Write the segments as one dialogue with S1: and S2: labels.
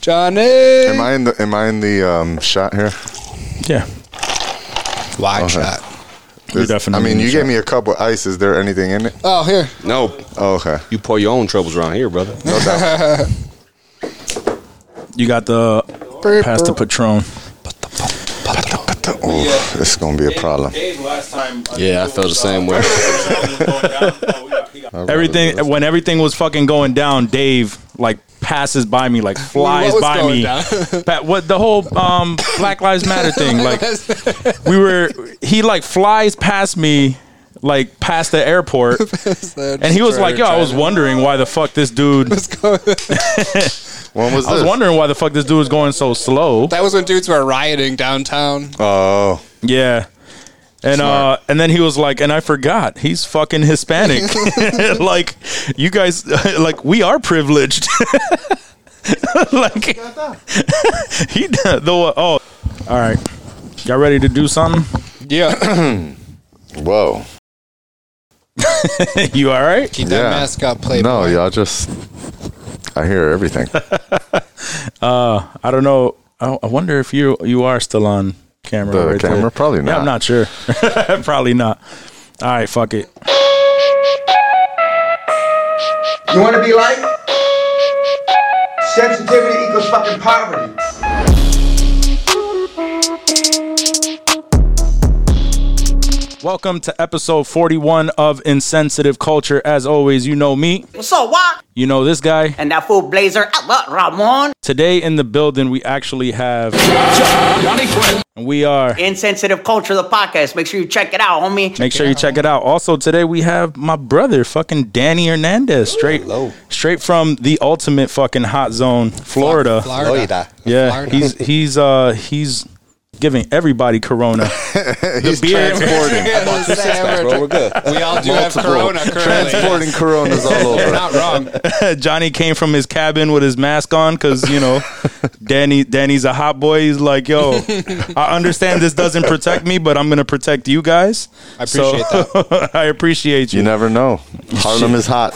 S1: Johnny.
S2: Am I in the am I in the um, shot here?
S3: Yeah.
S4: Wide
S2: Okay.
S4: shot.
S3: You're
S2: This-
S3: definitely
S2: I mean,
S3: in the
S2: you
S3: shot.
S2: gave me a cup of ice. Is there anything in it?
S1: Oh, here.
S4: No,
S2: Oh, okay.
S4: you pour your own troubles around here, brother.
S2: No doubt.
S3: You got the pasta patron.
S2: Ooh, It's gonna be a problem.
S3: last time.
S4: Yeah, I felt the same way.
S3: Everything when everything was fucking going down, Dave like passes by me, like flies
S1: was
S3: by
S1: going
S3: me.
S1: down?
S3: Pa- what the whole um, Black Lives Matter thing? Like we were, he like flies past me, like past the airport, and he was like, "Yo, I was wondering why the fuck this dude."
S2: When was
S3: I was
S2: this?
S3: wondering why the fuck this dude was going so slow.
S1: That was when dudes were rioting downtown.
S2: Oh,
S3: Yeah. And uh, and then he was like, and I forgot he's fucking Hispanic. like, you guys, like we are privileged. like, he though. Oh, all right. Y'all ready to do something?
S1: Yeah.
S2: whoa.
S3: you all right?
S1: Keep that
S2: Yeah.
S1: mask up, play.
S2: No, y'all just. I hear everything.
S3: I don't know. I, I wonder if you you are still on camera.
S2: The camera?
S3: there.
S2: Probably
S3: Yeah,
S2: not.
S3: I'm not sure. Probably not. All right, fuck it.
S5: You want to be like? Sensitivity equals fucking poverty.
S3: Welcome to episode 41 of Insensitive Culture. As always, you know me.
S6: So what?
S3: You know this guy.
S6: And that fool blazer, what, Ramon?
S3: Today in the building, we actually have. And we are.
S6: Insensitive Culture, the podcast. Make sure you check it out, homie.
S3: Make sure you check it out. Also, today we have my brother, fucking Danny Hernandez, straight straight from the ultimate fucking hot zone, Florida.
S1: Florida.
S3: yeah,
S1: Florida.
S3: he's he's uh he's giving everybody corona.
S2: He's
S3: beer-
S2: transporting,
S1: Yeah, this is
S4: Bro, we're good.
S1: We all do have Corona currently.
S2: transporting coronas all
S1: You're
S2: over.
S1: not wrong.
S3: Johnny came from his cabin with his mask on because you know, Danny Danny's a hot boy. He's like, yo, I understand this doesn't protect me, but I'm gonna protect you guys. I
S1: appreciate
S3: that. I appreciate
S2: You never know. Harlem is hot.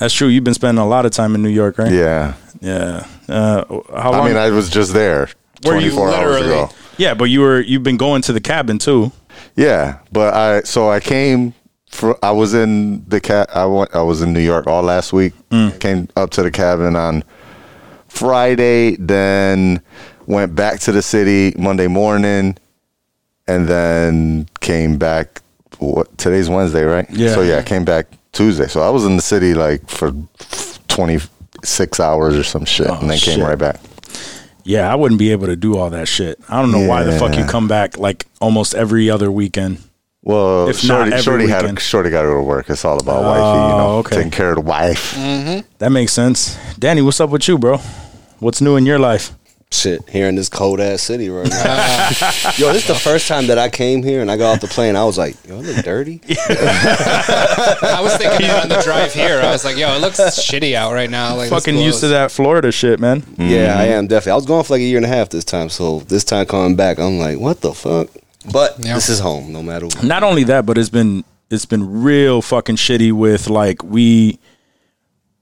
S3: That's true. You've been spending a lot of time in New York, right?
S2: Yeah.
S3: Yeah. Uh, how long?
S2: I mean, I was just there
S3: Were you
S2: 24 hours
S1: literally?
S2: ago.
S3: yeah, but you were you've been going to the cabin too.
S2: Yeah, but I so I came for I was in the cat I went I was in New York all last week.
S3: Mm.
S2: Came up to the cabin on Friday, then went back to the city Monday morning, and then came back. What today's Wednesday, right?
S3: Yeah.
S2: So yeah, I came back Tuesday. So I was in the city like for twenty six hours or some shit, and then came
S3: Oh, shit.
S2: right back.
S3: Yeah, I wouldn't be able to do all that shit. I don't know why the fuck you
S2: Yeah.
S3: come back like almost every other weekend.
S2: Well,
S3: If not
S2: Shorty,
S3: every
S2: Shorty had
S3: weekend.
S2: Shorty got to go to work. It's all about wifey, you know,
S3: Oh, okay.
S2: taking care of the wife.
S3: That makes sense. Danny, what's up with you, bro? What's new in your life?
S4: Shit, here in this cold ass city right now. yo, this is the first time that I came here and I got off the plane. I was like, yo, I look dirty.
S1: I was thinking that on the drive here. I was like, yo, it looks shitty out right now. Like,
S3: Fucking used to
S1: that.
S3: that Florida shit, man.
S4: Yeah, I am definitely. I was gone for like a year and a half this time, so this time coming back, I'm like, what the fuck? But
S1: Yeah.
S4: this is home, no matter what.
S3: Not only that, but it's been it's been real fucking shitty with like we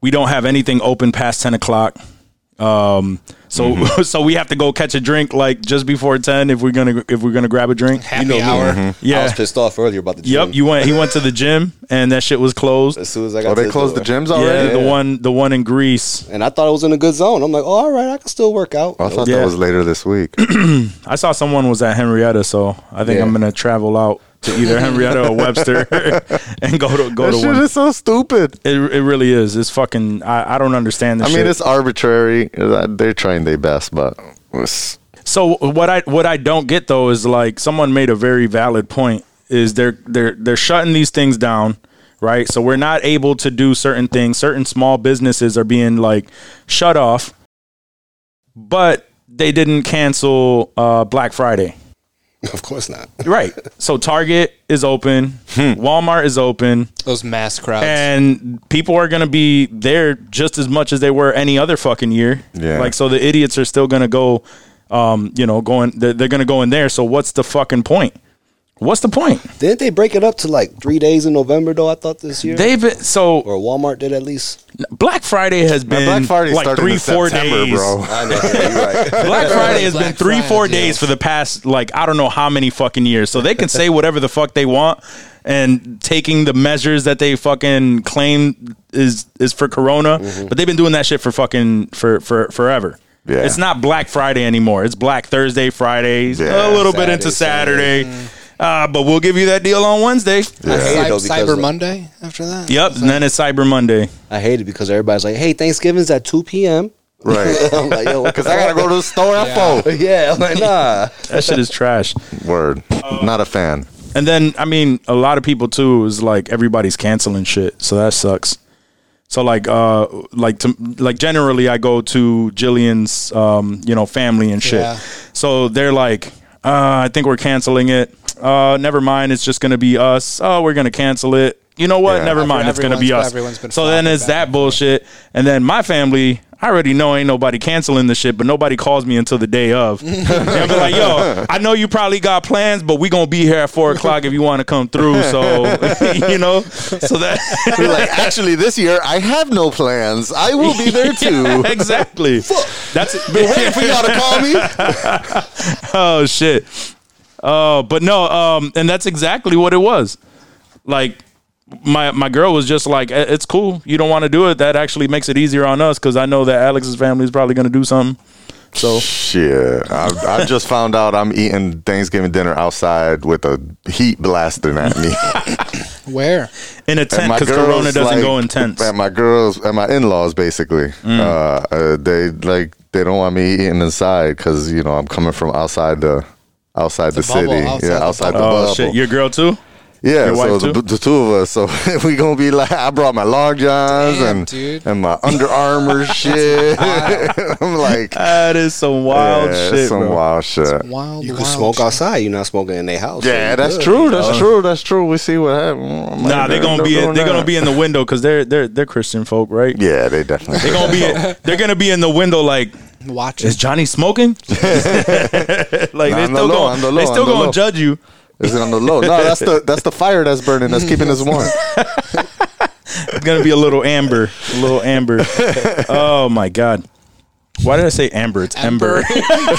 S3: we don't have anything open past ten o'clock. Um, so
S2: Mm-hmm.
S3: so we have to go catch a drink like just before ten if we're gonna if we're gonna grab a drink.
S1: Happy hour.
S3: Yeah,
S4: I was pissed off earlier about the gym.
S3: Yep, you went. He went to the gym, and that shit was closed.
S4: As soon as I got,
S2: Oh,
S4: to
S2: they closed the
S4: door.
S2: gyms
S3: Yeah,
S2: already.
S3: the one, the one in Greece.
S4: and I thought I was in a good zone. I'm like, oh, all right, I can still work out.
S2: Oh, I thought
S3: Yeah.
S2: that was later this week.
S3: I saw someone was at Henrietta, so I think
S4: Yeah.
S3: I'm gonna travel out to either Henrietta or Webster and go to go
S2: that
S3: to
S2: shit
S3: one.
S2: is so stupid.
S3: it, it really is. It's fucking. I, I don't understand this.
S2: I mean,
S3: shit.
S2: it's arbitrary. Uh, They're trying their best, but it's,
S3: So what I what I don't get though is like someone made a very valid point is they're they're they're shutting these things down, right? So we're not able to do certain things. Certain small businesses are being like shut off. But they didn't cancel uh, Black Friday.
S4: Of course not.
S3: Right. So Target is open, Walmart is open,
S1: Those mass crowds.
S3: and people are going to be there just as much as they were any other fucking year.
S2: Yeah.
S3: Like so, the idiots are still going to go, um, you know, going. They're, they're going to go in there. So what's the fucking point? What's the point?
S4: Didn't they break it up to like three days in November though? I thought this year.
S3: They've been, so
S4: or Walmart did at least.
S3: Black Friday has been
S2: Black Friday
S3: like
S2: started
S3: three
S2: in
S3: four
S2: September,
S3: days.
S2: bro.
S4: I know. You're right.
S3: Black Friday has been
S1: Black
S3: three, four
S1: Friday, yeah.
S3: days for the past like I don't know how many fucking years. So they can say whatever the fuck they want, and taking the measures that they fucking claim is is for Corona. But they've been doing that shit for fucking for for forever.
S2: Yeah.
S3: It's not Black Friday anymore. It's Black Thursday, Friday,
S2: Yeah.
S3: a little bit
S4: Saturday,
S3: into Saturday. Uh, but we'll give you that deal on Wednesday.
S4: I hate it
S1: Cy-
S4: though because
S1: Cyber
S4: like,
S1: Monday after that.
S3: Yep, and then it's Cyber Monday.
S4: I hate it because everybody's like, "Hey, Thanksgiving's at two p.m."
S2: Right.
S4: I'm like, "Yo,
S2: Because I gotta go to the store. I phone.
S4: Yeah, I'm like, nah.
S3: That shit is trash.
S2: Word. Not a fan.
S3: And then I mean, a lot of people too is like everybody's canceling shit, so that sucks. So like, uh, like to like generally, I go to Jillian's, um, you know, family and shit.
S1: Yeah.
S3: So they're like, uh, I think we're canceling it. Uh, never mind, it's just gonna be us. Oh, we're gonna cancel it. You know what?
S2: Yeah.
S3: never mind, it's gonna be
S1: Everyone's-
S3: us.
S1: everyone's been
S3: So then
S1: flopping
S3: it's
S1: back
S3: that bullshit, and then my family. I already know ain't nobody canceling the shit, but nobody calls me until the day of. and I'll be like, yo, I know you probably got plans, but we gonna be here at four o'clock if you want to come through. So you know, so that
S2: You're like, actually, this year I have no plans. I will be there too.
S3: exactly. That's
S2: Been waiting for y'all to call me.
S3: oh shit. Oh, but no, um, and that's exactly what it was. Like my my girl was just like, "Eh, "It's cool. You don't want to do it. That actually makes it easier on us because I know that Alex's family is probably gonna do something." So
S2: Shit. I, I just found out I'm eating Thanksgiving dinner outside with a heat blasting at me.
S1: Where?
S3: in a tent
S2: my
S3: because Corona
S2: girls,
S3: doesn't
S2: like,
S3: go Mm. in tents.
S2: At my girls, at my in laws, basically, uh, uh, they like they don't want me eating inside because you know I'm coming from outside the outside the,
S1: bubble,
S2: city,
S1: outside
S2: yeah,
S1: the
S2: outside the,
S1: bubble.
S2: bubble.
S3: Oh shit, your girl too.
S2: yeah,
S3: your
S2: so
S3: wife
S2: the,
S3: too?
S2: the two of us, so we gonna be like, I brought my long johns
S1: Damn,
S2: and
S1: dude.
S2: and my Under Armour shit. I'm like,
S3: That is some wild
S2: yeah,
S3: shit,
S2: some
S3: bro.
S2: wild shit.
S1: Wild.
S4: You can
S1: wild
S4: smoke outside. You're not smoking in their house. so
S2: Yeah,
S4: you
S2: that's
S4: good.
S2: true. That's true. That's true. We see what happened.
S3: Uh, Nah, they're gonna be they're gonna be in the window because they're they're they're Christian folk, right?
S2: Yeah, they definitely.
S3: They're gonna be they're gonna be in the window like
S1: Watch
S3: is
S1: it.
S3: Johnny smoking? like
S2: the
S3: they still
S2: low,
S3: going
S2: on the
S3: to
S2: low,
S3: they
S2: on
S3: still
S2: the low.
S3: going to judge you.
S2: Is it on the low? No, that's the that's the fire that's burning. That's keeping us warm.
S3: It's gonna be a little amber, a little amber. Oh my god, why did I say amber? It's ember.
S1: Dude, I,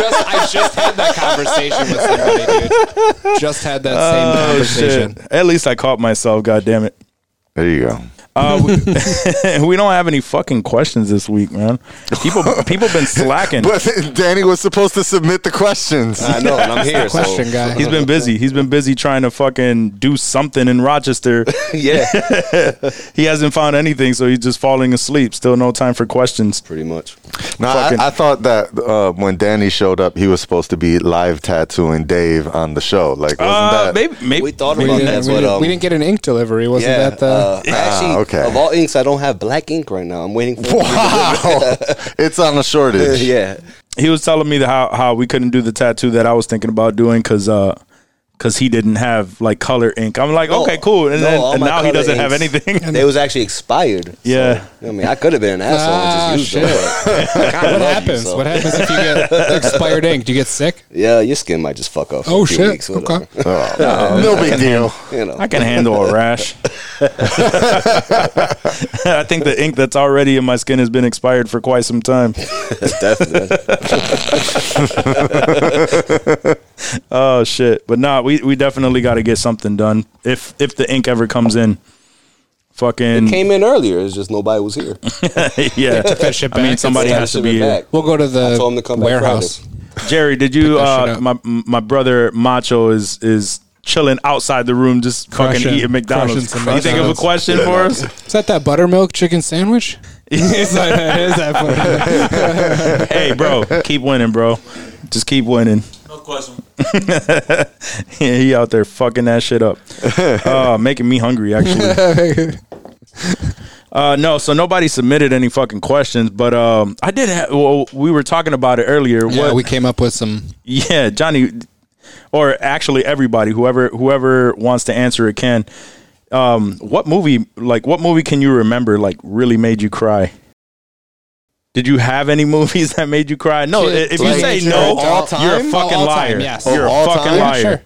S1: just, I just had that conversation with somebody, dude. Just had that same
S3: Oh
S1: conversation.
S3: shit! At least I caught myself. God damn it.
S2: There you go.
S3: Uh, we, we don't have any fucking questions this week, man. People, people been slacking.
S2: But Danny was supposed to submit the questions.
S4: I know, and I'm here. so-
S1: Question, guy.
S3: He's been busy. He's been busy trying to fucking do something in Rochester.
S4: yeah,
S3: He hasn't found anything, so he's just falling asleep. Still no time for questions.
S4: pretty much.
S2: No, I,
S3: Fucking-
S2: I thought that uh, when Danny showed up, he was supposed to be live tattooing Dave on the show. Like, wasn't
S3: Uh,
S2: that?
S3: maybe, maybe
S4: We thought
S1: We
S4: about
S1: didn't,
S4: that,
S1: we
S4: but
S1: didn't-
S4: um,
S1: we didn't get an ink delivery. Wasn't
S4: yeah,
S1: that the?
S4: uh, actually,
S2: okay.
S4: of all inks, I don't have black ink right now. I'm waiting for.
S2: Wow, Oh, it's on a shortage.
S4: yeah,
S3: he was telling me the, how how we couldn't do the tattoo that I was thinking about doing because uh because he didn't have like color ink. I'm like,
S4: No,
S3: okay, cool, and
S4: no,
S3: then
S4: all
S3: and
S4: my
S3: now he
S4: color
S3: doesn't have
S4: inks.
S3: anything.
S4: they was actually expired.
S3: yeah,
S4: I mean, I could have been an asshole and just used
S1: Ah,
S4: them. but I kinda
S1: what
S4: love you,
S1: happens?
S4: so-
S1: What happens if you get expired ink? Do you get sick?
S4: Yeah, your skin might just fuck off. for
S1: Oh
S4: a few
S1: shit!
S4: weeks, whatever.
S1: okay.
S2: Oh, no, big deal.
S4: You know,
S3: I can handle a rash. I think the ink that's already in my skin has been expired for quite some time.
S4: definitely.
S3: Oh shit! But nah, we we definitely got to get something done if if the ink ever comes in. Fucking
S4: Came in earlier. It's just nobody was here.
S3: yeah.
S1: That shit back.
S3: I mean, somebody
S4: They
S3: has to
S4: shipped
S3: be
S4: it
S3: here.
S4: back.
S1: We'll go to
S4: I told him to
S1: the
S4: come back
S1: warehouse.
S4: Friday.
S3: Jerry, did you?
S1: that shit
S3: Uh,
S1: up.
S3: my my brother Macho is is chilling outside the room, just
S1: Crushing-
S3: fucking eating
S1: crushing
S3: McDonald's.
S1: some
S3: You think of a
S1: McDonald's.
S3: question for us?
S1: Is that that buttermilk chicken sandwich? Is that- is that what-
S3: hey, bro, keep winning, bro. Just keep winning. No question. yeah, he out there fucking that shit up. Uh, making me hungry, actually. Uh, no, so nobody submitted any fucking questions, but um, I did. Ha- well, we were talking about it earlier.
S1: yeah,
S3: What-
S1: we came up with some.
S3: yeah, Johnny, or actually everybody, whoever whoever wants to answer it can. Um, what movie, like, what movie can you remember, like, really made you cry? Did you have any movies that made you cry? No,
S1: Kid-
S3: if
S1: like,
S3: you say
S1: sure,
S3: no,
S1: all
S3: you're a
S1: time?
S3: fucking
S1: Oh, all
S3: liar.
S1: time, yes.
S3: You're
S2: Oh,
S3: a
S2: all
S3: fucking
S2: time?
S3: liar.
S1: Sure.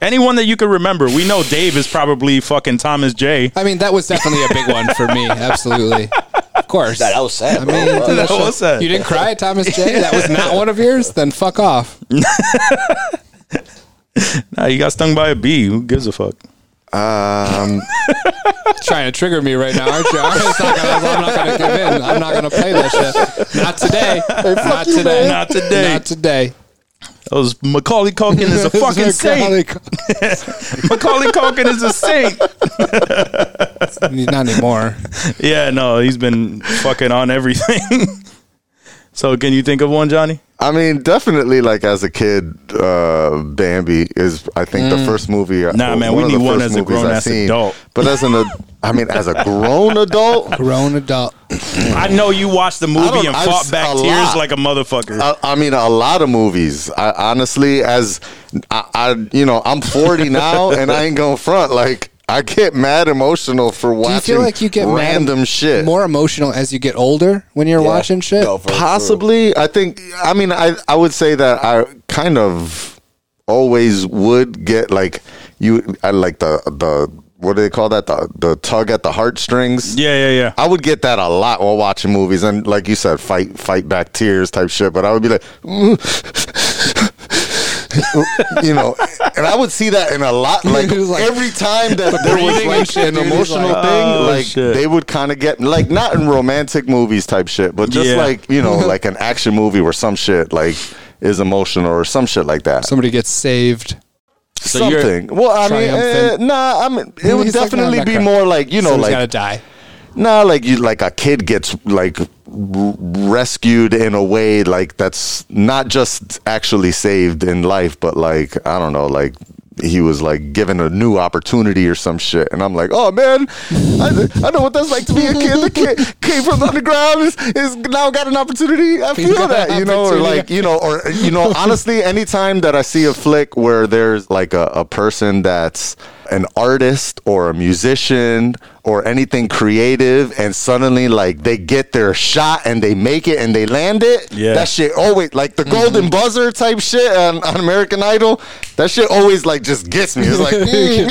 S3: Anyone that you could remember. We know Dave is probably fucking Thomas J.
S1: I mean, that was definitely a big one for me. Absolutely. Of course.
S4: That was sad.
S1: I mean,
S4: bro.
S1: that
S3: That
S1: shit-
S3: was sad.
S1: You didn't cry, Thomas J. That was not one of yours. Then fuck off.
S3: Nah, you got stung by a bee. Who gives a fuck?
S2: Um,
S1: trying to trigger me right now, aren't you? I'm just not gonna, I'm not gonna give in. I'm not gonna play that shit. Not today. not, today.
S3: Not today.
S1: Not today.
S3: That was Macaulay Culkin is a fucking saint. Macaulay Culkin is a saint.
S1: Not anymore.
S3: Yeah, no, he's been fucking on everything. so, can you think of one, Johnny?
S2: I mean, definitely, like as a kid, uh, Bambi is, I think, the first movie.
S3: Mm.
S2: uh,
S3: Nah, man, we
S2: of the
S3: need one
S2: first
S3: as a
S2: movies
S3: grown
S2: I've
S3: ass adult.
S2: But as an, ad- I mean, as a grown adult,
S1: Grown adult.
S3: I know you watched the movie
S2: don't-
S3: and
S2: I've
S3: fought
S2: s-
S3: back
S2: a
S3: tears
S2: lot. Uh,
S3: like a motherfucker.
S2: I, I mean, a lot of movies. I honestly, as I, I, you know, I'm 40 now, and I ain't going front. Like, I get mad emotional for
S1: Do
S2: watching.
S1: you feel like you get mad-
S2: random shit?
S1: more emotional as you get older when you're
S4: Yeah.
S1: watching shit?
S4: No, for- for-
S2: Possibly, I think. I mean, I I would say that I kind of always would get like you. I like the the what do they call that? The the tug at the heartstrings.
S3: yeah, yeah, yeah.
S2: I would get that a lot while watching movies, and like you said, fight fight back tears type shit. But I would be like, you know, and I would see that in a lot. Like,
S1: He was like-
S2: every time that there was
S1: breathing and
S2: like
S1: shit,
S2: an
S1: dude, he's
S2: emotional
S1: like-
S2: thing,
S3: Oh,
S2: like
S3: shit.
S2: they would kind of get like not in romantic movies type shit, but just
S3: Yeah.
S2: like you know, like an action movie where some shit like is emotional or some shit like that.
S1: Somebody gets saved.
S3: So you're-
S2: Something. Well, I mean, eh,
S1: Triumphant.
S2: nah. I mean, it would
S1: He's like, "No, I'm
S2: definitely
S1: not
S2: be
S1: crying."
S2: more like you know,
S1: Somebody's
S2: like
S1: gotta die.
S2: no, like you, like a kid gets like r- rescued in a way like that's not just actually saved in life, but like I don't know, like he was like given a new opportunity or some shit, and I'm like, oh man, I, I know what that's like to be a kid. The kid came from the underground is, is now got an opportunity. I feel
S1: got
S2: that,
S1: an
S2: you know, or
S1: opportunity.
S2: like you know, or you know, honestly, anytime that I see a flick where there's like a, a person that's an artist or a musician or anything creative, and suddenly like they get their shot and they make it and they land it,
S3: Yeah.
S2: that shit always like the golden buzzer type shit on, on American Idol. That shit always like just gets me. It's like mm,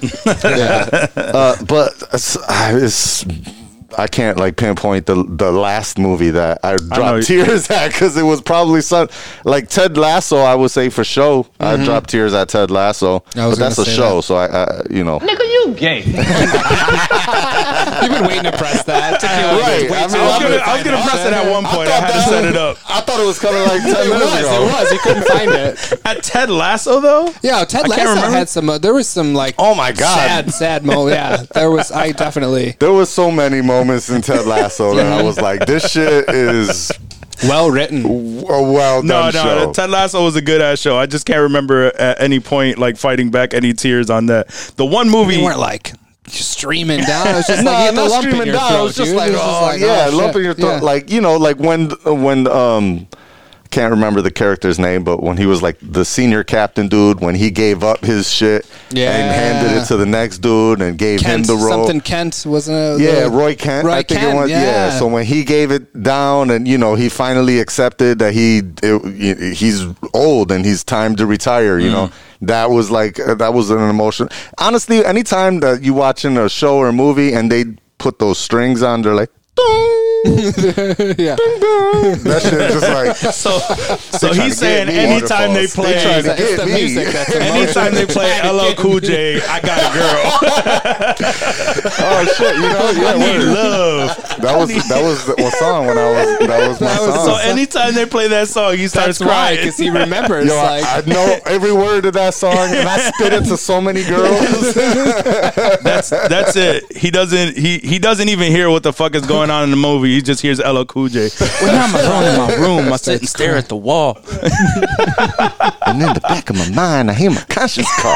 S2: yeah, mm. uh, but it's, it's. I can't like pinpoint the the last movie that I dropped
S3: know.
S2: tears at because it was probably some like Ted Lasso. I would say for show, I dropped tears at Ted Lasso, but
S1: Mm-hmm. was
S2: that's a
S1: gonna say
S2: show,
S1: that.
S2: so I, I you know.
S1: You've been waiting to press that. Took you
S2: Right.
S1: way
S2: I
S1: too
S2: mean,
S1: long to
S2: I'm gonna- I'm
S1: find
S3: gonna
S1: out.
S3: press it at one point. I had to set it up.
S2: I thought it was coming like ten
S1: It
S2: minutes
S1: was.
S2: ago.
S1: It was. You couldn't find it.
S3: At Ted Lasso though.
S1: Yeah, Ted
S3: I can't
S1: Lasso
S3: remember.
S1: had some. Uh, there was some like.
S2: Oh my God.
S1: Sad, sad mo. Yeah, there was. I definitely
S2: There was so many moments in Ted Lasso that I was like, this shit is
S1: well written.
S2: a well done
S3: No, no,
S2: show.
S3: Ted Lasso was a good ass show. I just can't remember at any point like fighting back any tears on that. The one movie
S1: They weren't like streaming down. It was just
S2: No,
S1: like you had
S2: not
S1: the lump in
S2: streaming
S1: your
S2: down.
S1: throat.
S2: it was just
S1: dude.
S2: like,
S1: It was
S2: oh,
S1: like,
S2: yeah,
S1: shit.
S2: lump in your throat.
S1: Yeah.
S2: Like you know, like when when um can't remember the character's name, but when he was like the senior captain dude, when he gave up his shit and
S1: Yeah.
S2: handed it to the next dude and gave
S1: Kent,
S2: him the role.
S1: something Kent wasn't it?
S2: yeah,
S1: The-
S2: Roy Kent.
S1: Roy
S2: I think
S1: Kent,
S2: it was. Yeah.
S1: yeah.
S2: So when he gave it down, and you know, he finally accepted that he it, he's old and he's time to retire. You know, that was like uh, that was an emotion. Honestly, anytime that you watching a show or a movie and they put those strings on, they're like. "Dong."
S1: yeah.
S2: that shit is just like
S3: So, so
S2: trying to
S3: he's
S2: get
S3: saying
S2: me.
S3: anytime they
S2: Waterfalls. They trying
S3: play,
S2: to-
S1: It's
S2: Get
S1: the
S2: me.
S1: music that's
S3: anytime they play LL Cool J, I got a girl.
S2: oh shit, you know, yeah,
S3: I need
S2: word.
S3: love.
S2: that was that was the what song when I was that was my song.
S3: So anytime they play that song, he starts
S1: That's why,
S3: crying.
S1: because he remembers.
S2: Yo,
S1: like,
S2: I, I know every word of that song, and I spit it to so many girls.
S3: That's that's it. He doesn't he he doesn't even hear what the fuck is going on in the movie. He just hears LL Cool J. When I'm alone in my room, I sit and stare at the wall.
S2: and in the back of my mind, I hear my conscience call.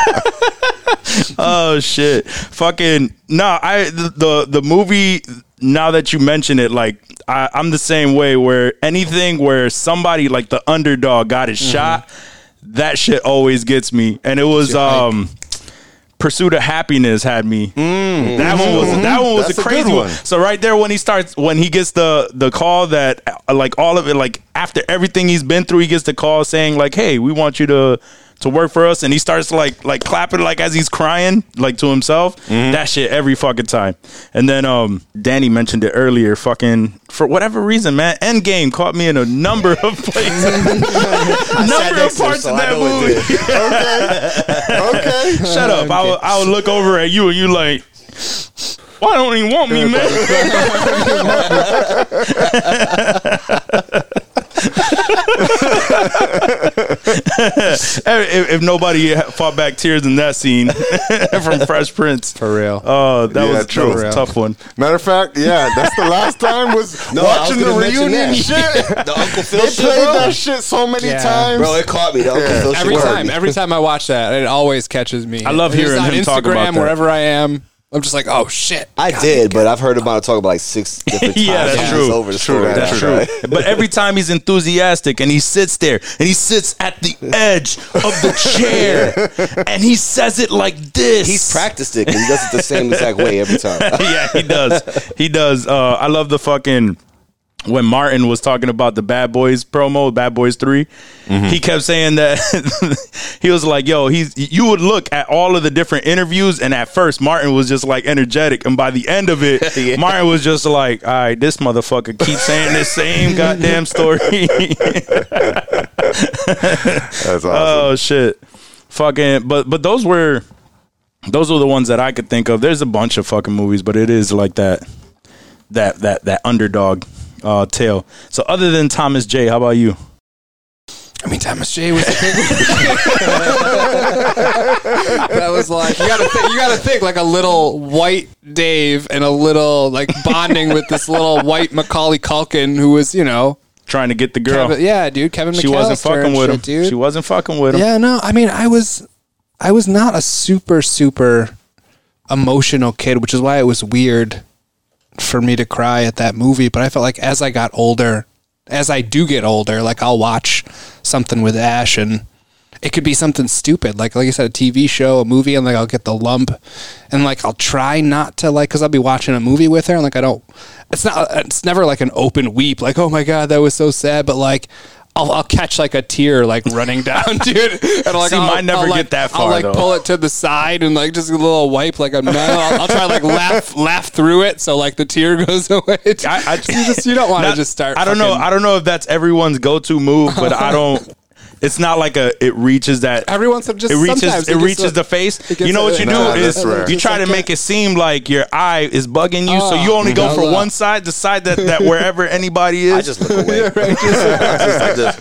S3: Oh shit! Fucking no! I the the movie. Now that you mention it, like I, I'm the same way. Where anything where somebody like the underdog got his shot, that shit always gets me. And it was um, Pursuit of Happiness had me. That one was that one was
S2: That's
S3: a
S2: a good
S3: crazy one.
S2: one.
S3: So right there when he starts when he gets the the call that uh, like all of it like after everything he's been through he gets the call saying like hey we want you to to work for us, and he starts like like clapping like as he's crying like to himself. That shit every fucking time. And then um, Danny mentioned it earlier. Fucking for whatever reason, man, Endgame caught me in a number of places, number of parts of that movie.
S2: okay.
S3: Shut up! I would, I would look over at you and you like, why don't you want me, man? if, if nobody fought back tears in that scene from Fresh Prince,
S1: For real.
S3: oh, that
S2: Yeah,
S3: was
S2: true.
S3: that was a tough one.
S2: Matter of fact, yeah, that's the last time was
S4: No, I was
S2: watching the
S4: gonna mention
S2: reunion
S4: that.
S2: shit.
S4: The Uncle Phil
S2: They
S4: shit,
S2: played
S4: bro.
S2: that shit so many
S1: Yeah.
S2: times.
S4: Bro, it caught me. The Uncle
S2: Yeah.
S4: Phil shit
S1: every
S4: caught
S1: time,
S4: me.
S1: every time I watch that, it always catches me.
S3: I love
S1: If it's
S3: hearing
S1: on
S3: him
S1: Instagram,
S3: talk about that.
S1: wherever I am. I'm just like, oh shit.
S4: I
S1: God,
S4: did, but I've heard about it talk about like six different times.
S3: Yeah, that's
S4: It's
S3: true.
S4: Over the
S2: True
S4: story.
S2: that,
S4: now,
S2: true.
S4: right?
S3: But every time he's enthusiastic and he sits there and he sits at the edge of the chair and he says it like this.
S4: He's practiced it 'cause he does it the same exact way every time.
S3: yeah, he does. He does. Uh, I love the fucking when Martin was talking about the Bad Boys promo, Bad Boys 3 He kept saying that he was like, "Yo, he's." You would look at all of the different interviews, and at first Martin was just like energetic, and by the end of it, Martin was just like, "All right, this motherfucker keeps saying the same goddamn story."
S2: That's awesome.
S3: oh shit, fucking. But but those were. Those were the ones that I could think of. There's a bunch of fucking movies, but it is like that that that that underdog uh, tale. So other than Thomas J, how about you?
S1: I mean, Thomas J was the big- that was like you gotta think, you gotta think like a little white Dave and a little like bonding with this little white Macaulay Culkin who was you know
S3: Trying to get the girl.
S1: Kevin- yeah dude Kevin
S3: she wasn't
S1: McAllister
S3: fucking
S1: and
S3: with
S1: shit,
S3: him.
S1: dude
S3: She wasn't fucking with him.
S1: yeah no I mean I was I was not a super super emotional kid which is why it was weird for me to cry at that movie but I felt like as I got older as I do get older like I'll watch something with Ash and it could be something stupid like like you said a tv show a movie and like i'll get the lump and like i'll try not to like because i'll be watching a movie with her and like i don't it's not it's never like an open weep like oh my god that was so sad but like I'll, I'll catch like a tear like running down, dude. And like,
S3: See,
S1: I'll,
S3: mine never
S1: I'll, like,
S3: get that
S1: I'll
S3: far,
S1: like
S3: though.
S1: pull it to the side and like just a little wipe, like I'm not. I'll, I'll try like laugh, laugh through it, so like the tear goes away.
S3: I, I
S1: you, just, you don't want to
S3: Not-
S1: just start.
S3: I don't know.
S1: fucking-
S3: I don't know if that's everyone's go-to move, but I don't. It's not like a. It reaches that.
S1: Every once in- just
S3: it reaches.
S1: sometimes it
S3: It,
S1: gets
S3: reaches
S1: a-
S3: the face.
S1: it gets
S3: You know
S1: a-
S3: what you do
S2: Nah,
S3: is
S2: that's rare.
S3: you try to
S1: Just like
S3: make it seem like your eye is bugging you, so
S1: Oh,
S3: you only go
S1: mhm.
S3: for
S1: Hello.
S3: one side, the side that that wherever anybody is.
S4: I just look away.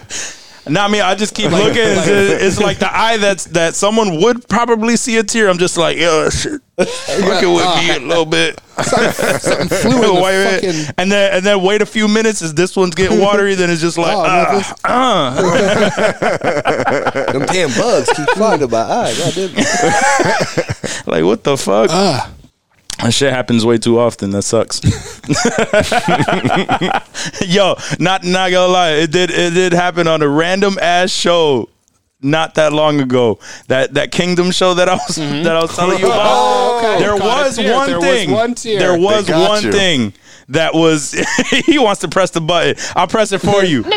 S3: No, I mean I just keep looking. It's, it's like the eye that's that someone would probably see a tear. I'm just like, yo, shit, fucking with
S4: Ah.
S3: me a little bit.
S1: flew in the
S3: Wait a minute.
S1: fucking-
S3: And then and then wait a few minutes. Is this one's getting watery? Then it's just like,
S1: Oh, no,
S3: ah,
S1: this-
S3: ah.
S4: Them damn bugs keep flying to my eye. goddamn.
S3: like what the fuck?
S1: Ah.
S3: That shit happens way too often. That sucks. Yo, not not gonna lie, it did it did happen on a random ass show not that long ago. That that Kingdom show that I was that I was telling you about.
S1: Mm-hmm. Oh, okay.
S3: There
S1: Caught a
S3: was
S1: tear.
S3: one
S1: There was
S3: thing.
S1: one tear.
S3: There was
S2: They got
S3: one
S2: you.
S3: thing that was. he wants to press the button. I'll press it for you.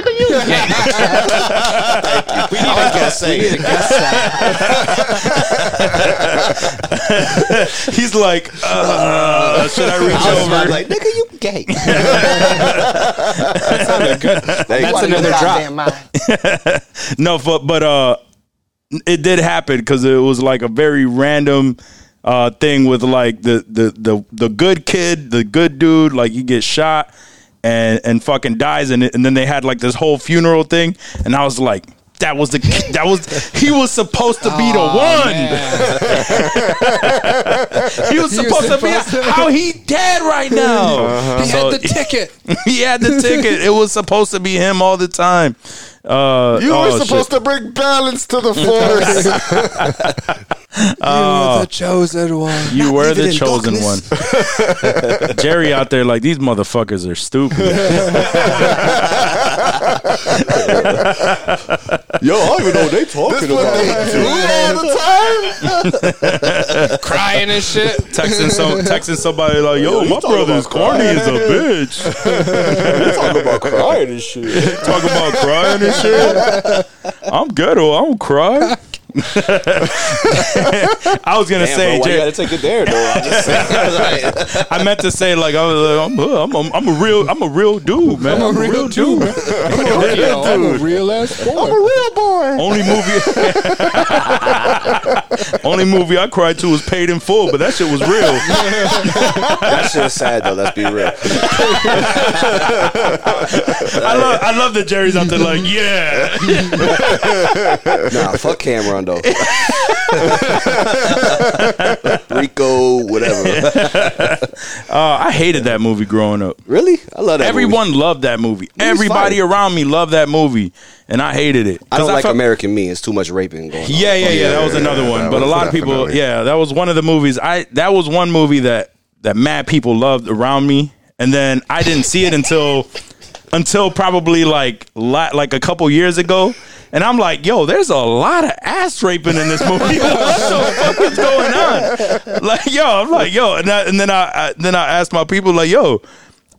S4: We need a guest saying.
S3: He's like, uh, should I reach over?
S4: I'm like, nigga, you gay.
S1: That's another drop.
S3: No, but but uh, it did happen because it was like a very random uh thing with like the the the the good kid, the good dude, like he gets shot and and fucking dies, and it- and then they had like this whole funeral thing, and I was like. That was the that was he was supposed to be the one.
S1: He
S3: He was
S1: was
S3: supposed to be
S1: supposed to- Uh-huh.
S3: how he dead right now.
S1: He
S3: So-
S1: had the ticket.
S3: he had the ticket. It was supposed to be him all the time. Uh,
S2: you
S3: oh,
S2: were supposed
S3: shit.
S2: to bring balance to the force.
S1: you were the chosen one.
S3: uh, You were the chosen one. Jerry out there, like these motherfuckers are stupid.
S4: Yo, I don't even know what they talking
S2: That's what they do all the time.
S1: Crying and shit.
S3: texting some, texting somebody like, "Yo, my brother's corny as a bitch."
S4: They talking about crying and shit.
S3: Talking about crying and shit. I'm ghetto. I don't cry. I was gonna
S4: Damn,
S3: say,
S4: bro, why
S3: Jay-
S4: you gotta take it there, though? I'm just saying. Like,
S3: I meant to say like I was like, I'm, I'm, I'm, I'm a real I'm a real dude, man.
S1: I'm a real dude. I'm a real, I'm a real ass boy. I'm a real boy.
S3: Only movie, only movie I cried to was Paid in Full, but that shit was real.
S4: that shit's sad, though. Let's be real.
S3: I love, I love that Jerry's out there like, yeah,
S4: Nah, fuck Cameron though. Rico, whatever.
S3: uh, I hated that movie growing up.
S4: Really? I love that. movie.
S3: Everyone loved that movie. Everybody
S4: fire.
S3: around me loved that movie, and I hated it.
S4: I
S3: 'Cause
S4: don't like
S3: felt-
S4: American Me. It's too much raping going on.
S3: Yeah, yeah, yeah. That was
S2: yeah,
S3: another
S2: yeah,
S3: one.
S2: that
S3: But a
S2: was
S3: lot of people,
S2: definitely-
S3: yeah, that was one of the movies. I that was one movie that that mad people loved around me, and then I didn't see it until until probably like la- like a couple years ago. And I'm like, yo, there's a lot of ass raping in this movie. what the fuck is going on? Like, yo, I'm like, yo, and, I, and then I, I then I asked my people, like, yo,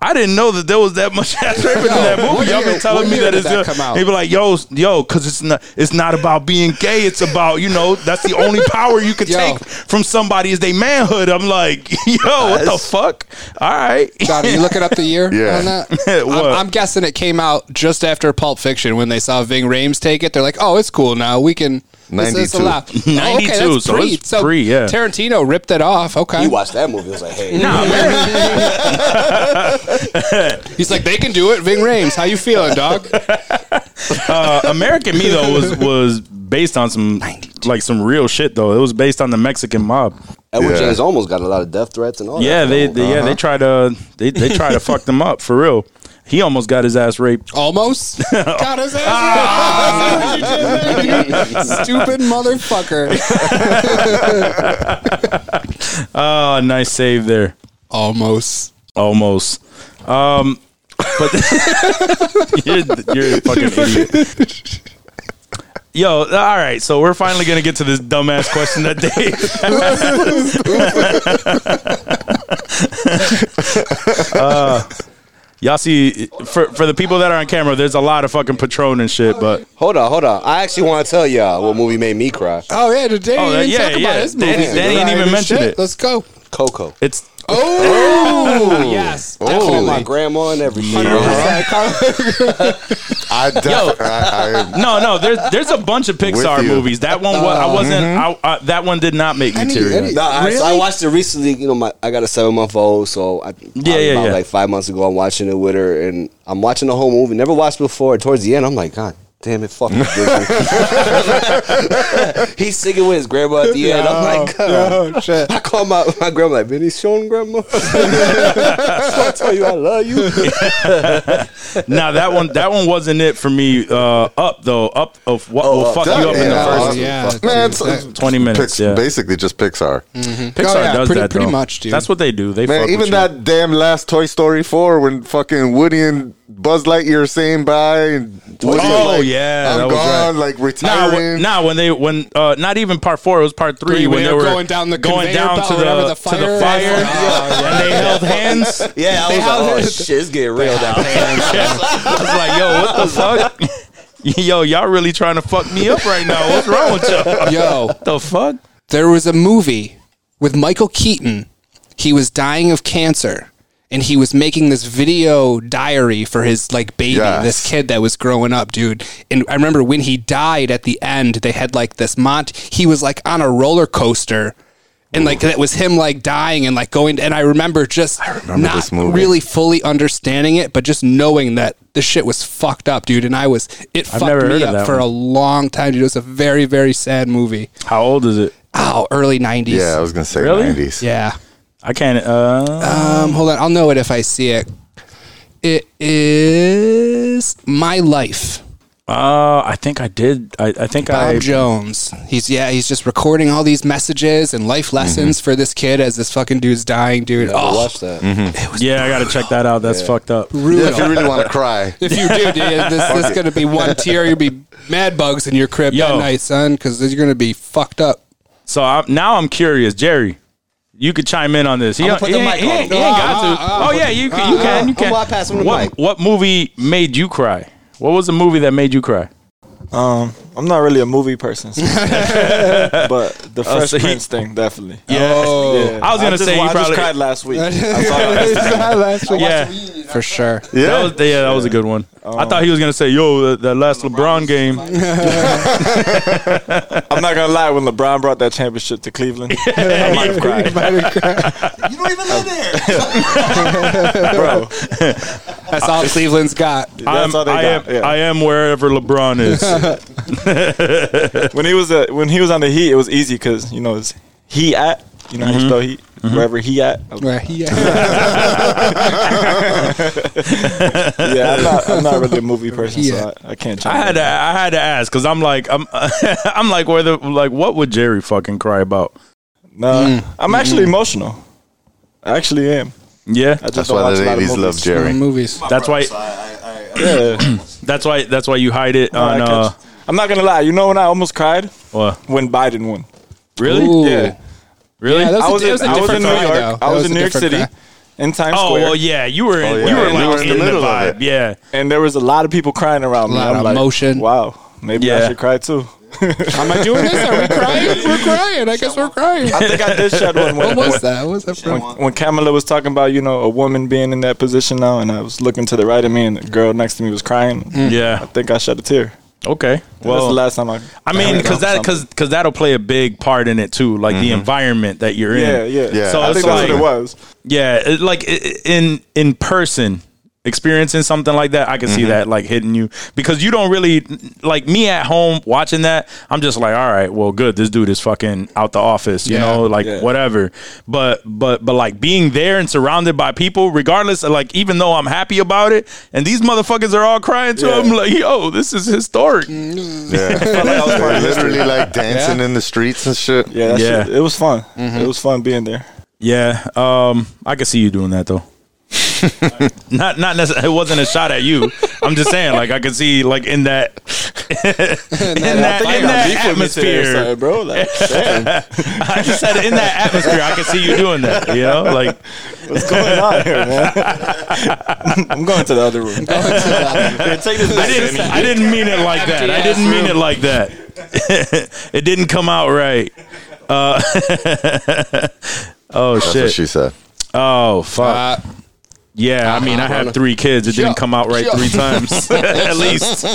S3: I didn't know that there was that much ass raping in that
S1: What
S3: movie. Y'all
S1: year-
S3: been telling
S1: what
S3: me
S1: year
S3: that
S1: did
S3: it's
S1: that
S3: uh,
S1: come out?
S3: they be like, yo, s- yo, because it's not it's not about being gay. It's about you know that's the only power you can
S1: Yo.
S3: take from somebody is they manhood. I'm like, yo, what the fuck? All right,
S1: John, are you looking up the year
S2: Yeah.
S1: on that?
S3: What?
S1: I'm, I'm guessing it came out just after Pulp Fiction when they saw Ving Rhames take it. They're like, "Oh, it's cool now. We can." This, this
S2: 92.
S1: allowed. Oh, okay,
S3: 92,
S1: that's
S3: so
S1: pre.
S3: it's pre, yeah.
S1: Tarantino ripped it off. Okay,
S4: You watched that movie. It was like, hey,
S3: nah, man.
S1: he's like, they can do it. Ving Rhames, how you feeling, dog?
S3: Uh, American Me though was was based on some like some real shit though. It was based on the Mexican mob.
S4: Edward
S2: Yeah.
S4: James almost got a lot of death threats and all.
S3: Yeah,
S4: that
S3: they,
S4: though.
S3: they yeah they tried to they they tried to fuck them up for real. He almost got his ass raped.
S1: Almost got his ass. Stupid motherfucker.
S3: Oh, nice save there.
S1: Almost.
S3: almost. Um, but you're, you're a fucking idiot. Yo, all right. So we're finally gonna get to this dumbass question that Dave. Uh, y'all see for for the people that are on camera, there's a lot of fucking Patron and shit. But
S4: Hold on, hold on. I actually want to tell y'all what movie made me cry.
S1: Oh yeah, today
S3: Oh,
S1: oh, didn't
S3: yeah,
S1: talk about
S3: yeah.
S1: his
S3: They
S1: movie.
S3: didn't- they didn't even
S1: Right,
S3: mention
S1: shit,
S3: it.
S1: Let's go.
S4: Coco.
S3: it's
S1: Oh yes,
S4: Oh, my
S1: definitely.
S4: grandma and everything.
S2: I, def- I, I
S3: no, no. There's there's a bunch of Pixar
S2: you.
S3: movies. That one was, I wasn't. I, I, that one did not make me
S1: Any-
S3: teary.
S1: any-
S4: No, I, so I
S1: Really?
S4: watched it recently. You know, my I got a seven month old, so I,
S3: Yeah, yeah,
S4: about
S3: yeah.
S4: like five months ago, I'm watching it with her, and I'm watching the whole movie. Never watched before. Towards the end, I'm like, God damn it, fuck. Disney." He's singing with his grandma at the end. I'm like, God.
S1: Oh shit.
S4: I call my, my grandma like, Vinny Sean grandma. I tell you, I love you.
S3: now that one that one wasn't it for me uh up though up of what will
S4: Up.
S3: fuck you up in the
S2: Oh, Yeah.
S3: first
S2: Oh,
S1: yeah.
S2: man, it's, it's
S3: 20 minutes
S2: Pix-
S3: yeah
S2: basically just Pixar.
S1: Oh,
S3: Pixar
S1: yeah,
S3: does
S1: pretty-
S3: that
S1: pretty
S3: though.
S1: much, dude.
S3: that's what they do they fuck
S2: Man,
S3: with
S2: even
S3: you.
S2: that damn last Toy Story four when fucking Woody and Buzz Lightyear are saying bye and Woody's
S3: Oh,
S2: like,
S3: yeah, that
S2: I'm
S3: was
S2: gone,
S3: right.
S2: like
S3: Nah, when,
S2: retiring.
S3: nah, when they when uh, not even part four, it was part three,
S1: Three,
S3: when
S1: when
S3: they
S1: they
S3: were
S1: were going down the
S3: going
S1: conveyor
S3: down
S1: belt,
S3: to
S1: whatever,
S3: the,
S1: the
S3: to
S1: fire.
S3: the fire,
S1: Yeah.
S3: and they held hands.
S4: Yeah, I was like, oh shit, it's getting real now.
S3: I was like, yo, what the fuck? yo, y'all really trying to fuck me up right now? What's wrong with y'all?
S1: Yo,
S3: What the fuck?
S1: there was a movie with Michael Keaton. He was dying of cancer and he was making this video diary for his like baby,
S2: Yes.
S1: this kid that was growing up, dude. And I remember when he died at the end, they had like this mont he was like on a roller coaster. And like that was him like dying and like going and I remember just
S2: this
S1: not
S2: movie.
S1: really fully understanding it, but just knowing that this shit was fucked up, dude. And I was it
S3: never
S1: fucked
S3: heard
S1: me
S3: of
S1: up
S3: that
S1: for
S3: one.
S1: a long time, dude. It was a very, very sad movie.
S3: How old is it?
S1: Oh, early nineties.
S2: yeah, I was gonna say
S3: Really?
S2: nineties.
S1: Yeah.
S3: I can't. Uh,
S1: Um, hold on. I'll know it if I see it. It is my life.
S3: uh, I think I did. I, I think
S1: Bob
S3: I.
S1: Jones. He's yeah. He's just recording all these messages and life lessons for this kid as this fucking dude's dying, dude.
S4: I
S1: oh,
S4: watched that.
S3: Mm-hmm. Yeah, I gotta check that out. That's fucked up.
S1: brutal.
S2: If you really want to cry,
S1: If you do, dude, this, this is gonna be one tear. You'll be mad bugs in your crib
S3: Yo.
S1: that night, son, because you're gonna be fucked up.
S3: So I'm, now I'm curious, Jerry. You could chime in on this. He,
S4: I'ma put
S3: he
S4: the
S3: ain't-
S4: mic
S3: he
S4: on.
S3: ain't- he ain't got
S1: Ah,
S3: to.
S1: ah,
S3: oh
S1: ah,
S3: yeah, you can. You
S1: ah,
S3: can.
S1: ah.
S3: You can.
S4: I'ma pass him the
S3: what,
S4: mic.
S3: what movie made you cry? What was the movie that made you cry?
S7: Um, I'm not really a movie person, so- but the
S3: Oh,
S7: Fresh
S3: so he-
S7: Prince thing definitely.
S1: Oh.
S3: I was gonna
S7: just,
S3: say you
S7: wa- I
S3: probably-
S7: just cried last week. I saw that.
S1: Last week.
S3: Yeah,
S1: For sure.
S2: Yeah.
S3: that was yeah, that was a good one. I thought he was gonna say, "Yo, that, that last LeBron game."
S7: I'm not gonna lie. When LeBron brought that championship to Cleveland, I might have cried,
S8: You don't even live there.
S7: bro.
S1: That's all Cleveland's got.
S7: That's all they
S3: Um, I
S7: got.
S3: am,
S7: yeah.
S3: I am wherever LeBron is.
S7: when he was at, when he was on the Heat, it was easy because you know it's he at you know
S3: Mm-hmm.
S7: mm spell heat wherever he at.
S1: Right. Yeah.
S7: Yeah, I'm not, I'm not really a movie person,
S1: Yeah.
S7: so I, I can't.
S3: I had to I had to ask because I'm like I'm I'm like whether like what would Jerry fucking cry about?
S7: No,
S1: Mm.
S7: I'm actually emotional. I actually am.
S3: Yeah,
S7: I just
S2: That's
S7: don't
S2: why
S7: watch
S2: the
S7: a lot of
S2: ladies
S7: movies.
S2: love
S3: Mm.
S2: Jerry.
S1: Movies.
S3: that's why
S8: So I, I, I,
S1: Oh,
S7: Yeah.
S3: that's why that's why you hide it on.
S7: I
S3: Uh,
S7: catch- I'm not gonna lie. You know when I almost cried
S3: what?
S7: when Biden won.
S3: Really?
S1: Ooh.
S7: Yeah.
S3: Really?
S1: Yeah, that
S7: I was,
S1: a-
S7: in,
S1: was a
S7: I was in
S1: different
S7: New
S1: cry,
S7: York.
S1: though.
S7: I
S1: That
S7: was,
S1: was
S7: in
S1: a
S7: New York
S1: different
S7: City, in Times
S3: oh
S7: Square.
S3: well, yeah. You were in.
S2: Oh,
S3: You
S2: yeah.
S3: were
S2: You
S3: like
S2: were in
S3: in,
S2: the
S3: the,
S2: middle of
S3: vibe.
S2: it.
S3: Yeah.
S7: and there was a lot of people crying around me.
S1: Lot
S7: I'm
S1: of
S7: like,
S1: emotion.
S7: Wow, maybe
S3: Yeah.
S7: I should cry too.
S1: Am I doing this? Are we crying? We're crying. I guess we're crying.
S7: I think I did shed one.
S1: What
S7: When,
S1: was that? What was that
S7: when,
S1: from?
S7: when Kamala was talking about you know a woman being in that position now, and I was looking to the right of me, and the girl next to me was crying. I
S1: Mm.
S3: Yeah.
S7: think I shed a tear.
S3: Okay.
S7: Well,
S3: Well,
S7: the last time I.
S3: I mean, because that because because that'll play a big part in it too, like the environment that you're
S7: yeah,
S3: in.
S7: yeah,
S2: Yeah.
S7: So
S3: So
S7: I
S3: it's
S7: think that's
S3: like
S7: what it was.
S3: yeah, it, like i- i- in in person experiencing something like that, I can
S7: Mm-hmm.
S3: see that like hitting you because you don't really like me at home watching that. I'm just like, all right, well, good. This dude is fucking out the office, you
S1: Yeah.
S3: know, like
S7: Yeah.
S3: whatever. But but but like being there and surrounded by people, regardless, of, like even though I'm happy about it, and these motherfuckers are all crying to
S7: Yeah.
S3: him, like, yo, this is historic.
S2: Yeah. They're literally like dancing in the streets and shit.
S7: Yeah, that
S3: Yeah. Mm-hmm.
S7: shit- it was fun. It was fun being there.
S3: Yeah, um, I could see you doing that though. not not necessarily. It wasn't a shot at you. I'm just saying, like I could see, like in that in that, in that atmosphere.
S7: bro. Like,
S3: I just said in that atmosphere, I could see you doing that. You know, like
S7: what's going on here, man? I'm going to the other room. take this
S3: I didn't I didn't mean it like that. I didn't mean it like that. it didn't come out right. Uh, oh
S2: That's what
S3: shit!
S2: she said.
S3: Oh fuck!
S1: Uh,
S3: Yeah, I mean, I
S1: Uh-huh.
S3: have three kids. It didn't
S1: Shut-
S3: come out right
S1: shut-
S3: three times, at least.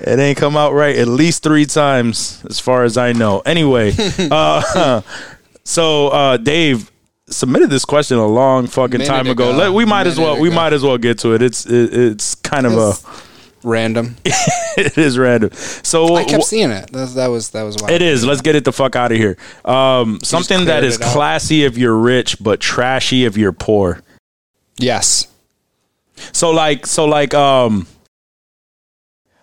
S3: it ain't come out right at least three times, as far as I know. Anyway, uh, so uh, Dave submitted this question a long fucking
S1: Minute
S3: time ago.
S1: ago.
S3: Let- we might as
S1: Minute
S3: well. We
S1: ago.
S3: might as well get to it. It's it, it's kind of uh, a
S1: It's- random.
S3: it is random. So
S1: I kept
S3: wh-
S1: seeing it. That, that was that was wild.
S3: it is. Let's get it the fuck out of here. Um, something that
S1: cleared
S3: is
S1: it out.
S3: classy if you're rich, but trashy if you're poor.
S1: Yes.
S3: So like so like um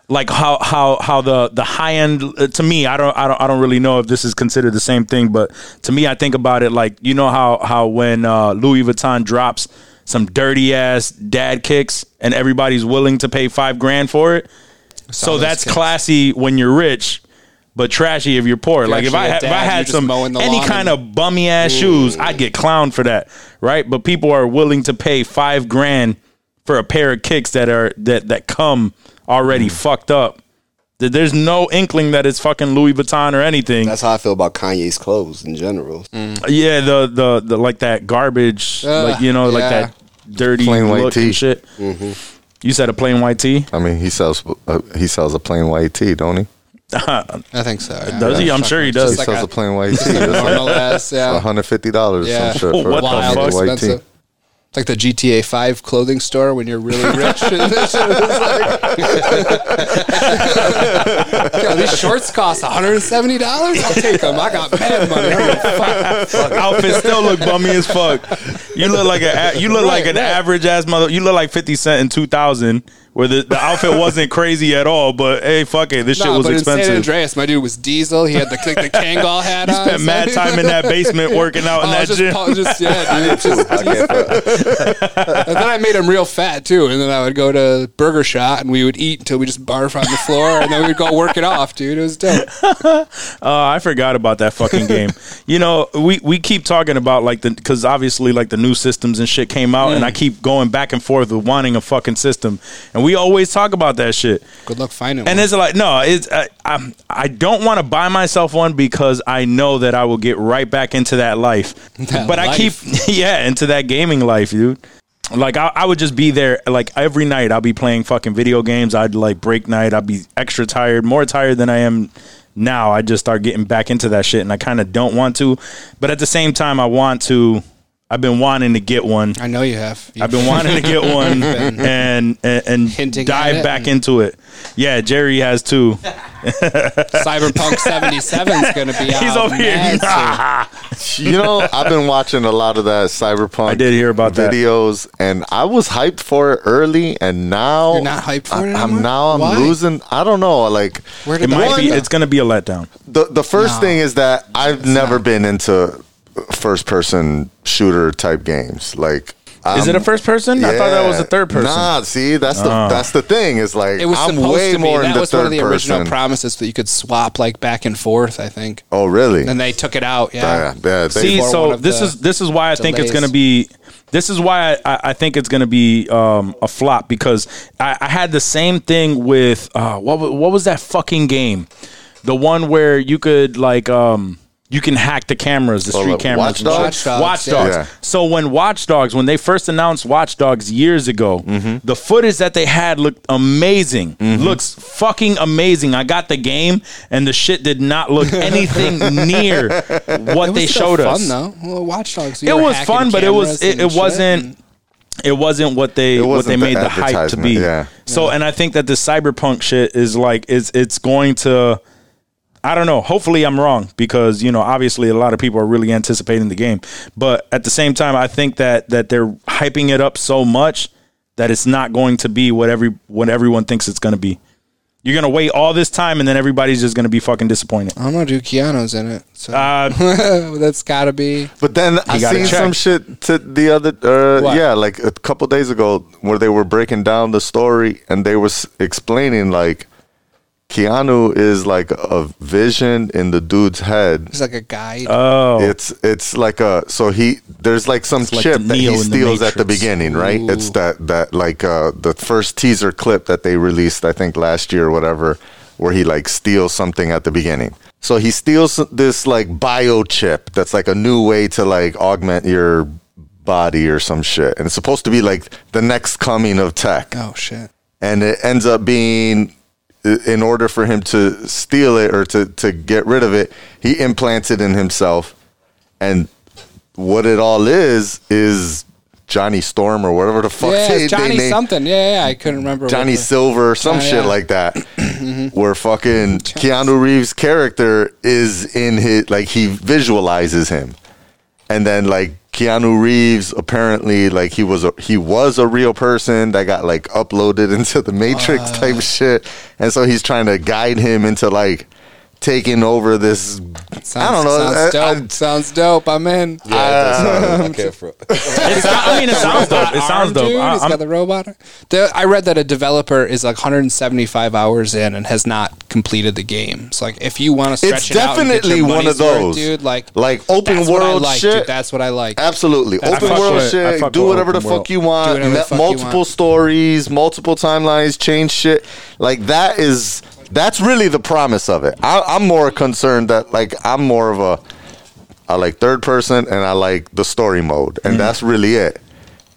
S3: like how how how the the high end uh, to me I don't I don't I don't really know if this is considered the same thing but to me I think about it like you know how how when uh Louis Vuitton drops some dirty ass dad kicks and everybody's willing to pay 5 grand for it so
S1: those
S3: that's
S1: kicks.
S3: classy when you're rich but trashy if you're poor like if
S1: actually
S3: I
S1: a
S3: had, if
S1: dad,
S3: I
S1: you're
S3: had
S1: just
S3: some
S1: mowing the
S3: any
S1: lawn
S3: kind
S1: and-
S3: of bummy ass shoes, I'd get clowned for that, right? But people are willing to pay five grand for a pair of kicks that are that that come already
S1: Mm.
S3: fucked up. Th- There's no inkling that it's fucking Louis Vuitton or anything.
S4: That's how I feel about Kanye's clothes in general.
S3: Mm. yeah, the the the like that garbage,
S1: Ugh,
S3: like you know, like
S1: Uh, yeah.
S3: that dirty
S2: Plain white
S3: look
S2: tee.
S3: and shit.
S1: Mm-hmm.
S3: You said a plain white tee?
S2: I mean, he sells uh, he sells a plain white tee, don't he?
S1: I think so. yeah.
S3: Does he? I'm sure he
S2: He
S3: does.
S1: like
S2: sells
S1: a-
S2: a plain white tee.
S1: Like a
S2: It's like
S1: normal ass, yeah.
S2: hundred fifty dollars or
S1: Yeah.
S2: some shit
S3: Oh,
S2: for
S3: what
S2: a
S3: the
S2: plain
S3: fuck?
S2: white tee.
S1: expensive. It's like the GTA Five clothing store when you're really rich. It's like- Yo, these shorts cost 170 dollars. I'll take them. I got mad money. I don't fuck.
S3: Outfit still look bummy as fuck. You look like a you look like
S1: Right,
S3: an
S1: right.
S3: average ass mother. You look like Fifty Cent in two thousand, where the, the outfit wasn't crazy at all. But hey, fuck it, this shit
S1: Nah,
S3: was
S1: but in San
S3: expensive.
S1: Andreas, my dude was Diesel. He had the like, the Kangol hat on.
S3: Spent mad time in that basement working out
S1: Oh,
S3: in
S1: I
S3: that
S1: was just,
S3: gym.
S1: pa- just- yeah, dude, just-
S2: I can't fuck-
S1: and then I made him real fat too. And then I would go to Burger Shot and we would eat until we just barf on the floor, and then we'd go work it off, dude. It was dope.
S3: Uh, I forgot about that fucking game. you know, we, we keep talking about like the because
S1: Mm.
S3: obviously like the new systems and shit came out, and I keep going back and forth with wanting a fucking system, and we We always talk about that shit.
S1: Good luck finding
S3: And
S1: one.
S3: it's like no, it's I, I'm I don't want to buy myself one because I know that I will get right back into that life.
S1: That
S3: but I
S1: life.
S3: keep yeah into that gaming life, dude. Like I, I would just be there like every night. I'll be playing fucking video games. I'd like break night. I'd be extra tired, more tired than I am now. I just start getting back into that shit, and I kind of don't want to, but at the same time, I want to. I've been wanting to get one.
S1: I know you have.
S3: I've been wanting to get one and and, and
S1: Hinting at
S3: dive
S1: it
S3: back
S1: and-
S3: into it. Yeah, Jerry has two.
S1: Cyberpunk 77 is going to be out.
S3: He's over here.
S1: next year.
S2: you know, I've been watching a lot of that cyberpunk.
S3: I did hear about that.
S2: videos, and I was hyped for it early, and now
S1: You're not hyped for
S2: I,
S1: it anymore?
S2: I'm now I'm
S1: Why?
S2: losing. I don't know. Like
S1: Where
S3: It
S1: did
S3: might
S2: One-
S3: be. It's gonna be a letdown.
S2: the the first
S1: No.
S2: thing is that I've never been into first person shooter type games. Like,
S3: Is it a first person? I thought that was a third person. Uh-huh.
S2: Nah, see, that's the that's the thing. Is like
S1: It was
S2: I'm
S1: supposed
S2: way
S1: to be.
S2: more
S1: that
S2: into
S1: was
S2: third
S1: one of the
S2: person.
S1: original promises that you could swap like back and forth. I think.
S2: oh, really?
S1: And they took it out.
S2: yeah,
S1: Yeah.
S2: yeah, they-
S3: See,
S1: before one
S3: so
S1: of
S3: this
S1: the
S3: is this is why I think it's
S1: delays.
S3: gonna be. This is why I, I think it's gonna be um, a flop because I, I had the same thing with uh, what wa- what was that fucking game, the one where you could like um, you can hack the cameras, the
S2: Oh,
S3: street
S2: like
S3: cameras,
S2: Watch
S3: and shit.
S2: Dogs?
S1: Watch
S3: Watch
S1: Dogs, yeah.
S3: Dogs.
S2: Yeah.
S3: So when Watch Dogs, when they first announced Watch Dogs years ago,
S1: Mm-hmm.
S3: the footage that they had looked amazing. Looks fucking amazing. I got the game, and the shit did not look anything near what
S1: It was
S3: they
S1: still
S3: showed us.
S1: fun though. Well, Watch Dogs. you
S3: It
S1: were
S3: was
S1: hacking
S3: fun, but it was
S1: cameras
S3: it,
S1: and
S3: it
S1: shit.
S3: wasn't. It wasn't what they what they
S2: wasn't the
S3: made the, hype to
S2: advertisement,
S3: be.
S2: yeah.
S3: So, and I think that this cyberpunk shit is like it's it's going to. I don't know. Hopefully, I'm wrong because you know, obviously, a lot of people are really anticipating the game. But at the same time, I think that that they're hyping it up so much that it's not going to be what every what everyone thinks it's going to be. You're gonna wait all this time, and then everybody's just gonna be fucking disappointed.
S1: I don't know. Dude, Keanu's in it. So
S3: Uh,
S2: Ah.
S1: that's got to be.
S2: But then I
S3: gotta
S2: seen
S3: check.
S2: some shit to the other, uh,
S1: What?
S2: yeah, like a couple days ago where they were breaking down the story and they was explaining like Keanu is like a vision in the dude's head.
S1: He's like a guide.
S2: Uh, It's it's like a so he there's like some
S3: Oh. like
S2: chip
S3: the
S2: that
S3: Neo
S2: he
S3: in the
S2: steals at the
S3: Matrix.
S2: beginning, right? It's that that like uh, the first teaser clip that they released, I think last year or whatever, where he like steals something at the beginning. So he steals this like bio chip that's like a new way to like augment your body or some shit, and it's supposed to be like the next coming of tech
S1: oh shit.
S2: and it ends up being in order for him to steal it or to, to get rid of it he implants it in himself and what it all is is johnny storm or whatever the fuck
S1: Yeah,
S2: they- they
S1: it's Johnny
S2: name-
S1: something. Yeah, yeah, I couldn't remember. what
S2: Johnny
S1: the-
S2: Silver or some
S1: Oh, Yeah,
S2: shit
S1: yeah.
S2: like that. Where fucking Keanu Reeves' character is in his like he visualizes him, and then like Keanu Reeves apparently like he was a, he was a real person that got like uploaded into the Matrix
S1: Uh.
S2: type shit, and so he's trying to guide him into like taking over this. I don't know.
S1: Sounds
S2: I- I-
S1: dope. sounds dope. I'm in.
S4: Yeah, that's not, I can't front.
S3: it's not, I mean, it sounds dope. It sounds
S1: Arm
S3: dope.
S1: dude,
S3: I,
S1: he's
S3: I'm-
S1: got the robot. The- I read that a developer is like 175 hours in and has not completed the game. So like, if you want to stretch
S2: It's
S1: it out, and get your
S2: definitely one
S1: money's
S2: of those.
S1: worth, dude. Like,
S2: Like open
S1: that's what I
S2: world
S1: like,
S2: shit.
S1: Dude, that's what I like.
S2: Absolutely.
S1: That's
S2: open
S1: what I
S2: world
S1: fuck with.
S3: I
S2: shit.
S3: fuck
S2: Do
S3: with
S2: whatever the
S3: open world.
S2: fuck you want.
S1: whatever the
S2: let-
S1: fuck you
S2: multiple
S1: want.
S2: stories, multiple timelines, change shit. Like that is that's really the promise of it. I, I'm more concerned that like I'm more of a I like third person and I like the story mode,
S1: Mm.
S2: and that's really it.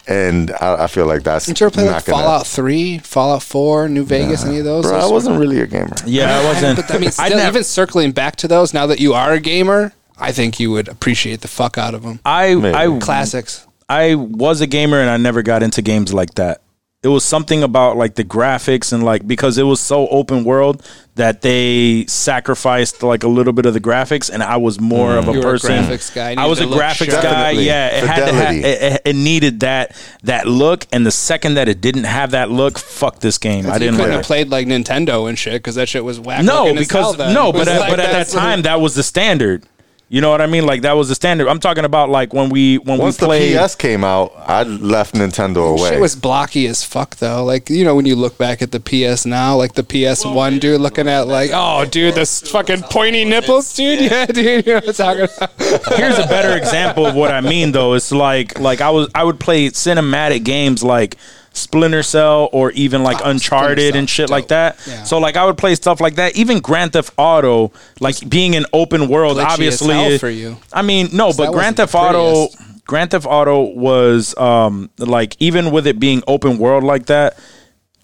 S2: And I, I feel like that's
S1: Did you ever play like
S2: not gonna-
S1: Fallout Three, Fallout Four, New Vegas, any of those?
S2: Bro,
S1: Those
S2: I
S1: were-
S2: wasn't really a gamer.
S3: yeah, I wasn't.
S1: But I mean, still,
S3: I never-
S1: even circling back to those, now that you are a gamer, I think you would appreciate the fuck out of them.
S3: I I
S1: Classics.
S3: I was a gamer and I never got into games like that. It was something about like the graphics and like because it was so open world that they sacrificed like a little bit of the graphics and I was more of a
S1: Mm. You were a
S3: person.
S1: graphics guy. It
S3: I was a
S1: needed to look
S3: graphics
S1: sharp.
S3: guy.
S2: Definitely.
S3: Yeah, it had to ha-
S2: Fidelity.
S3: it, it- it needed that that look and the second that it didn't have that look, fuck this game. I
S1: you
S3: didn't
S1: couldn't
S3: like
S1: have
S3: it.
S1: played like Nintendo and shit because that shit was whack.
S3: No,
S1: looking as hell
S3: because
S1: then.
S3: no,
S1: It was
S3: but at,
S1: like,
S3: but at that
S1: that's-
S3: time that was the standard. You know what I mean? Like that was the standard. I'm talking about like when we when
S2: Once
S3: we
S2: the
S3: played.
S2: PS came out, I left Nintendo away.
S1: Shit was blocky as fuck though. Like you know when you look back at the PS now, like the PS One dude looking at like, oh dude, this fucking pointy nipples, dude. Yeah, dude, you know what I'm talking
S9: Oh,
S1: about.
S3: here's a better example of what I mean though. It's like like I was I would play cinematic games like Splinter Cell or even like Uncharted
S1: Ah, Cell,
S3: and shit like
S1: dope.
S3: that.
S1: Yeah.
S3: So like I would play stuff like that. Even Grand Theft Auto, like being an open world,
S1: glitchy as
S3: obviously.
S1: hell for you.
S3: I mean, no,
S1: that
S3: but
S1: wasn't
S3: Grand Theft
S1: the
S3: Auto,
S1: prettiest.
S3: Grand Theft Auto was um like even with it being open world like that,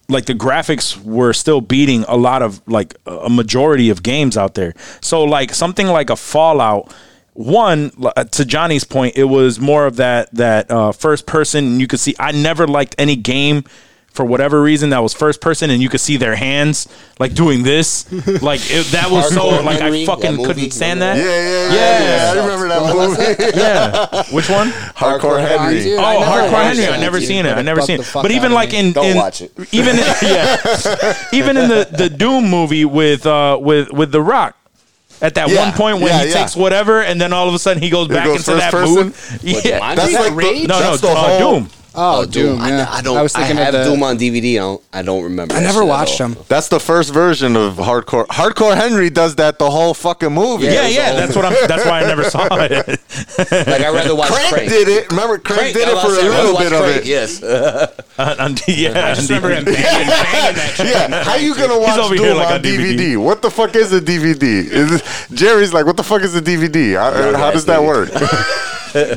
S3: like the graphics were still beating a lot of like a a majority of games out there. So like something like a Fallout one l- uh, to Johnny's point, it was more of that that uh, first person. And you could see I never liked any game for whatever reason that was first person, and you could see their hands like doing this. Like it, that was so
S9: Hardcore
S3: like I
S9: memory,
S3: fucking
S9: that movie,
S3: couldn't stand that.
S2: Yeah, yeah, yeah.
S3: Yeah.
S2: yeah, I remember that movie.
S3: Yeah. Which one?
S2: Hardcore
S1: Henry.
S2: Henry.
S1: Yeah, I
S3: Oh,
S1: never
S3: Hardcore
S1: watched
S3: Henry.
S1: that,
S3: I never
S1: dude,
S3: seen it.
S1: but
S3: I
S1: it
S3: never
S1: bugged
S3: seen
S1: the
S3: it.
S1: fuck
S3: But
S1: out
S3: even
S1: of
S3: like
S1: me.
S3: in,
S9: Don't
S3: in-
S9: watch it.
S3: Even in, yeah, even in the the Doom movie with uh with with The Rock. At that
S2: Yeah,
S3: one point when
S2: yeah,
S3: he
S2: yeah.
S3: takes whatever, and then all of a sudden he goes back
S2: goes
S3: into
S2: first
S3: that
S2: person?
S3: mood. Yeah,
S9: That's like
S2: Rage?
S3: no, no,
S2: That's the
S3: uh,
S2: whole-
S3: Doom.
S1: Oh, Doom.
S9: I,
S1: yeah.
S9: I don't. I,
S1: was thinking
S9: have
S1: of the,
S9: Doom on DVD. I don't. I don't remember.
S1: I
S9: that
S1: never
S9: shit at
S1: watched
S9: all.
S1: them.
S2: That's the first version of Hardcore. Hardcore Henry does that the whole fucking movie.
S3: Yeah, yeah, that's what I'm. That's why I never saw it.
S9: Like I rather watch
S2: Crank,
S9: Crank.
S2: did it. Remember, Crank, did
S9: I
S2: it for
S9: was
S2: a
S9: saying, I rather
S2: little
S9: watch
S2: bit of
S9: Crank,
S2: it.
S9: Yes.
S3: Uh, on D- yeah, I just remember him
S2: Yeah, how you gonna watch
S3: over
S2: Doom
S3: here like
S2: on
S3: on DVD.
S2: DVD? What the fuck is a DVD? Is it- Jerry's like, what the fuck is a DVD? How, uh, how does that work?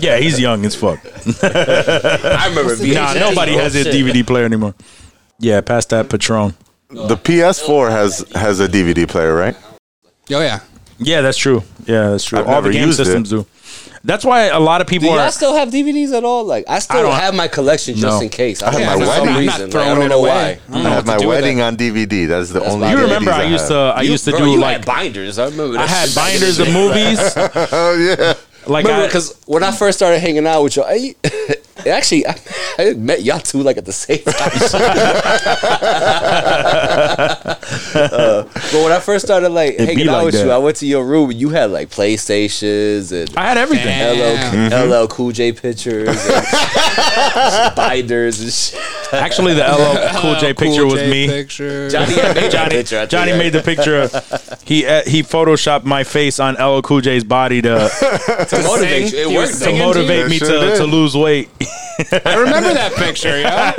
S3: Yeah, he's young as fuck.
S9: I remember.
S3: Nah,
S9: VHS.
S3: nobody has his DVD player anymore. Yeah, past that Patron.
S2: the PS4 has has a DVD player, right?
S1: Oh yeah.
S3: Yeah, that's true. Yeah, that's true.
S2: I've
S3: All the
S2: never
S3: game
S2: used it.
S3: systems do. That's why a lot of
S9: Do
S3: people
S9: y'all
S3: are.
S9: still have DVDs at all? Like I still
S3: don't-
S9: have my collection just
S3: No.
S9: in case. I
S2: have
S9: don't-
S2: my wedding.
S9: for some
S2: I'm
S1: not
S9: reason.
S1: throwing
S9: I don't
S1: it
S9: know
S1: away.
S9: why.
S2: I have my wedding on DVD. That is the only.
S9: why-
S3: You
S9: Yeah,
S3: remember
S2: DVDs
S3: I used to
S2: have.
S3: I used to
S9: bro,
S3: do
S9: you
S3: like
S9: had binders. I remember.
S3: I
S9: that
S3: had
S9: shit back in the
S3: binders of
S9: day.
S3: movies.
S2: Oh yeah.
S3: Like
S9: Remember,
S3: I,
S9: because when I first started hanging out with y'all, I, actually I, I met y'all two like at the same time. Uh, but when I first started like
S3: be
S9: hanging out
S3: like
S9: with
S3: that.
S9: you, I went to your room and you had like PlayStations and.
S3: I had Mm-hmm. everything.
S9: LL, LL Cool J pictures, and binders, and shit.
S3: Actually, the LL Cool J picture
S1: Cool
S3: was
S1: J
S3: me.
S1: Picture.
S9: Johnny had made
S3: Johnny, Johnny made the picture. Of, he uh, he photoshopped my face on LL Cool J's body to
S9: to motivate you. It
S1: He was
S9: worked.
S3: to
S1: singing
S9: Though.
S3: motivate
S2: you?
S3: me
S2: Sure
S3: to,
S2: did.
S3: to lose weight.
S1: I remember that picture. Yeah.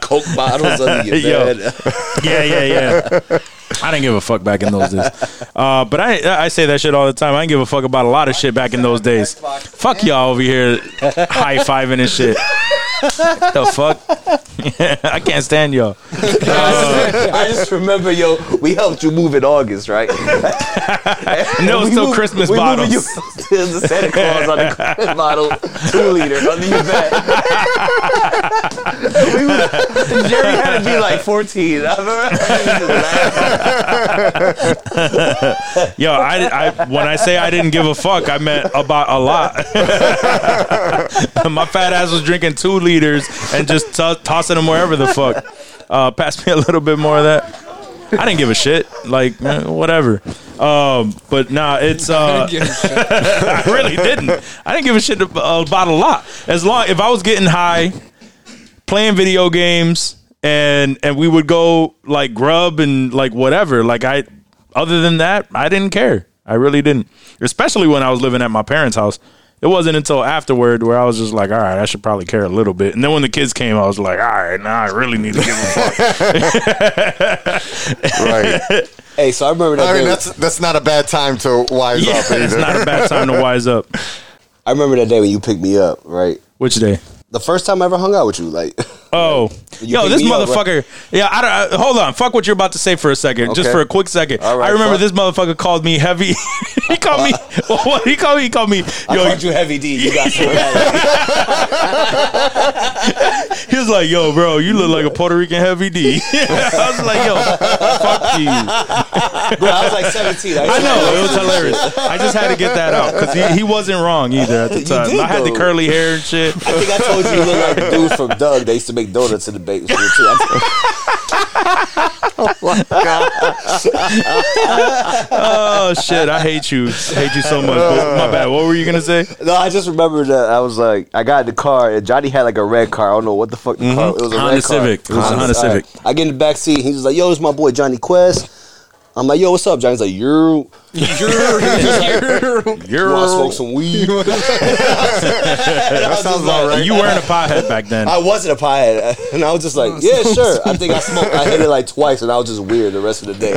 S9: Coke bottles under
S3: Yo.
S9: your bed.
S3: yeah, yeah, yeah. I didn't give a fuck back in those days. Uh, but I I say that shit all the time. I didn't give a fuck about a lot of shit back in those days. Fuck y'all over here high fiving and shit. the fuck? I can't stand y'all.
S9: I just remember, yo, we helped you move in August, right?
S3: No, it's
S9: We
S3: still
S9: move-
S3: Christmas
S9: we moving
S3: bottles.
S9: You, there's a Santa Claus on the Christmas bottle, two liter under your bed. we were, Jerry had to be like 14. I remember.
S3: Yo, I, I when I say I didn't give a fuck, I meant about a lot. My fat ass was drinking two liters and just to tossing them wherever the fuck. Uh, pass me a little bit more of that. I didn't give a shit. Like eh, whatever. Um, but nah, it's uh, I really didn't. I didn't give a shit ab- about a lot. As long if I was getting high, playing video games, and and we would go like grub and like whatever. Like I, other than that, I didn't care. I really didn't. Especially when I was living at my parents' house. It wasn't until afterward where I was just like, all right, I should probably care a little bit. And then when the kids came, I was like, all right, now I really need to give a fuck.
S2: Right.
S9: Hey, so I remember that
S2: I mean,
S9: day.
S2: that's that's not a bad time to wise
S3: yeah,
S2: up
S3: it's
S2: either.
S3: not a bad time to wise up.
S9: I remember that day when you picked me up, right?
S3: Which day?
S9: The first time I ever hung out with you, like
S3: Oh,
S9: You
S3: yo,
S9: pick
S3: this
S9: me up,
S3: motherfucker. Yeah, I don't. I, hold on. Fuck what you're about to say for a second, just
S9: Okay.
S3: for a quick second.
S9: All right,
S3: I remember
S9: fuck.
S3: this motherfucker called me heavy. he called me. What he called me? He called me.
S9: I
S3: Yo,
S9: called you Heavy D. You got so mad.
S3: he was like, "Yo, bro, you look like a Puerto Rican heavy D." I was like, "Yo, fuck you."
S9: Bro, I was like 17.
S3: I know it was hilarious. I just had to get that out because he, he wasn't wrong either at the time.
S9: did,
S3: I had the
S9: though.
S3: curly hair and shit.
S9: I think I told you you look like the dude from Doug. They used to make donuts in the basement too. I-
S3: Oh shit, I hate you. I hate you so much. But my bad. What were you gonna say?
S9: No, I just remember that I was like, I got in the car and Johnny had like a red car. I don't know what the fuck the car. It was a
S3: Mm-hmm. Honda
S9: red car.
S3: Civic. It was a Honda
S9: all right. I get in the back seat. He's just like, "Yo, it's my boy Johnny Quest." I'm like, yo, what's up, John? He's like, you're, you're, he's like, you want to smoke some weed? that
S2: sounds about
S3: You weren't a pothead back then.
S9: I wasn't a piehead, and I was just like, yeah, sure. I think I smoked. I hit it like twice, and I was just weird the rest of the day.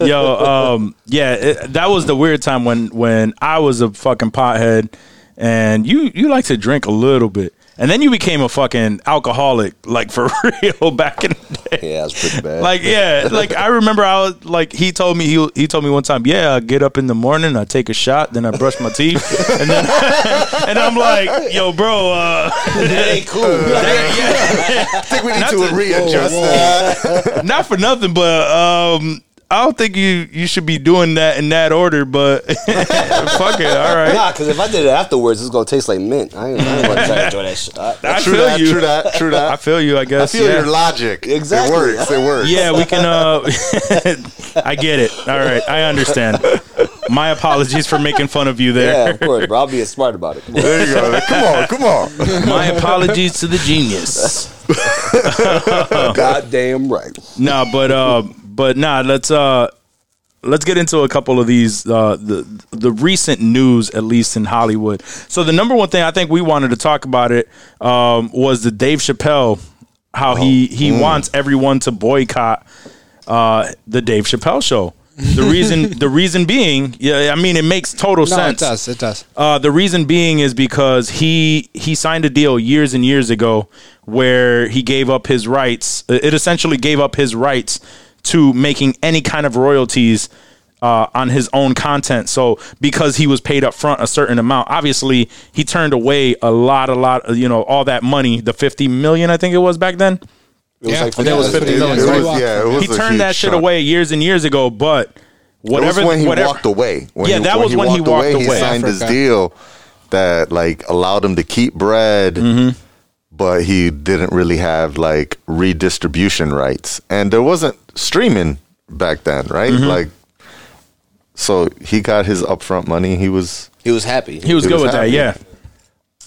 S3: Yo, um, yeah, it, that was the weird time when when I was a fucking pothead, and you you like to drink a little bit, and then you became a fucking alcoholic, like for real back in the day.
S9: yeah, that's pretty bad.
S3: Like yeah, like I remember I was like he told me he he told me one time yeah I get up in the morning I take a shot then I brush my teeth and then and I'm like yo bro uh,
S9: that ain't cool. That ain't-
S2: I think we need
S3: Not
S2: to,
S3: to-
S2: readjust that.
S3: not for nothing, but um, I don't think you you should be doing that in that order. But fuck it, all right.
S9: Nah, because if I did it afterwards, it's gonna taste like mint. I ain't, I ain't gonna try to enjoy that shit. I,
S3: I
S2: True
S3: feel
S2: that,
S3: you.
S2: true that, true
S3: I
S2: that.
S3: feel you. I
S2: I
S3: guess.
S2: feel
S3: yeah.
S2: your logic.
S9: Exactly.
S2: It works, it works.
S3: yeah, we can. Uh, I get it. All right, I understand. My apologies for making fun of you
S9: yeah, of
S3: there.
S9: course, bro. I'll be smart about it. Come on.
S2: There you go. Come on, come on.
S3: My apologies to the genius.
S9: Goddamn right.
S3: No, but uh, but nah, let's uh, let's get into a couple of these uh, the the recent news, at least in Hollywood. So the number one thing I think we wanted to talk about it um, was the Dave Chappelle, how he
S1: Oh,
S3: he
S1: mm.
S3: wants everyone to boycott uh, the Dave Chappelle show. The reason the reason being, yeah, I mean, it makes total
S1: No,
S3: sense.
S1: it does. It does.
S3: Uh, the reason being is because he he signed a deal years and years ago where he gave up his rights. uh, It essentially gave up his rights to making any kind of royalties uh, on his own content. So because he was paid up front a certain amount, obviously he turned away a lot, a lot, you know, all that money, the fifty million I think it was back then
S9: It was
S1: Yeah,
S9: like
S1: I think it was
S2: It,
S1: Fifty
S2: it
S1: million.
S2: was, yeah, it was
S3: he
S2: a huge
S3: turned that shit
S2: chunk.
S3: away years and years ago. But whatever,
S2: it was when he
S3: whatever,
S2: walked away. When
S3: Yeah, that was when he walked away.
S2: He signed his
S1: Africa.
S2: deal that like allowed him to keep bread,
S3: Mm-hmm.
S2: but he didn't really have like redistribution rights, and there wasn't streaming back then, right?
S3: Mm-hmm.
S2: Like, so he got his upfront money. He was
S9: He was happy.
S3: he was
S2: He
S3: good
S2: was
S3: with
S2: happy.
S3: that. Yeah.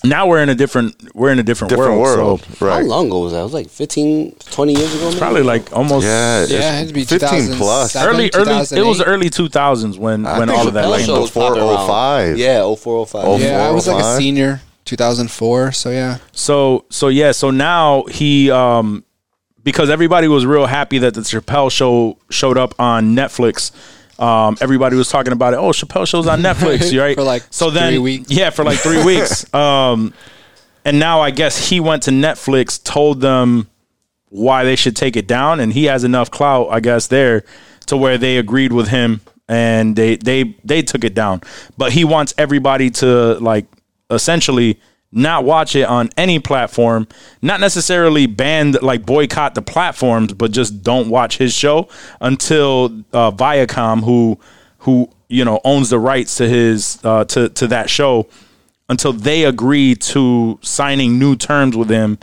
S3: Now we're in a different we're in a different,
S2: different
S3: world. so-
S2: world,
S9: How
S2: right?
S9: long ago was that? It was like 15, 20 years ago. Maybe?
S3: probably like almost
S2: Yeah, it's
S1: Yeah, it'd be
S2: 15 plus.
S1: 2007.
S3: early early it was
S1: 2008.
S3: early 2000s when
S2: I
S3: when
S2: think
S3: all of that
S2: Chappelle
S9: That
S3: like
S9: show was
S2: before
S9: popping around.
S2: 05.
S9: Yeah, 04, 05.
S2: Oh,
S1: Yeah, I was like a
S2: 405.
S1: senior, 2004. So yeah,
S3: so so yeah so now he um because everybody was real happy that the Chappelle show showed up on Netflix um, everybody was talking about it. Oh, Chappelle shows on Netflix, right?
S1: For like
S3: so then,
S1: three weeks.
S3: yeah, for like three weeks. Um, and now I guess he went to Netflix, told them why they should take it down, and he has enough clout, I guess, there to where they agreed with him and they they they took it down. But he wants everybody to like essentially not watch it on any platform, not necessarily ban like boycott the platforms, but just don't watch his show until uh, Viacom, who who you know owns the rights to his uh, to to that show, until they agree to signing new terms with him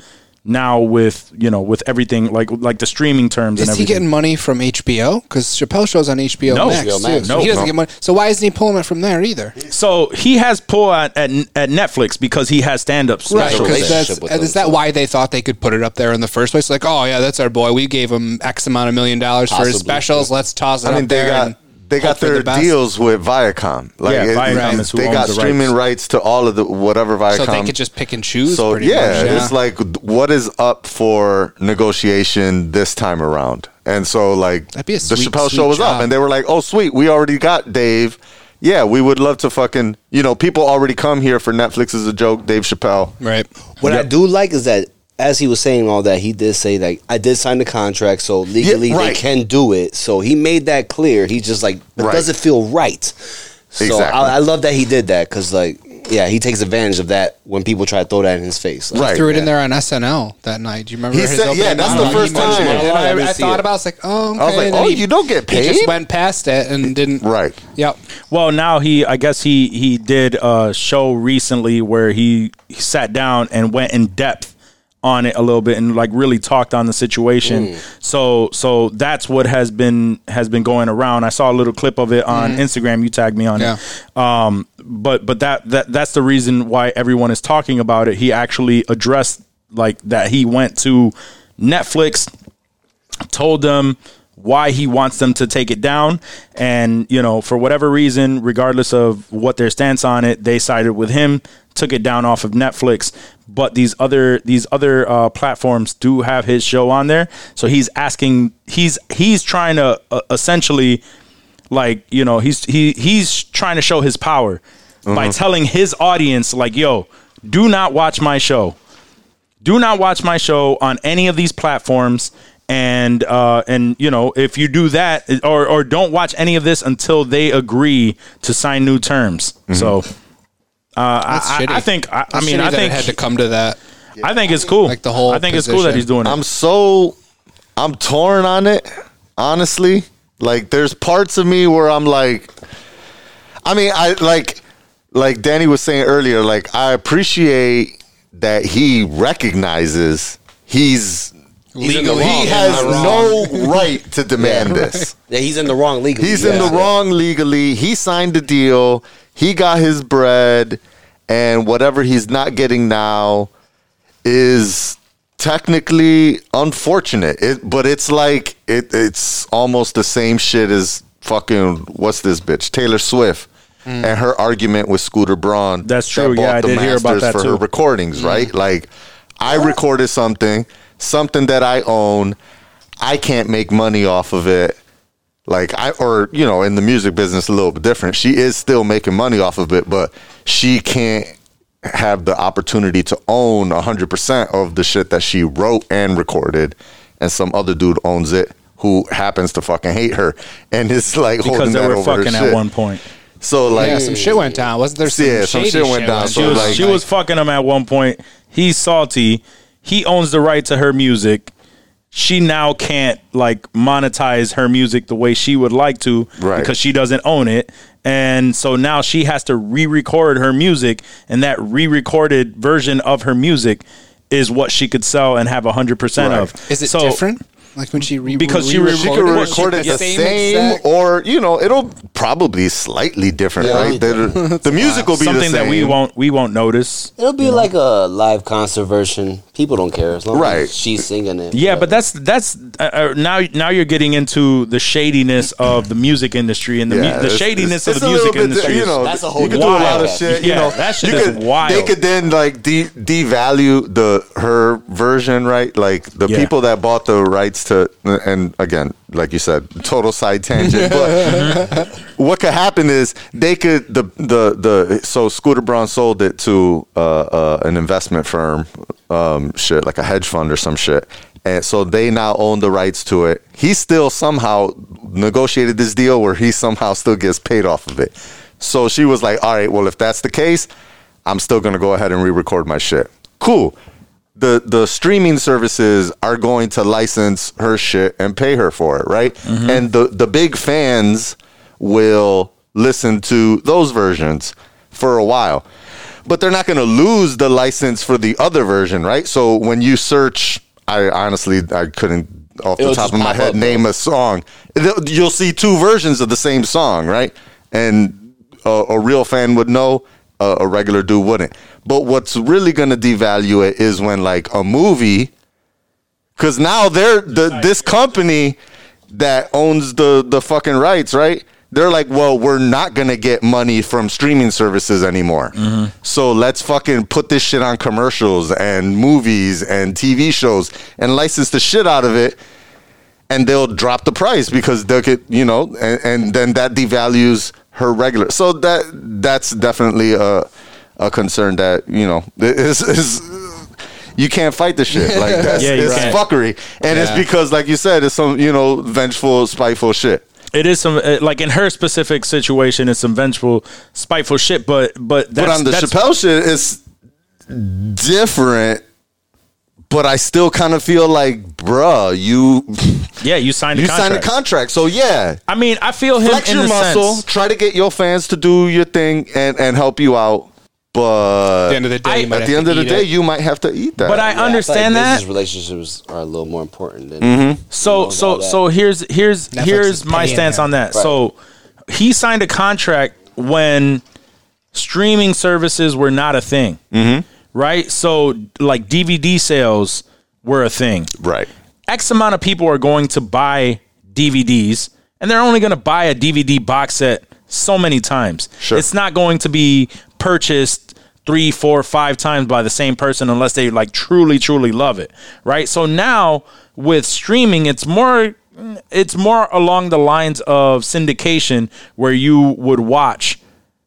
S3: now with you know with everything like like the streaming terms and
S1: is he
S3: everything.
S1: getting money from HBO? Because Chappelle shows on HBO
S3: No.
S1: Max
S3: HBO
S1: too.
S3: Max.
S1: So
S3: No.
S1: he doesn't
S3: No.
S1: get money. So why isn't he pulling it from there either?
S3: so he has pull at, at at Netflix because he has stand up
S1: Right,
S3: specials.
S1: because
S9: relationship
S1: that's
S9: with
S1: and is
S9: them,
S1: that why they thought they could put it up there in the first place? Like, oh yeah, that's our boy. We gave him X amount of million dollars for his
S9: Possibly.
S1: specials. Let's toss it
S2: I mean,
S1: up
S2: they
S1: there.
S2: got
S1: and
S2: they
S1: hope
S2: got
S1: for
S2: their
S1: the best.
S2: deals with Viacom. Like,
S3: Yeah,
S2: it-
S3: Viacom
S2: it-
S3: is who
S2: they
S3: owns
S2: got
S3: the
S2: streaming
S3: rights.
S2: rights. to all of the whatever Viacom.
S1: so they could just pick and choose.
S2: So
S1: pretty
S2: yeah,
S1: much,
S2: it's like what is up for negotiation this time around, and so like
S1: That'd be a
S2: the
S1: sweet,
S2: Chappelle
S1: sweet
S2: show was
S1: job.
S2: up, and they were like, "Oh, sweet, we already got Dave." Yeah, we would love to fucking you know people already come here for Netflix is a joke. Dave Chappelle,
S1: right.
S9: What I do like is that as he was saying all that, he did say like I did sign the contract, so legally
S2: right.
S9: they can do it. So he made that clear. He's just like, but
S2: Right.
S9: does it feel right? So
S2: Exactly.
S9: I, I love that he did that because like, yeah, he takes advantage of that when people try to throw that in his face. Like,
S2: right?
S1: Threw it in there on SNL that night. Do you remember?
S2: He
S1: his
S2: said-
S1: opening
S2: yeah, that's the
S1: monologue?
S2: first
S1: He mentioned
S2: time.
S1: it, and
S9: Oh, I
S1: I,
S9: didn't
S1: I
S9: see
S1: thought
S9: it.
S1: about. It, I was like, oh, okay.
S2: I was like,
S1: and then
S2: "Oh,
S1: he-
S2: you don't get
S1: He
S2: paid?"
S1: just went past it and didn't.
S2: Right.
S1: Yep.
S3: Well, now he, I guess he he did a show recently where he, he sat down and went in depth on it a little bit and like really talked on the situation. So so that's what has been has been going around. I saw a little clip of it on Instagram. You tagged me on
S1: Yeah.
S3: it. Um, but but that that that's the reason why everyone is talking about it. He actually addressed like that. He went to Netflix told them why he wants them to take it down. And, you know, for whatever reason, regardless of what their stance on it, they sided with him, took it down off of Netflix. But these other these other uh, platforms do have his show on there. So he's asking he's he's trying to uh, essentially like you know he's he he's trying to show his power by telling his audience like yo do not watch my show do not watch my show on any of these platforms and uh and you know if you do that or or don't watch any of this until they agree to sign new terms so uh I,
S1: That's
S3: I-
S1: shitty.
S3: I think i, I
S1: It's
S3: mean
S1: shitty
S3: i
S1: that it
S3: think
S1: had to come to that.
S3: i think it's cool
S1: Like the whole
S3: i think it's cool that
S1: position.
S3: he's doing it
S2: I'm so I'm torn on it, honestly. Like there's parts of me where I'm like I mean, I like like Danny was saying earlier, like I appreciate that he recognizes he's
S9: He's in the
S1: Legally,
S9: wrong.
S2: he
S9: He's
S2: has
S9: in the Oh, wrong.
S2: no right to demand this.
S9: Yeah, he's in the wrong league.
S2: He's in the wrong legally. He signed the deal. He got his bread, and whatever he's not getting now is technically unfortunate. It, but it's like it, it's almost the same shit as fucking what's this bitch Taylor Swift and her argument with Scooter Braun.
S3: Mm. That's true. Yeah, I did hear about that
S2: for
S3: too. Mm.
S2: her recordings, right? Like, I recorded something, something that I own. I can't make money off of it like I or you know in the music business a little bit different. She is still making money off of it, but she can't have the opportunity to own 100% of the shit that she wrote and recorded and some other dude owns it who happens to fucking hate her and it's like holding
S3: because they
S2: that
S3: were
S2: over her
S3: fucking
S2: shit.
S3: at one point
S2: So like
S1: Yeah, some shit went down. Wasn't there some,
S2: Yeah, some
S1: shady
S2: shit went down,
S3: she
S2: So,
S3: was
S2: like-
S3: she was fucking him at one point. He's salty. He owns the right to her music. She now can't like monetize her music the way she would like to
S2: Right.
S3: because she doesn't own it. And so now she has to re-record her music and that re-recorded version of her music is what she could sell and have 100% of.
S1: Is it
S3: so,
S1: different? Like when she re-
S3: Because she
S2: she could
S3: recorded it.
S2: record it
S3: The
S2: the
S3: same
S2: same, or you know it'll probably be slightly different
S9: Yeah.
S2: right the, the music will be the
S3: Something that we
S2: same.
S3: won't we won't notice.
S9: It'll be like a live concert version. People don't care as long
S2: Right.
S9: as she's singing it.
S3: Yeah, but that's that's uh, uh, now now you're getting into the shadiness of the music industry and the mu-
S2: Yeah,
S3: the
S2: it's-
S3: shadiness
S2: it's-
S3: of
S2: it's
S3: the
S2: a
S3: music
S2: little bit,
S3: industry.
S2: You know,
S9: That's a whole
S2: you could do a lot of
S9: wild.
S2: shit.
S3: Yeah,
S2: you know,
S3: that shit
S2: you
S3: is
S2: could,
S3: wild.
S2: They could then like de- devalue the her version, right? Like the
S3: Yeah.
S2: people that bought the rights to, and again, like you said, total side tangent. but what could happen is they could the the the so Scooter Braun sold it to uh, uh, an investment firm, um, shit like a hedge fund or some shit. And so they now own the rights to it. He still somehow negotiated this deal where he somehow still gets paid off of it. So she was like, "All right, well, if that's the case, I'm still gonna go ahead and re-record my shit." Cool. The the streaming services are going to license her shit and pay her for it, right?
S9: Mm-hmm.
S2: And the the big fans will listen to those versions for a while. But they're not going to lose the license for the other version, right? So when you search, I honestly I couldn't off the
S9: It'll
S2: top
S9: just
S2: of my
S9: pop
S2: head
S9: up,
S2: name a song. Th- You'll see two versions of the same song, right? And a, a real fan would know, a, a regular dude wouldn't. But what's really going to devalue it is when like a movie Cause now they're the this company that owns the the fucking rights, right? They're like, well, we're not gonna get money from streaming services anymore. So let's fucking put this shit on commercials and movies and TV shows and license the shit out of it, and they'll drop the price because they'll get you know, and, and then that devalues her regular. So that that's definitely a a concern that you know is is you can't fight the shit like that's
S3: Yeah, you
S2: it's
S3: can't.
S2: fuckery, and it's because, like you said, it's some you know vengeful, spiteful shit.
S3: It is some uh, like in her specific situation, it's some vengeful, spiteful shit. But but that's,
S2: but on the
S3: that's
S2: Chappelle shit, it's different. But I still kind of feel like, bruh, you
S3: yeah, you signed a
S2: you
S3: contract.
S2: signed a contract, so yeah,
S3: I mean, I feel him
S2: flex
S3: in
S2: your
S3: the
S2: muscle,
S3: sense.
S2: try to get your fans to do your thing and and help you out.
S1: At
S2: But
S1: the end of the day,
S3: I-
S1: you might have
S2: at the
S1: to
S2: end of the
S1: eat
S2: day,
S1: it.
S2: you might have to eat that.
S3: But I
S9: Yeah,
S3: understand
S9: feel like
S3: that.
S9: Business relationships are a little more important than
S3: So
S9: knows
S3: so
S9: all that.
S3: so here's here's
S1: Netflix
S3: here's
S1: is
S3: my
S1: paying
S3: stance
S1: him.
S3: on that. So he signed a contract when streaming services were not a thing, mm-hmm. right? So like DVD sales were a thing.
S2: right,
S3: X amount of people are going to buy DVDs, and they're only going to buy a DVD box set so many times.
S2: Sure.
S3: It's not going to be purchased three, four, five times by the same person unless they like truly, truly love it, right? So now with streaming, it's more it's more along the lines of syndication where you would watch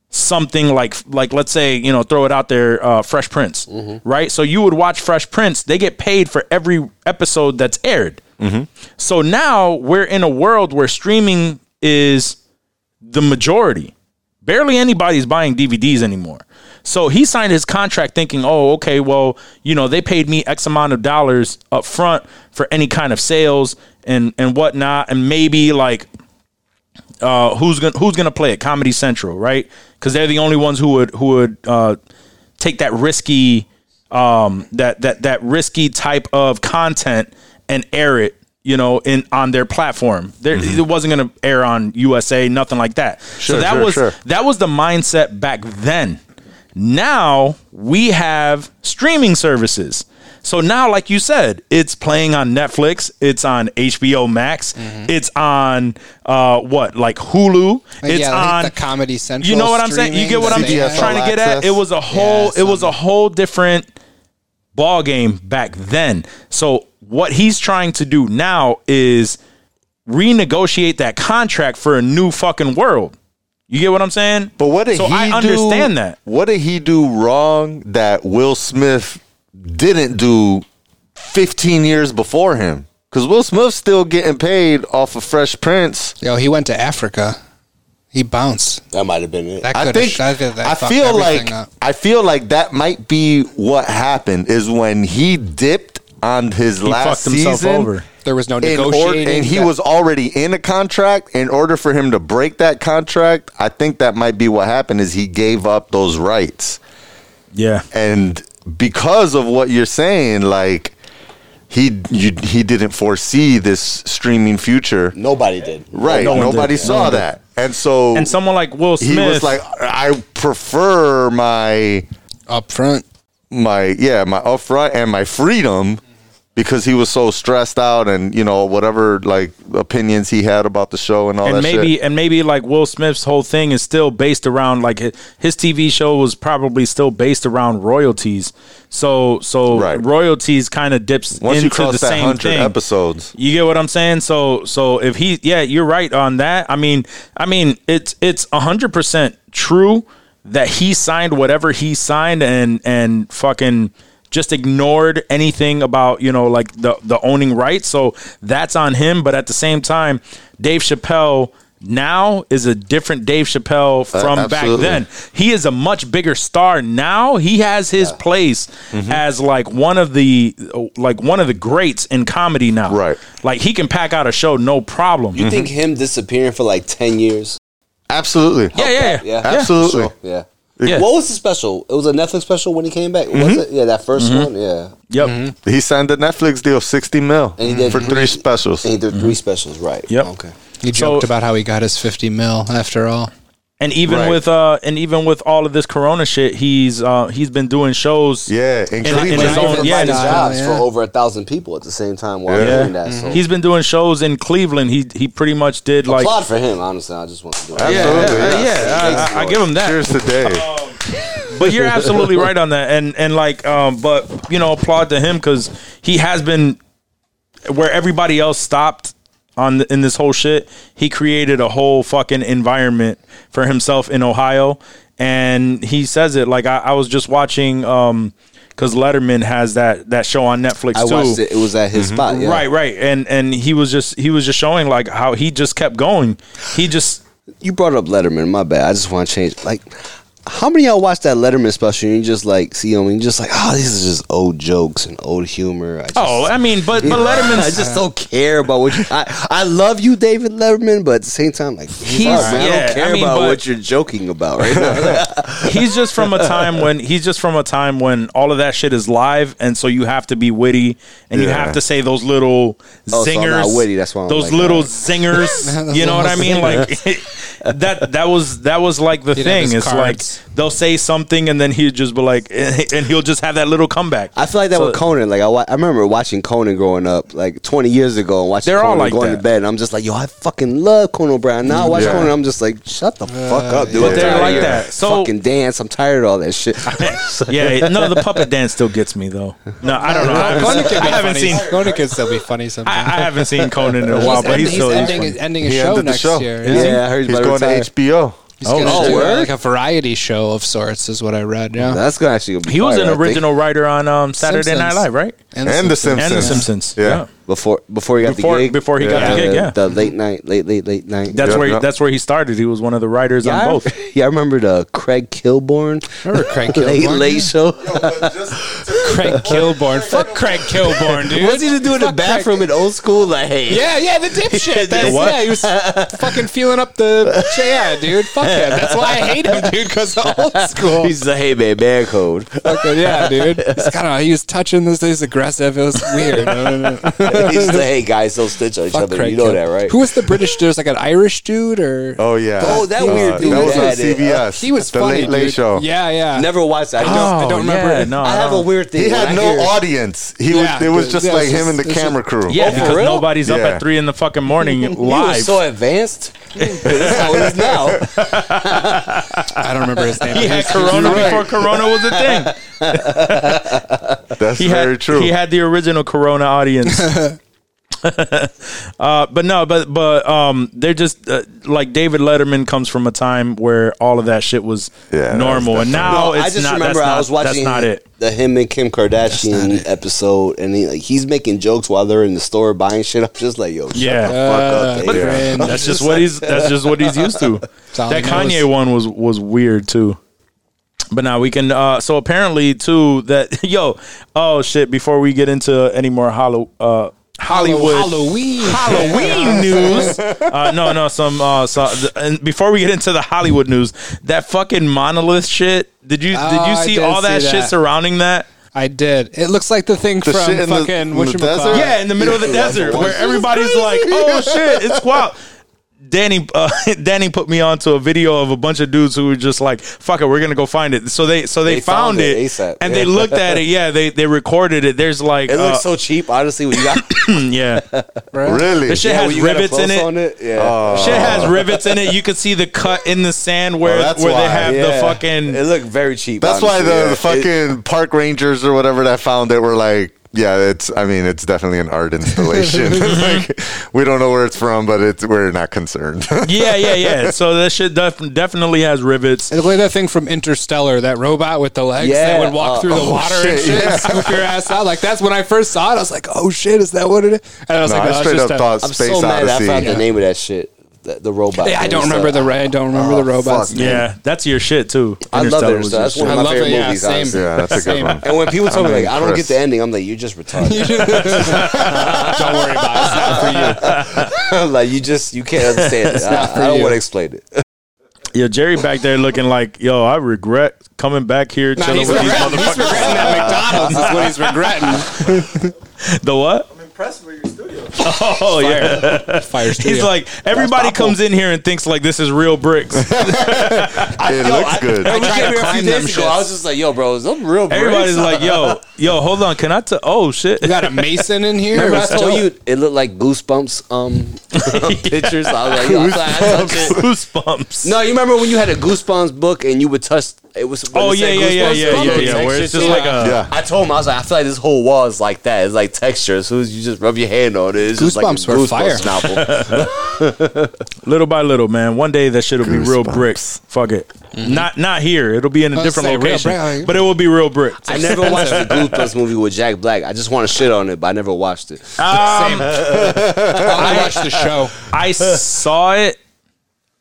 S3: something like like let's say you know throw it out there uh, fresh prince right so you would watch fresh prince they get paid for every episode that's aired so now we're in a world where streaming is the majority barely anybody's buying dvds anymore so he signed his contract thinking oh okay well you know they paid me x amount of dollars up front for any kind of sales and and whatnot and maybe like uh, who's gonna who's gonna play it? Comedy Central, right? Because they're the only ones who would who would uh, take that risky um, that that that risky type of content and air it, you know, in on their platform. There, it wasn't gonna air on USA, nothing like that. so
S2: Mm-hmm. Sure,
S3: that
S2: sure,
S3: was
S2: sure.
S3: that was the mindset back then. Now we have streaming services. So now, like you said, it's playing on Netflix, it's on HBO Max, it's on uh, what, like Hulu,
S1: Like,
S3: it's
S1: yeah, like
S3: on
S1: the Comedy Central.
S3: You know what I'm saying? You
S1: streaming
S3: get what
S1: that
S3: I'm
S1: they have.
S3: trying to get at?
S2: access.
S3: It was a whole, it was a
S1: some-
S3: whole different ball game back then. So what he's trying to do now is renegotiate that contract for a new fucking world. You get what I'm saying?
S2: But what did
S3: so
S2: he
S3: I
S2: do-
S3: understand that.
S2: What did he do wrong that Will Smith didn't do 15 years before him? Because Will Smith's still getting paid off of Fresh Prince.
S1: Yo, he went to Africa. He bounced.
S9: That might have been it.
S1: That
S2: I
S1: could
S2: think
S1: That, that, that
S2: I
S1: fucked
S2: feel
S1: everything
S2: like
S1: up.
S2: I feel like that might be what happened is when he dipped on his last
S3: fucked himself
S2: season.
S3: over.
S1: there was no
S2: in or-
S1: negotiating.
S2: and he
S1: that-
S2: was already in a contract. In order for him to break that contract, I think that might be what happened. Is he gave up those rights?
S3: Yeah.
S2: and because of what you're saying, like he you, he didn't foresee this streaming future,
S9: Nobody did.
S2: right?
S3: No one did.
S2: Nobody
S3: No
S2: saw
S3: one did.
S2: that, and so
S3: And someone like Will Smith
S2: he was like, I prefer my
S1: up front.
S2: my yeah my upfront and my freedom because he was so stressed out and you know whatever like opinions he had about the show and all
S3: and
S2: "Oh, that
S3: maybe
S2: shit.
S3: and maybe like Will Smith's whole thing is still based around like his, his TV show was probably still based around royalties. So so
S2: Right.
S3: royalties kind of dips
S2: Once
S3: into
S2: you cross
S3: the
S2: that
S3: same
S2: hundred
S3: thing.
S2: episodes,
S3: You get what I'm saying? So so if he yeah, you're right on that. I mean, I mean, it's it's 100% true that he signed whatever he signed and and fucking just ignored anything about, you know, like the the owning rights. So that's on him, but at the same time, Dave Chappelle now is a different Dave Chappelle from back
S2: absolutely.
S3: then. He is a much bigger star now. He has his place
S2: Mm-hmm.
S3: as like one of the like one of the greats in comedy now.
S2: Right.
S3: Like he can pack out a show no problem.
S9: You think him disappearing for like ten years?
S2: absolutely,
S3: yeah, yeah, yeah.
S9: Yeah.
S2: absolutely.
S9: Sure, Yeah.
S3: Yeah. Mm-hmm.
S9: What was the special? It was a Netflix special when he came back. Was it? Yeah, that 1st one. Yeah.
S3: Yep.
S2: He signed a Netflix deal, sixty mil
S9: And he did
S2: for three
S9: three-
S2: specials.
S9: And he did three specials, right?
S3: Mm-hmm. Yep.
S9: Okay.
S1: He
S3: So-
S1: joked about how he got his 50 mil after all.
S3: And even
S2: Right.
S3: with uh and even with all of this corona shit, he's uh he's been doing shows.
S2: Yeah, in
S3: in
S2: Cleveland.
S3: his own- yeah,
S9: yeah,
S3: in his
S9: jobs
S1: own- yeah.
S9: for over a thousand people at the same time while
S2: Yeah.
S9: doing that. So
S3: He's been doing shows in Cleveland. He he pretty much did like
S9: applaud for him. Honestly, I just want to do it.
S3: yeah,
S2: Absolutely.
S3: yeah, yeah, I- I, I give him that.
S2: Cheers today.
S3: but you're absolutely right on that and and like um but you know applaud to him because he has been where everybody else stopped on the, in this whole shit he created a whole fucking environment for himself in ohio and he says it like i, I was just watching um because letterman has that that show on netflix
S9: I
S3: too
S9: watched it. It was at his spot. Yeah.
S3: Mm-hmm. right right and and he was just he was just showing like how he just kept going he just
S9: You brought up Letterman. My bad. I just want to change. Like, how many of y'all watch that Letterman special and you just like see him and you just like, oh, these are just old jokes and old humor. I just,
S3: oh i mean but but
S9: I
S3: letterman's
S9: just don't care about what you, I, I love you, David Letterman, but at the same time, like he's,
S3: He's-
S9: man, I
S3: yeah,
S9: don't care
S3: I mean,
S9: about
S3: but-
S9: what you're joking about right now.
S3: he's just from a time when he's just from a time when all of that shit is live, and so you have to be witty and you
S2: Yeah.
S3: have to say those little
S9: Oh, so I'm
S3: zingers.
S9: not witty, that's why I'm
S3: those
S9: like
S3: little
S9: that.
S3: zingers. you know what I mean? Like that. That was that was like the
S1: He'd have
S3: thing.
S1: his
S3: It's
S1: cards. Yes.
S3: they'll say something and then he'll just be like, and he'll just have that little comeback.
S9: I feel like that
S3: So-
S9: with Conan. Like I, wa- I remember watching Conan growing up, like 20 years ago, and watching
S3: They're all
S9: Conan
S3: like
S9: going
S3: that.
S9: to bed. And I'm just like, yo, I fucking love Conan O'Brien. Now I watch
S2: Yeah.
S9: Conan, I'm just like, shut the fuck up, dude.
S2: But
S9: I'm
S2: they're
S9: tired of
S2: like
S9: your
S3: that. So-
S9: fucking dance. I'm tired of all that shit.
S3: yeah, no, the puppet dance still gets me though. No, I don't know. I haven't, seen- I haven't seen.
S1: Conan can still be funny sometimes.
S3: I, I haven't seen Conan in a while, but
S1: ending,
S3: he's still. he's
S1: ending,
S3: funny.
S1: ending a
S2: He
S1: show
S2: ended the
S1: next
S2: show.
S1: year.
S2: Yeah.
S9: yeah, I heard
S2: He's
S9: about
S2: going
S9: retire.
S2: to HBO.
S1: He's gonna
S9: oh,
S1: do
S9: word?
S1: like a variety show of sorts is what I read. Yeah,
S9: That's gonna actually be
S3: He was
S9: fire,
S3: an
S9: I think.
S3: original writer on um, Saturday Night
S1: Simpsons.
S3: Live, right?
S2: And The Simpsons.
S3: And The Simpsons.
S2: Yeah.
S9: before before he got
S3: Before-
S9: the gig.
S3: before he got
S2: the
S3: gig, yeah.
S9: the late night, late late late night.
S3: That's
S2: Yeah,
S3: where he,
S2: yeah.
S3: that's where he started. He was one of the writers
S9: yeah,
S3: on
S9: I-
S3: both.
S9: yeah, I remember the Craig Kilborn
S1: remember Craig
S9: late
S1: Kilborn?
S9: late show.
S8: But just to
S1: Craig Kilborn. Fuck Craig Kilborn, dude.
S9: What's he to do in the
S1: Fuck Craig-
S9: bathroom in old school? Like, hey,
S1: Yeah, yeah, the dipshit. That's,
S3: what?
S1: Yeah, he was fucking feeling up the chair, dude. Fuck him. That's why I hate him, dude, because the old school.
S9: he's like, hey man, man code.
S1: fucking, yeah, dude. He's kind of, he was touching this, he was aggressive. It was weird.
S9: he's like, hey guys, don't stitch on each
S1: Fuck
S9: other.
S1: Craig
S9: you know
S1: Kilborn.
S9: that, right?
S1: Who was the British dude? It was like an Irish dude or.
S2: Oh yeah.
S9: Oh, that weird dude
S2: That was on
S9: had it.
S2: CBS.
S1: He was
S2: the
S1: funny,
S2: Late Late
S1: dude.
S2: Show.
S1: Yeah, yeah.
S9: Never watched that. I don't-
S1: I don't remember
S3: Oh, Yeah,
S1: it.
S3: no,
S9: I have
S3: no.
S9: a weird thing.
S2: He
S9: when I
S2: had no
S9: hear-
S2: audience. He
S1: Yeah.
S2: was. It was just
S1: Yeah, it
S2: like
S1: was
S2: him
S1: just-
S2: and the
S1: it was just-
S2: camera crew.
S3: Yeah, because
S9: real?
S3: nobody's up
S2: Yeah.
S3: at three in the fucking morning
S9: He
S3: live.
S9: was so advanced. this is how it is now.
S1: I don't remember his name.
S3: he had Corona before Corona was a thing.
S2: That's
S3: He
S2: very
S3: had
S2: true.
S3: he had the original Corona audience. uh, but no, but but um, they're just uh, like David Letterman comes from a time where all of that shit was
S2: Yeah, that was
S3: normal,
S2: different.
S3: and now
S9: No,
S3: it's
S9: I just
S3: not.
S9: remember
S3: that's
S9: I
S3: not-
S9: was watching
S3: That's not it.
S9: the him and Kim Kardashian episode, and he, like, he's making jokes while they're in the store buying shit. I'm just like, yo, shut
S3: Yeah.
S9: the fuck up.
S2: But-
S9: Adrian.
S2: Yeah.
S3: That's just what he's. That's just what he's used to.
S1: all
S3: That
S1: he
S3: Kanye
S1: knows.
S3: one was was weird too. But now we can. Uh, so apparently too that yo oh shit. Before we get into any more hollow uh, Hollywood
S1: Halloween.
S3: Halloween news. Uh, no, no, some. Uh, so, th- and before we get into the Hollywood news, that fucking monolith shit. Did you did
S1: Oh,
S3: you
S1: I
S3: see
S1: did
S3: all that,
S1: see
S3: shit
S1: that.
S3: surrounding that?
S1: I did. It looks like the thing
S2: The
S1: from
S2: shit in the-
S1: fucking
S2: in the
S1: what you
S2: desert?
S3: Yeah, in the middle of the desert where everybody's like, "Oh shit, it's wild." Danny, uh, Danny put me onto a video of a bunch of dudes who were just like, "Fuck it, we're gonna go find it." So they, so they,
S9: They
S3: found,
S9: found
S3: it,
S9: it ASAP,
S3: and
S9: yeah.
S3: they looked at it. Yeah, they they recorded it. There's like,
S9: It
S3: uh,
S9: looks so cheep, honestly. When you got
S3: yeah,
S2: really.
S3: the shit
S9: yeah, when
S3: has
S9: you got a
S3: rivets in
S9: close
S3: it.
S9: on yeah.
S3: Shit has rivets in it. You could see the cut in the sand where
S2: Oh, that's
S3: where they
S2: why,
S3: have
S9: Yeah.
S3: the fucking.
S9: It looked very cheap.
S2: That's why
S9: honestly,
S2: the,
S9: yeah.
S2: the fucking park rangers or whatever that found it were like, yeah, it's. I mean, it's definitely an art installation. like, we don't know where it's from, but it's we're not concerned.
S3: yeah, yeah, yeah. So that shit def- definitely has rivets.
S1: It looked like that thing from Interstellar, that robot with the legs that
S9: Yeah,
S1: would walk
S9: uh,
S1: through the
S2: oh,
S1: water and
S2: shit,
S1: shit,
S2: yeah.
S1: and scoop your ass out. Like that's when I first saw it. I was like, "Oh shit, is that what it is?" And I was
S2: no,
S1: like,
S2: I
S1: "Oh, it's
S2: straight
S1: just
S2: up
S1: a-"
S2: thought
S9: I'm
S2: Space
S9: so mad I
S2: Odyssey.
S9: found the name of that shit. The, the robot.
S1: Yeah, I
S9: thing.
S1: don't
S9: So-
S1: remember the ra- I don't remember the
S2: Oh,
S1: robots.
S3: Yeah, that's your shit too.
S9: I love
S3: Interstellar
S9: it.
S3: was
S9: So
S3: your
S9: that's
S3: shit.
S9: one
S1: I
S9: of my
S1: love it.
S9: favorite
S1: Yeah,
S9: movies.
S1: same.
S9: honestly.
S2: yeah, that's a good
S1: Same.
S2: one.
S9: And when people tell me like, I don't get
S2: impressed.
S9: the ending, I'm like, you just retarded.
S1: don't worry about it. It's not for you.
S9: like you just you can't understand it. I, I don't
S1: you.
S9: want to explain it.
S3: Yeah, Jerry back there looking like, yo, I regret coming back here
S1: Nah,
S3: chilling
S1: he's
S3: with these
S1: regretting- he's
S3: motherfuckers.
S1: regretting that McDonald's is what he's regretting.
S3: the what?
S8: I'm impressed with your studio.
S3: Oh yeah.
S1: Fire
S3: He's
S1: studio.
S3: like, everybody comes in here and thinks like this is real bricks.
S2: It looks good.
S1: tried
S9: I
S1: to
S9: came here a
S1: climb
S9: few
S1: them
S9: days ago. I
S1: shits.
S9: was just like, yo, bro, is them real. bricks?
S3: Everybody's like, yo, yo, hold on, can I tell? Oh shit.
S1: you got a mason in here.
S9: Remember I
S1: It's
S9: told
S1: dope.
S9: you it looked like goosebumps um pictures. I was like, yo, I thought I touched it.
S3: Goosebumps.
S9: No, you remember when you had a goosebumps book and you would touch it was when
S3: Oh
S9: it
S3: yeah,
S9: said
S3: yeah, yeah,
S9: Goosebumps
S3: yeah, yeah,
S9: comics,
S3: yeah.
S9: that
S3: Where it's
S9: shit,
S3: just
S9: yeah.
S3: like a.
S2: Yeah.
S9: I told him I was like, I feel like this whole wall is like that. It's like texture. As soon as you just rub your hand on it, it's just like a
S1: Goosebumps were
S9: goosebumps
S1: fire.
S9: novel.
S3: Little by little, man. One day that shit'll be real
S2: Goosebumps.
S3: bricks. Fuck it. Not not here. It'll be in a
S1: was
S3: different
S1: gonna say, real
S3: location,
S1: brick.
S3: but it will be real bricks.
S9: I never watched the Goosebumps movie with Jack Black. I just want to shit on it, but I never watched it.
S3: Um,
S1: I watched the show.
S3: I saw it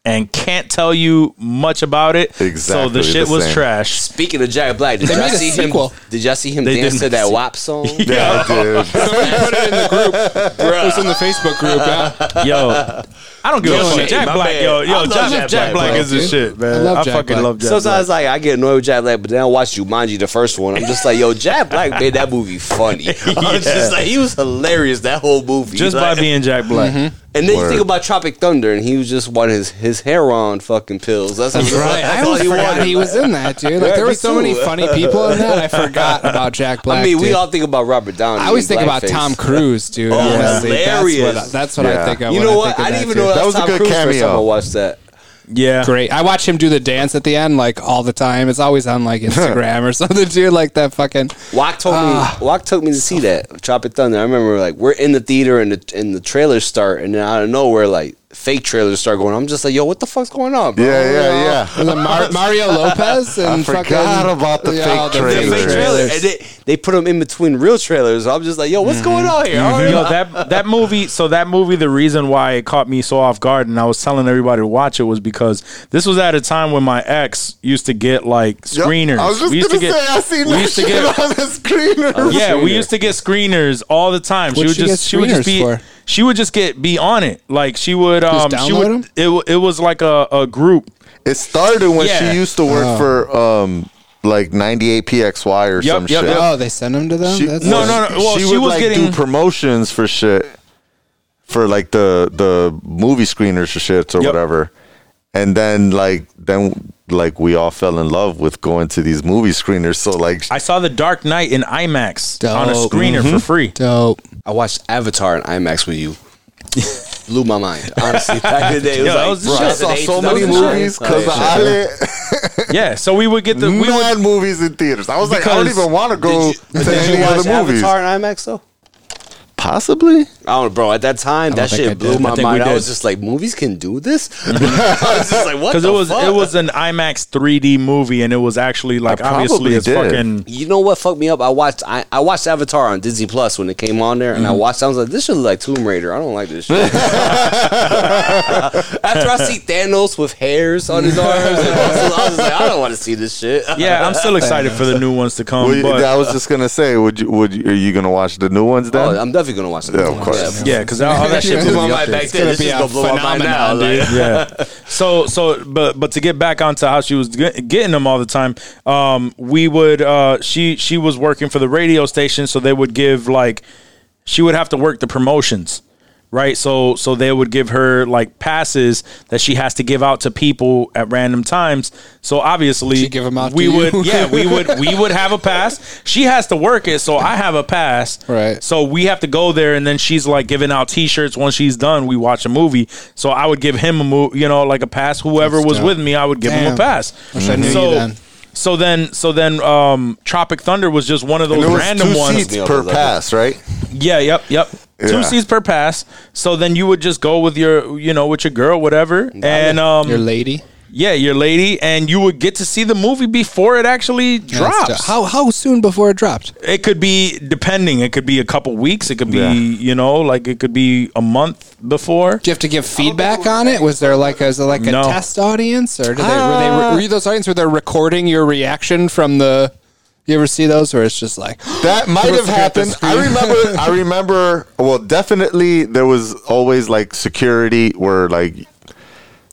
S3: and can't tell you much about it. So
S2: Exactly
S3: the shit
S2: the
S3: was
S2: same.
S3: trash.
S9: Speaking of Jack Black, did y'all
S1: made a
S9: see
S1: sequel.
S9: him? Did y'all see him
S3: They
S9: dance to
S3: didn't
S9: that
S3: see-
S9: WAP song?
S2: yeah, dude.
S1: Put it in the group. It was in the Facebook group. Yeah.
S3: Yo, I don't give a shit. Jack
S9: my
S3: Black,
S9: man.
S3: yo,
S9: I
S3: yo,
S9: love
S3: Jack, Jack,
S9: Jack
S3: Black,
S9: Black,
S3: is the
S1: dude.
S3: shit,
S1: I
S3: man.
S1: love
S3: I,
S1: Jack
S3: fucking
S1: Black.
S3: love Jack
S9: Sometimes like I get annoyed with Jack Black, but then I watch Jumanji, the first one. I'm just like, yo, Jack Black made that movie funny. I'm
S3: Yeah.
S9: just like, he was hilarious that whole movie.
S3: Black. Just
S9: Like,
S3: by being Jack Black.
S9: Mm-hmm. And then you
S2: Word.
S9: think about Tropic Thunder, and he was just wanting his, his heroin fucking pills. That's,
S1: That's right. I
S9: That's all
S1: always
S9: he
S1: forgot
S9: wanted.
S1: he was in that, dude. Like there were so many funny people in that. I forgot about Jack Black.
S9: I mean, we
S1: dude.
S9: all think about Robert Downey.
S1: I always
S9: and
S1: think about
S9: blackface.
S1: Tom Cruise, dude. honestly,
S9: hilarious.
S1: That's what, that's what I
S2: Yeah.
S1: think of.
S9: You
S1: when
S9: know
S1: I, think
S9: what?
S1: of
S9: I
S1: that,
S9: didn't even
S1: dude.
S9: know that,
S2: That
S9: was Tom a good Cruise cameo. First time I watched that.
S3: Yeah.
S1: Great. I watch him do the dance at the end, like all the time. It's always on like Instagram or something, dude. Like that fucking.
S9: Walk told
S1: Ah.
S9: me. Walk took me to see that Tropic Thunder. I remember like we're in the theater and the and the trailers start, and then out of nowhere like fake trailers start going. I'm just like, yo, what the fuck's going on? Bro?
S2: Yeah, yeah, yeah.
S1: Was it Mar- Mario Lopez and
S2: forgot
S1: fucking,
S2: about the
S1: Yeah,
S2: fake
S1: the
S9: The
S2: trailer.
S9: fake trailer. And they, they put them in between real trailers. I'm just like, yo,
S1: Mm-hmm.
S9: what's going on here? I don't
S3: Yo,
S9: know.
S3: that that movie. So that movie, the reason why it caught me so off guard, and I was telling everybody to watch it, was because this was at a time when my ex used to get like
S2: Yup.
S3: screeners.
S2: I was just
S3: we used
S2: gonna
S3: to get,
S2: say I seen
S3: we
S2: that
S3: used to
S2: shit
S3: get-
S2: on the screener.
S3: yeah, we
S9: screener.
S3: used to get screeners all the time. she
S1: What'd
S3: would
S1: she get
S3: just she would just
S1: screeners
S3: be
S1: for?
S3: she would just get be on it. Like she would um she would
S1: download 'em?
S3: it wa- it was like a, a group.
S2: It started when
S3: Yeah.
S2: she used to work for um like 98pxy or
S3: Yup,
S2: some
S3: yup,
S2: shit.
S3: yup.
S1: Oh, they sent him to them.
S2: She-
S1: That's-
S3: No, no, no. Well, she
S2: would
S3: was
S2: like
S3: getting-
S2: do promotions for shit for like the the movie screeners or shits or
S3: Yup.
S2: whatever. And then like then like we all fell in love with going to these movie screeners. So like
S3: I saw The Dark Knight in IMAX on a
S1: Dope. Mm-hmm.
S3: screener for free.
S1: Dope.
S9: I watched Avatar in IMAX with you. Blew my mind, honestly. Back in the day, it was
S3: Yo, that
S9: like,
S3: was the
S9: bruh,
S3: shit.
S2: I saw so many
S9: was the shit.
S2: movies
S9: Oh,
S2: because
S9: yeah.
S2: I lit
S3: Yeah, so we would get the we would,
S2: mad movies in theaters. I was like, I don't
S3: Because-
S2: even want to go
S9: But
S2: to
S9: did
S2: any
S9: you watch
S2: other movies.
S9: Avatar in IMAX though?
S2: Possibly.
S9: I don't, bro. At that time, that
S1: think I
S9: shit blew
S1: did.
S9: my
S3: I think
S9: mind.
S3: we
S9: I
S3: did.
S9: was just like, movies can do this. I was just like, what?
S3: because
S9: Because
S3: it was it was an IMAX 3D movie, and it was actually like
S2: probably
S3: obviously it's
S2: did.
S3: fucking.
S9: You know what fucked me up? I watched I, I watched Avatar on Disney Plus when it came on there, and I watched. I was like, this should look like Tomb Raider. I don't like this shit. After I see Thanos with hairs on his arms, and muscles, I was like, I don't want to see this shit.
S3: Yeah, I'm still excited for the new ones to come.
S2: Well, you- I
S3: but
S2: was just gonna say, would you? Would you, are you gonna watch the new ones then?
S9: Oh, I'm definitely gonna watch it.
S2: Yeah, of course.
S3: yeah, because all that shit
S9: blew
S3: blew
S9: my
S3: me up.
S9: mind
S1: gonna
S9: back then. This
S1: be
S9: is
S1: a
S9: gonna blow my mind now.
S1: phenomenon,
S9: Like,
S3: yeah. So so but but to get back onto how she was get- getting them all the time, um, we would uh, she she was working for the radio station, so they would give like she would have to work the promotions. Right, so so they would give her like passes that she has to give out to people at random times. So obviously,
S1: She'd give 'em out
S3: We
S1: to
S3: would,
S1: you.
S3: yeah, we would we would have a pass. She has to work it, so I have a pass.
S1: Right.
S3: So we have to go there, and then she's like giving out T-shirts. Once she's done, we watch a movie. So I would give him a move, you know, like a pass. Whoever
S1: That's
S3: was
S1: dope.
S3: with me, I would give him
S1: Damn.
S3: a pass.
S1: Wish I knew you
S3: so,
S1: then.
S3: so then, so then, um, Tropic Thunder was just one of those
S2: There was
S3: random
S2: two
S3: ones.
S2: seats per pass, right?
S3: Yeah, yep, yep.
S2: Yeah.
S3: Two seats per pass. So then you would just go with your, you know, with your girl, whatever, and um,
S1: Your lady.
S3: yeah, your lady, and you would get to see the movie before it actually drops.
S1: How how soon before it dropped?
S3: It could be depending. It could be a couple weeks. It could be
S2: Yeah.
S3: you know like it could be a month before.
S1: Do you have to give feedback on it? Was there like a, was there like a
S3: No. Uh.
S1: test audience, or did they, were they were you those audience where they're recording your reaction from the? You ever see those where it's just like
S2: That might have
S1: Look at the
S2: happened. I remember. I remember. Well, definitely, there was always like security where like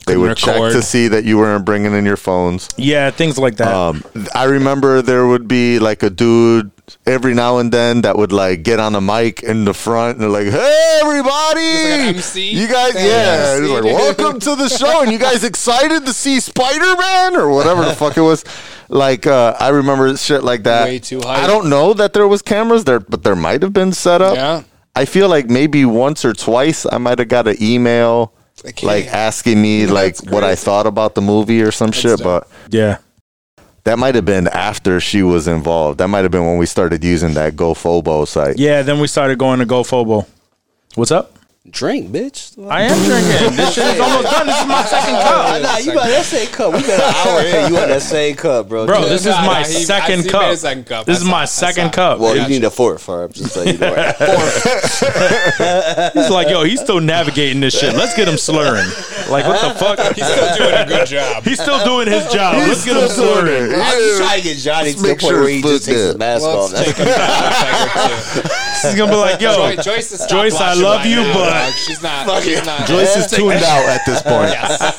S2: they would check
S1: record.
S2: to see that you weren't bringing in your phones.
S3: Yeah, things like that.
S2: Um, I remember there would be like a dude every now and then that would like get on the mic in the front and like, hey everybody,
S1: like an MC?
S2: you guys,
S1: Yeah,
S2: yeah,
S1: MC,
S2: He's like
S1: dude.
S2: welcome to the show, and you guys excited to see Spider Man or whatever the fuck it was. Like uh, I remember shit like that.
S1: Way too hype.
S2: I don't know that there was cameras there, but there might have been set up.
S1: Yeah.
S2: I feel like maybe once or twice I might have got an email
S1: can't.
S2: like asking me like what I thought about the movie or some shit,
S1: dope.
S2: but.
S3: yeah.
S2: That might have been after she was involved. That might have been when we started using that GoFobo site.
S3: Yeah, then we started going to GoFobo. What's up?
S9: Drink, bitch.
S3: I am drinking. This shit is almost done. This is my second cup.
S9: Oh, Nah, you got that same cup. We been an hour in. You on that same cup, bro.
S3: Bro, this is
S1: Nah,
S3: my
S1: nah, he- I see
S3: second
S1: he
S3: cup.
S1: made a second cup.
S3: This
S1: I
S3: is
S1: saw-
S3: my
S1: I
S3: second
S1: saw.
S3: cup.
S9: well, you need a fourth for. I'm just letting you know. right?
S3: He's like, yo, he's still navigating this shit. Let's get him slurring. Like, what the fuck? He's still doing a good job. He's still doing his job. Let's get him slurring.
S9: I'm just trying to get Johnny to the
S2: make
S9: point
S2: sure
S9: where he
S2: it's
S9: just
S2: good.
S9: takes his mask off. That's
S1: Take a- take a-
S3: She's gonna be like, yo,
S1: Joy- Joyce, is
S3: Joyce, I
S1: stopwatching
S3: love
S1: right
S3: you,
S1: now,
S3: but-
S1: dog. she's not. She's not.
S2: Joyce is tuned out at this point.
S1: yes,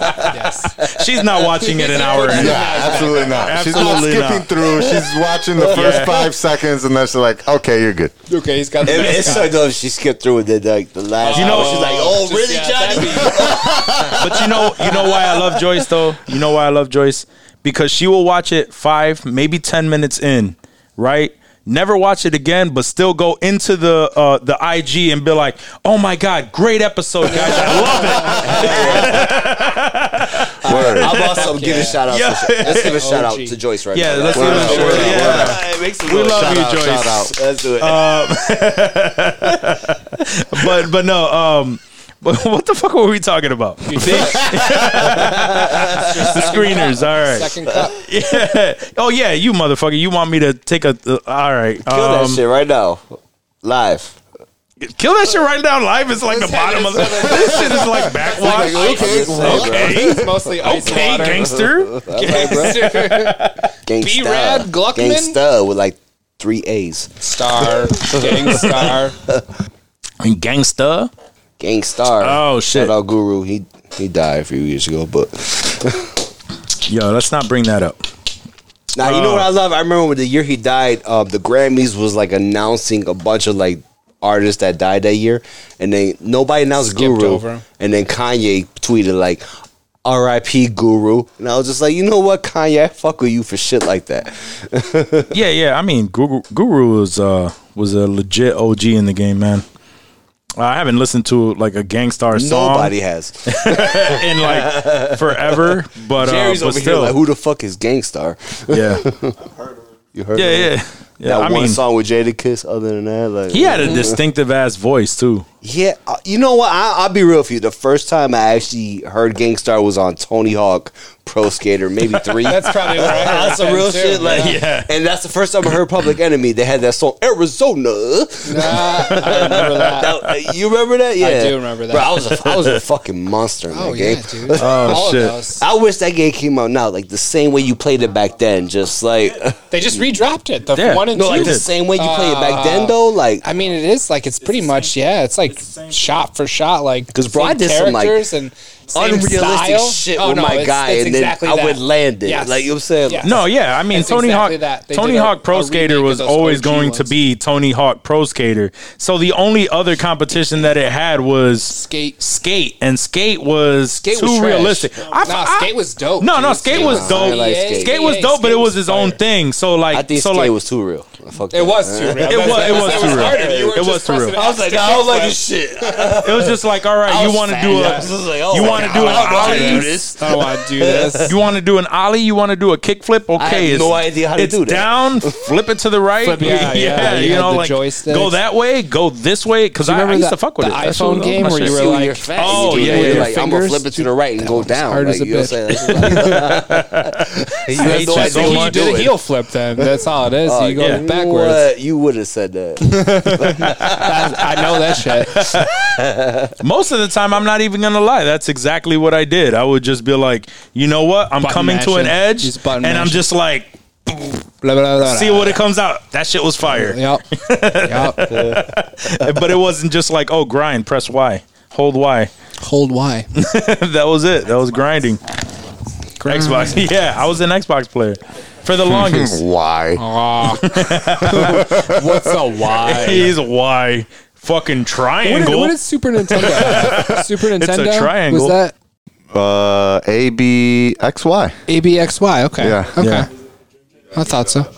S1: yes.
S3: she's not watching it an hour. In.
S2: Yeah, absolutely not.
S3: Absolutely
S2: She's not skipping
S3: not.
S2: through. She's watching the first
S3: Yeah.
S2: five seconds, and then she's like, "Okay, you're good."
S1: Okay, he's got the
S9: It-
S1: best
S9: it's
S1: guy.
S9: so dope. She skipped through with it like the last.
S3: You know-
S9: hour. she's like, "Oh,
S1: Just-
S9: really,
S1: yeah,
S9: Johnny?"
S1: that'd
S3: But you know, you know why I love Joyce though. You know why I love Joyce because she will watch it five, maybe ten minutes in, right? Never watch it again, but still go into the uh, the IG and be like, "Oh my god, great episode, guys! I love
S2: Word.
S9: I'm also giving a shout out.
S3: Yeah.
S9: To, let's give a shout out
S1: OG.
S9: to Joyce right
S3: Yeah,
S9: now.
S3: let's
S9: Word
S3: give
S9: up,
S3: a shout
S9: word
S3: out.
S9: up,
S3: Yeah.
S9: word up.
S4: It makes
S3: it. We love you,
S2: out,
S3: Joyce."
S2: shout out.
S9: Let's do it.
S3: But but no, um, but what the fuck were we talking about?
S1: be- Second
S3: The screeners, all right.
S1: cup.
S3: Yeah. Oh yeah, you motherfucker. You want me to take a? Uh, all right.
S9: Kill that
S3: um,
S9: shit right now, live.
S3: Kill that shit right now. Live is like the bottom of the. This shit is like backwash.
S9: okay,
S3: Okay.
S1: It's mostly ice
S3: Okay,
S1: water.
S3: gangster.
S1: Gangster.
S9: Gangsta,
S1: B-Rad Gluckman?
S9: Gangsta with like three A's.
S1: Star. Gangstar.
S3: And gangsta.
S9: Gangstar.
S3: Oh, shit.
S9: Shout out Guru. He he died a few years ago, but
S3: Yo, let's not bring that up.
S9: now you know what I love. I remember the year he died. Uh, the Grammys was like announcing a bunch of like artists that died that year, and then nobody announced
S1: Skipped
S9: Guru,
S1: over 'em.
S9: and then Kanye tweeted like. R.I.P. Guru, and I was just like, you know what, Kanye, I fuck with you for shit like that.
S3: Yeah, yeah. I mean, Guru, Guru was uh was a legit OG in the game, man. I haven't listened to like a gangstar song
S9: Nobody has.
S3: in like forever, but uh,
S9: Jerry's
S3: but
S9: over
S3: still,
S9: here like, who the fuck is Gangstar?
S3: yeah,
S9: You heard?
S3: yeah,
S9: of him?
S3: yeah, yeah.
S9: That
S3: I
S9: one
S3: mean,
S9: song with Jadakiss. Other than that, like
S3: he had a distinctive ass voice too.
S9: Yeah, uh, you know what? I, I'll be real with you. The first time I actually heard Gangstar was on Tony Hawk Pro Skater, maybe three.
S1: That's probably where I heard
S9: That's
S1: that
S9: some real
S1: too,
S9: shit. Like,
S1: yeah.
S9: and that's the first time I heard Public Enemy. They had that song Arizona.
S1: I remember that.
S9: That- uh, you remember that? Yeah,
S1: do remember that.
S9: Bro, I was a, I was a fucking monster in
S1: Oh
S9: that game.
S1: yeah, dude. Oh
S3: shit.
S9: I wish that game came out now, like the same way you played it back then. Just like
S1: They just redropped it. The
S3: Yeah.
S1: one and
S3: No,
S1: two.
S3: I
S9: like the
S3: did.
S9: same way you played it back then, though. Like
S1: Uh, I mean, it is like it's pretty much yeah. It's like shot for shot, like
S9: 'Cause, bro, I
S1: same
S9: did some, like,
S1: characters and same
S9: unrealistic
S1: style.
S9: shit
S1: Oh,
S9: with
S1: no,
S9: my
S1: it's-
S9: guy,
S1: it's
S9: and then
S1: exactly
S9: I
S1: that.
S9: would land it.
S1: Yes.
S9: Like you know what I'm saying?
S1: Yes.
S3: No, yeah, I mean
S1: That's
S3: Tony
S1: exactly
S3: Hawk.
S1: that. They
S3: Tony
S1: did a-
S3: Hog Pro
S1: a
S3: Skater
S1: remake
S3: was
S1: of those
S3: always
S1: OG
S3: going to
S1: ones.
S3: be Tony Hawk Pro Skater. So the only other competition that it had was
S1: skate.
S3: skate, and skate was
S1: Skate
S3: too
S1: was trash.
S3: realistic. I-
S1: Nah,
S3: I-
S1: skate was dope.
S3: No,
S1: dude.
S3: no, skate was
S9: dope.
S1: I
S9: Like
S1: skate.
S9: skate.
S3: Skate was
S1: Yeah,
S3: dope, but it was his own
S1: fire.
S3: thing. So like,
S9: I think
S3: so
S9: skate
S3: like,
S9: was too real. Fuck
S1: It
S9: that.
S1: was too real.
S3: It was- it was too real. It was too real.
S1: I was like,
S9: I don't like this shit.
S3: it was just like, all right, you want to do a, you want to do an ollie,
S1: oh I don't want to do this.
S3: you want to do an ollie, you want to do a kickflip. Okay,
S9: have
S3: it's-
S9: no idea how to
S3: it's
S9: do that.
S3: down, flip it to the right,
S1: Flip it, yeah, yeah. You
S3: you
S1: had
S3: know,
S1: the
S3: like
S1: joysticks.
S3: go that way, go this way, because
S1: Do you
S3: I, I
S1: remember
S3: used
S1: that-
S3: to fuck with
S1: the
S3: it. That shit
S1: iPhone
S3: was
S1: game
S3: my
S1: where
S3: shit.
S1: you were
S9: See
S1: like-
S9: your fat.
S3: Oh,
S9: You
S3: yeah,
S9: do it,
S3: yeah,
S9: Like,
S1: yeah.
S9: I'm gonna flip it
S1: Fingers.
S9: to the right and go down.
S1: hard
S9: like,
S1: as a
S9: you know what I'm saying? Like, you
S3: hate
S9: have
S3: you
S9: no idea
S3: so
S9: what
S1: you
S3: much.
S9: you're
S1: did a
S9: doing.
S1: heel flip then. That's all it is.
S9: Oh,
S1: you go
S3: yeah.
S1: backwards.
S9: What? You would have said that.
S1: I know that shit.
S3: Most of the time, I'm not even gonna lie. That's exactly what I did. I would just be like, you know what? I'm
S1: Button
S3: coming to an
S1: mashing.
S3: edge,
S1: Just
S3: and
S1: button
S3: I'm
S1: mashing.
S3: just like,
S1: Blah, blah, blah, blah.
S3: see what it comes out. That shit was fire.
S1: Yep. Yep.
S3: but it wasn't just like, oh, grind, press Y, hold Y.
S1: Hold Y.
S3: that was it. That was grinding. Xbox. Yeah, I was an Xbox player for the longest.
S2: Why?
S1: What's a Y?
S3: He's a Y. Fucking
S1: What did,
S3: triangle.
S1: what did Super Nintendo have? Super
S3: a
S1: Nintendo?
S3: triangle.
S1: Was that
S2: Uh, A B X Y.
S1: ABXY? Okay.
S2: Yeah.
S1: Okay.
S3: Yeah.
S1: I thought so.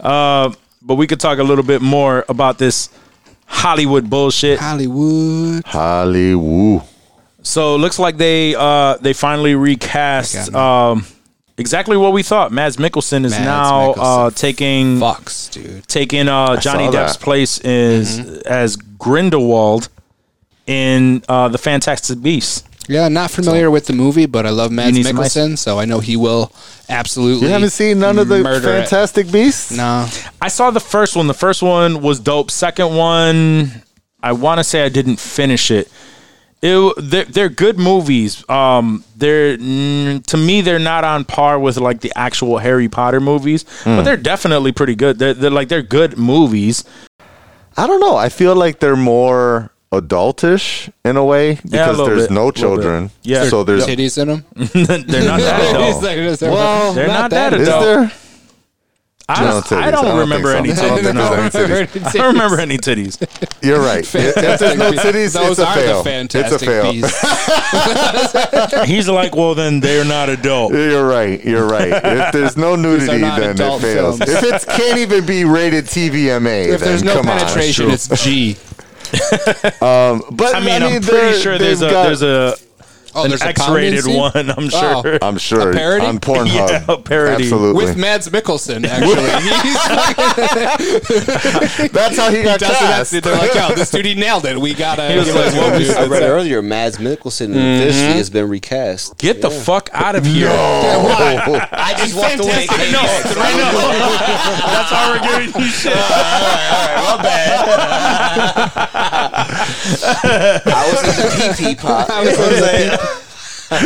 S3: uh, but we could talk a little bit more about this Hollywood bullshit.
S1: Hollywood.
S2: Hollywood.
S3: So it looks like they uh, they finally recast um, exactly what we thought. Mads Mikkelsen is
S1: Mads
S3: now Uh,
S1: Mikkelsen.
S3: taking
S1: Fox, dude.
S3: taking uh, Johnny
S2: saw
S3: Depp's
S2: that.
S3: place is as Grindelwald in uh, the Fantastic Beasts.
S1: Yeah, not familiar with the movie, but I love Mads
S3: need some
S1: Mikkelsen, so I know he will absolutely.
S2: You haven't seen none of the
S1: murder it.
S2: Fantastic Beasts?
S1: No,
S3: I saw the first one. The first one was dope. Second one, I want to say I didn't finish it. It they're, they're good movies. Um, they're mm, to me they're not on par with like the actual Harry Potter movies, but they're definitely pretty good. They're, they're like they're good movies.
S2: I don't know. I feel like they're more adultish in a way because
S3: little
S2: there's
S3: bit,
S2: no
S3: little bit.
S2: children.
S3: Yeah.
S2: So there's
S1: titties in them.
S3: They're not that
S1: He's
S3: adult.
S1: like, just- they're
S2: Well,
S1: not-
S3: They're not that
S2: is
S3: adult.
S2: there?
S3: I,
S2: No
S3: don't,
S2: titties.
S3: I
S2: I don't
S3: don't
S2: think
S3: remember
S2: so.
S3: any
S2: I don't
S3: titties.
S2: think
S1: No,
S2: there's any
S1: they're
S3: I don't remember any titties.
S2: You're right. If there's no titties,
S1: Those
S2: it's a
S1: are
S2: fail.
S1: the fantastic
S2: it's a fail.
S1: beasts.
S3: He's like, well, then they're not adult.
S2: You're right. You're right. If there's no nudity,
S1: not
S2: then it
S1: adult
S2: fails.
S1: films.
S2: If it can't even be rated TVMA,
S1: If there's
S2: then
S1: no
S2: come on. Um,
S1: penetration, it's G.
S2: But
S3: I mean, I
S2: they're-
S3: am pretty sure there's a
S2: they've got-
S3: there's a
S1: Oh,
S3: an
S1: there's a
S3: X
S1: pound
S3: rated
S1: scene?
S3: one. I'm
S1: Wow.
S3: sure.
S2: I'm sure
S1: A parody?
S2: on Pornhub.
S3: Yeah, a parody.
S2: Absolutely.
S1: With Mads Mikkelsen, actually. He's
S2: That's how he got
S1: does
S2: cast.
S1: it. They're like, oh, this dude, he nailed it. We gotta.
S3: was
S1: give
S3: like,
S1: us
S3: what
S1: one,
S3: was-
S1: dude."
S9: I read earlier, Mads Mikkelsen in the history has been recast.
S3: Get the fuck out of here.
S2: Oh.
S9: I just walked away.
S3: I know. I know. That's how we're giving you shit.
S9: I was in the pee pee pot.
S3: this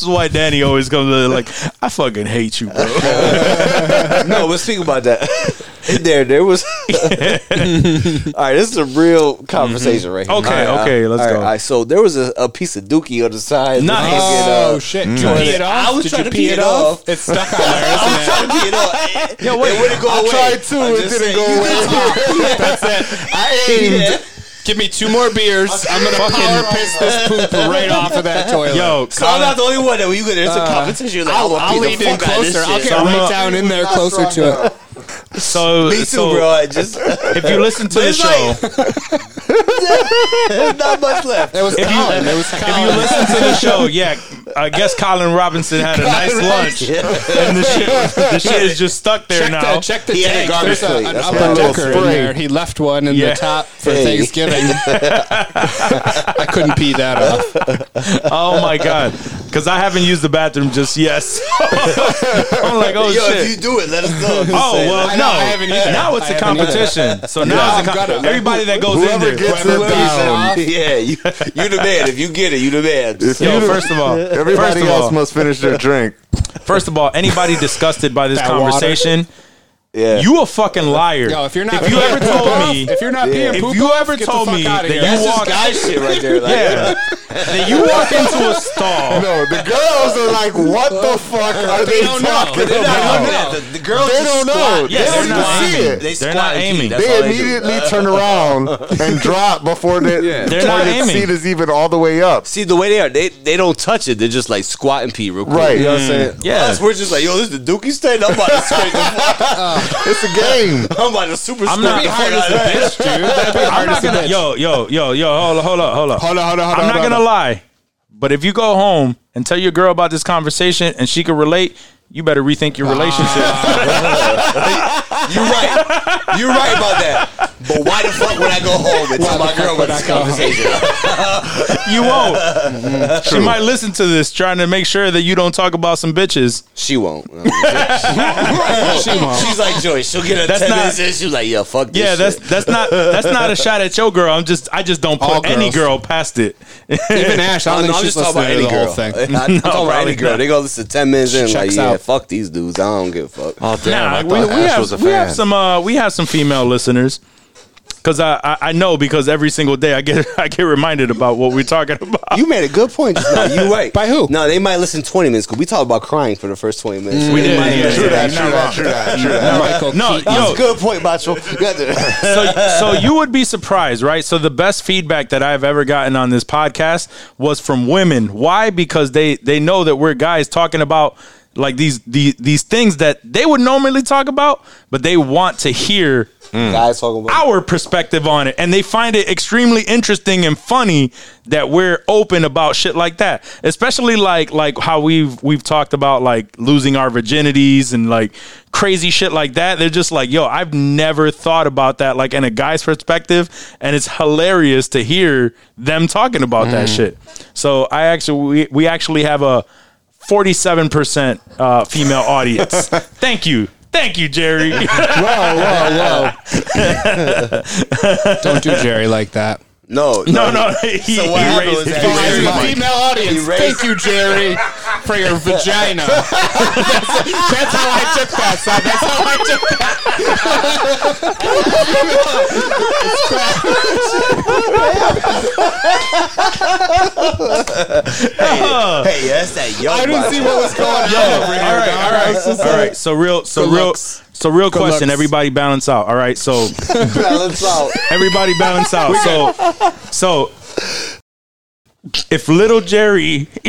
S3: is why Danny always comes in like, I fucking hate you, bro.
S9: no, but speak about that. there, there was. all right, this is a real conversation right here.
S3: Okay,
S9: All right,
S3: okay,
S9: all
S3: let's
S9: right,
S3: go.
S9: all right, so there was a, a piece of dookie on the side. uh,
S3: Nice.
S1: Oh shit! Did you pee it off?
S9: I was
S1: Did
S9: trying
S1: you
S9: to pee it off.
S1: It's stuck on there,
S9: I
S1: isn't
S9: was
S1: it?
S9: trying to pee it off. Yo, wait, it wouldn't go
S2: I
S9: away.
S2: tried to,
S9: I'm
S2: it
S9: just
S2: didn't
S9: saying,
S2: go
S9: you
S2: away.
S9: did
S2: I aimed.
S1: Give me two more beers. I'm gonna power piss this poop right off of that toilet.
S3: Yo,
S9: So I'm not the only one that when you get there's a competition. You're like,
S1: I'll,
S9: i
S1: I'll
S9: want to
S1: lean
S9: pee
S1: in
S9: the fuck out of
S1: closer.
S9: this
S1: I'll
S9: shit.
S1: get
S3: I'm
S1: right
S3: a-
S1: down in there, closer to it.
S3: so
S9: Me too,
S3: so
S9: bro. I just
S3: if you listen to the
S9: it's
S3: show,
S9: like- there's not much left.
S1: It was
S3: If you-
S1: Colin. It was
S3: if you
S1: Colin.
S3: listen to the show, yeah, I guess Colin Robinson had a nice lunch, and the shit the shit is just stuck there
S1: Check
S3: now.
S1: the, check the
S9: He had a
S1: tank.
S9: garbage
S1: There's a,
S9: plate.
S1: an
S9: That's
S2: why.
S1: upper
S2: Little
S1: decker in
S2: spring.
S1: there. He left one in
S3: Yeah.
S1: the top for
S9: Hey.
S1: Thanksgiving. I couldn't pee that off.
S3: Oh my god, because I haven't used the bathroom just yet. so- I'm like, oh
S9: Yo,
S3: shit.
S9: if you do it, let us know. I'm just
S3: Oh
S9: saying.
S3: well,
S1: I
S3: no.
S1: know, I haven't either.
S3: now it's
S1: I
S3: a
S1: haven't either.
S3: competition. So now
S1: Yeah,
S3: it's a
S1: I'm
S3: com-
S1: gonna-
S3: everybody that goes in
S2: Whoever
S3: there.
S2: gets
S1: Whoever
S2: it,
S1: pees
S2: beats
S1: it
S2: him.
S1: off.
S9: Yeah, you, you the man. If you get it, you the man.
S2: If
S3: Yo,
S2: you-
S3: first of all,
S2: everybody
S3: first of
S2: else
S3: all,
S2: must finish their drink.
S3: first of all, anybody disgusted by this
S1: That water.
S3: conversation,
S9: yeah.
S3: you a fucking liar.
S1: Yo, if you're not,
S3: if you
S1: peeing
S3: ever
S1: poop
S3: told
S1: off-
S3: me,
S1: if you're not
S9: Yeah.
S1: peeing
S3: If
S1: poop
S3: you
S1: off,
S3: ever
S1: get the
S3: told
S1: fuck
S3: me
S1: outta
S3: that
S1: here.
S3: you
S1: That's
S9: That's
S1: just-
S3: walked-
S9: just guy shit right there. Like,
S3: yeah, that you walk into a stall.
S2: No, the girls are like, what the fuck are they,
S1: don't know.
S2: talking
S1: They're
S9: They're not
S2: about?
S9: looking at the, the girls.
S2: They don't
S9: just
S2: know.
S9: squat.
S2: They Yeah,
S3: don't they're even not see aiming. it.
S9: They
S3: They're
S9: squat
S3: not
S9: and pee.
S3: aiming.
S9: That's all
S2: They
S9: do.
S2: immediately turn around and drop before the
S3: They're not
S2: toilet
S3: aiming.
S2: seat is even all the way up.
S9: See the way they are, they they don't touch it. They're just like squat and pee real quick.
S2: Right.
S9: You know what I'm saying?
S3: Yeah.
S9: Us, we're just like, yo, this is the Dookie stand. I'm about to scrape the fuck.
S2: It's a game.
S9: I'm about to super
S3: I'm
S9: scrape
S3: not-
S9: the fuck
S1: hard
S9: out
S1: as
S9: of
S1: a
S9: that.
S1: bitch, dude. That'd be
S3: I'm
S1: hard
S3: not
S1: as a
S3: gonna.
S1: bitch.
S3: Yo, yo, yo, yo. Hold up, hold up, hold up.
S1: Hold on, hold on, hold
S3: I'm
S1: on,
S3: not
S1: hold
S3: gonna
S1: on.
S3: lie, but if you go home and tell your girl about this conversation and she can relate, you better rethink your relationship.
S9: You're right. You're right about that. But why the fuck would I go home and tell my girl about this conversation?
S3: you won't. she might listen to this, trying to make sure that you don't talk about some bitches.
S9: She won't. she won't. She's like Joyce. She'll get a
S3: That's
S9: ten
S3: not-
S9: minutes in. She's like, yeah, fuck this.
S3: Yeah, that's
S9: shit.
S3: that's not that's not a shot at your girl. I'm just I just don't put
S1: All
S3: any
S1: girls.
S3: girl past it.
S1: Even Ash, I don't
S9: No, no,
S1: think
S9: I'm
S1: she's
S9: just talking
S1: listening
S9: about
S1: to
S9: any
S1: the
S9: girl.
S1: whole thing.
S9: I'm talking about
S3: probably
S9: any girl.
S3: not.
S9: They go listen ten minutes in. Like,
S1: Checks
S9: yeah,
S1: out.
S9: fuck these dudes. I don't give a fuck.
S2: Oh damn!
S3: Nah, we, we have, we have some uh, we have some female listeners because I, I I know because every single day I get I get reminded about what we're talking about.
S9: You made a good point just now. You right.
S1: By who?
S9: No, they might listen 20 minutes because we talked about crying for the first 20 minutes.
S3: We did.
S9: Might-
S3: Yeah,
S2: True
S3: yeah,
S2: that.
S3: you're
S2: True
S3: not
S2: that.
S3: wrong.
S2: True that. True that.
S1: Michael
S3: No,
S1: Keaton.
S3: yo,
S9: Good point, Macho. Good.
S3: so so you would be surprised, right? So the best feedback that I've ever gotten on this podcast was from women. Why? Because they they know that we're guys talking about like these these, these things that they would normally talk about, but they want to hear
S9: Guys talking about
S3: our perspective on it and they find it extremely interesting and funny that we're open about shit like that especially like like how we've we've talked about like losing our virginities and like crazy shit like that they're just like yo i've never thought about that like in a guy's perspective and it's hilarious to hear them talking about that shit so i actually we, we actually have a 47% uh, female audience thank you thank you jerry
S1: Don't do Jerry like that.
S9: No,
S3: No, no. He,
S9: So what
S3: he
S9: happened
S3: raised
S9: was
S3: it.
S9: that
S3: He
S9: he
S3: raised
S9: raised
S3: it.
S9: Mike.
S1: female audience.
S9: raised-
S1: Thank you, Jerry. for your vagina. that's, that's how I took that. Son. That's how I took that.
S9: Hey, yeah, that's that yo.
S1: I didn't see what was going on over here.
S3: all right, Oh, all right, all right. So real, so real,
S1: looks.
S3: so real question.
S1: looks.
S3: Everybody balance out. All right, so
S9: balance out.
S3: everybody balance out. So, so if little Jerry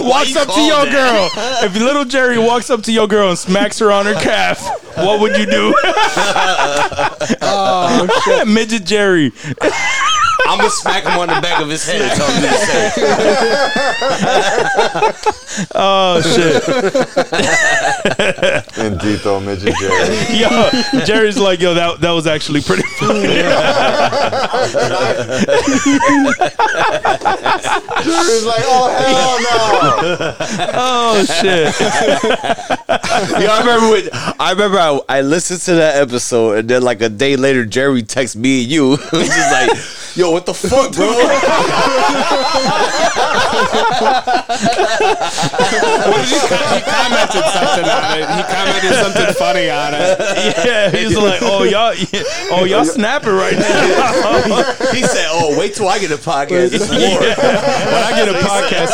S3: walks up to your girl, if little Jerry walks up to your girl and smacks her on her calf, what would you do? Oh, Midget Jerry.
S4: I'm gonna smack him on the back of his head. Or something and say,
S3: Oh shit.
S2: And Dito Midget Jerry.
S3: yo, Jerry's like, yo, that that was actually pretty funny.
S2: Jerry's like, oh, hell no.
S3: Oh shit.
S9: Yo, I remember when, I remember I, I listened to that episode, and then like a day later, Jerry texts me and you. He's just like, "Yo, what the fuck, bro?"
S1: He commented something on it. He commented something funny on it.
S3: Yeah, he's like, oh y'all, yeah, oh y'all snapping right now.
S9: he said, "Oh, wait till I get a podcast." It's war.
S3: when I get a podcast,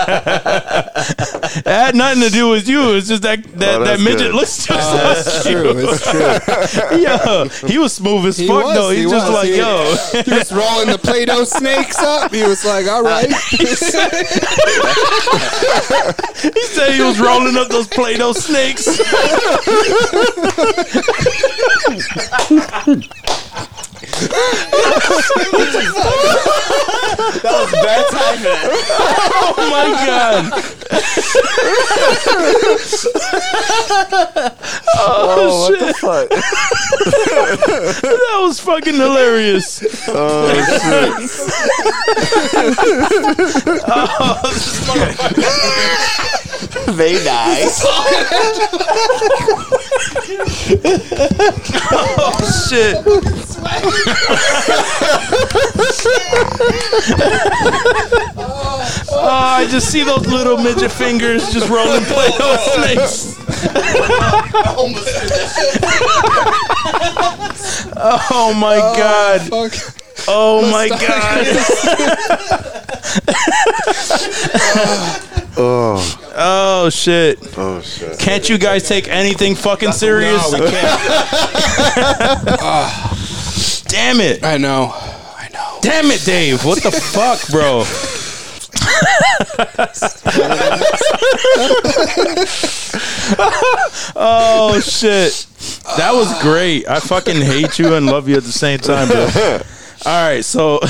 S3: it's on. it had nothing to do with you. It's just that that,
S2: Oh,
S3: that
S2: that's
S3: midget
S2: good.
S3: looks just
S1: That's true. It's true.
S3: like yo. He was smooth as
S1: He
S3: fuck
S1: was,
S3: though. He's
S1: he
S3: just
S1: was,
S3: like
S1: he-
S3: yo.
S1: He was rolling the Play-Doh snakes up. He was like, "All right,
S3: He said he was rolling up those Play-Doh snakes. Oh my god!
S2: Oh, what the fuck?
S3: That was fucking hilarious.
S2: Oh,
S3: Oh,
S9: They nice.
S3: Shit. oh, I just see those little midget fingers just rolling Play-Doh snakes. oh my god.
S1: fuck."
S3: Oh my god.
S2: Oh,
S3: Oh shit.
S2: oh, shit.
S3: Can't you guys take anything fucking serious?
S1: No, we can't. Ah.
S3: Damn it.
S1: I know. I know.
S3: Damn it, Dave. What the fuck, bro? oh shit. That was great. I fucking hate you and love you at the same time, bro. All right, so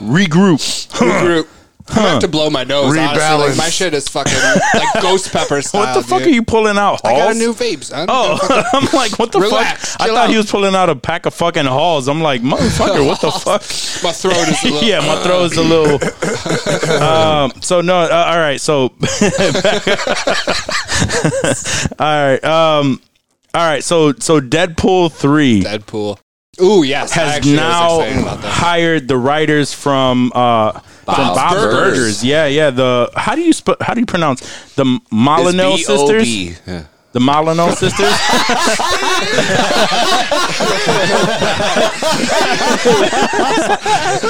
S3: regroup.
S1: Group. I'm gonna have to blow my nose. Honestly.
S2: Rebalance.
S1: Like, my shit is fucking like ghost pepper style.
S3: What the fuck
S1: dude.
S3: are you pulling out?
S1: I got a
S3: Halls?
S1: new vape. son.
S3: Oh, I'm like, what the
S1: Relax,
S3: fuck? I
S1: chill
S3: thought he
S1: out.
S3: was pulling out a pack of fucking halls. I'm like, motherfucker, what the fuck?
S1: my throat is a little. uh,
S3: yeah, my throat is a little. um, so no, uh, all right. So all right, um, all right. So so Deadpool three
S1: Deadpool. Ooh yes, I
S3: has
S1: actually was
S3: now
S1: excited about that.
S3: hired the writers from uh, from
S9: Bob's
S3: Bob Burgers.
S9: Burgers.
S3: Yeah, yeah. The how do you sp- how do you pronounce the Molyneux
S9: It's
S3: sisters?
S9: B.O.B.. Yeah.
S3: The Molyneux sisters.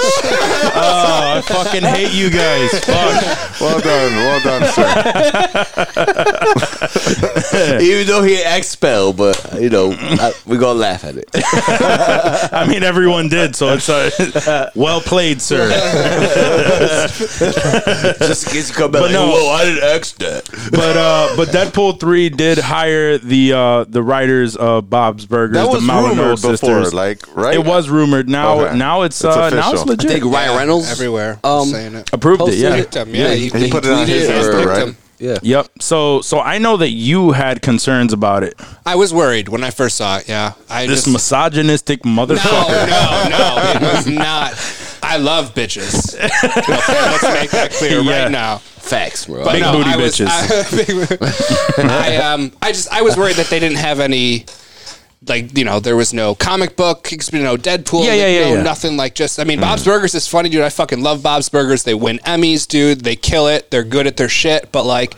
S3: oh, I fucking hate you guys. Fuck.
S2: Well done. Well done, sir.
S9: Even though he expelled, but you know I, we gonna laugh at it.
S3: I mean, everyone did, so it's uh, well played, sir.
S9: Just in case you come back,
S3: But
S9: like,
S3: no.
S9: whoa, I didn't ex that.
S3: But uh, but Deadpool three did hire the uh, the writers of Bob's Burgers,
S2: That was
S3: the Molyneux
S2: rumored before,
S3: sisters.
S2: like, right?
S3: It was rumored. Now,
S2: Okay.
S3: now it's,
S2: It's
S3: uh, now it's
S2: official.
S3: legit.
S9: Think Ryan Reynolds
S1: everywhere.
S9: Um,
S1: saying it.
S3: approved it. Yeah.
S1: Picked him. Yeah,
S9: Yeah,
S1: he,
S2: he put it on
S1: tweeted
S2: his
S1: it as
S2: Insta,
S1: picked
S2: right?
S1: him.
S9: Yeah.
S3: Yep. So so I know that you had concerns about it.
S1: I was worried when I first saw it. Yeah, I
S3: This
S1: just
S3: misogynistic
S1: no,
S3: motherfucker.
S1: no, no. It was not. I love bitches. Okay, let's make that clear
S3: Yeah.
S1: right now.
S9: Facts, bro.
S1: But
S3: Big
S1: no,
S3: booty
S1: I was,
S3: bitches.
S1: I, I, um, I just I was worried that they didn't have any like you know there was no comic book, you know Deadpool,
S3: Yeah, yeah, yeah,
S1: no
S3: yeah. Mm.
S1: nothing like just. I mean, Bob's Burgers is funny, dude. I fucking love Bob's Burgers. They win Emmys, dude. They kill it. They're good at their shit, but like.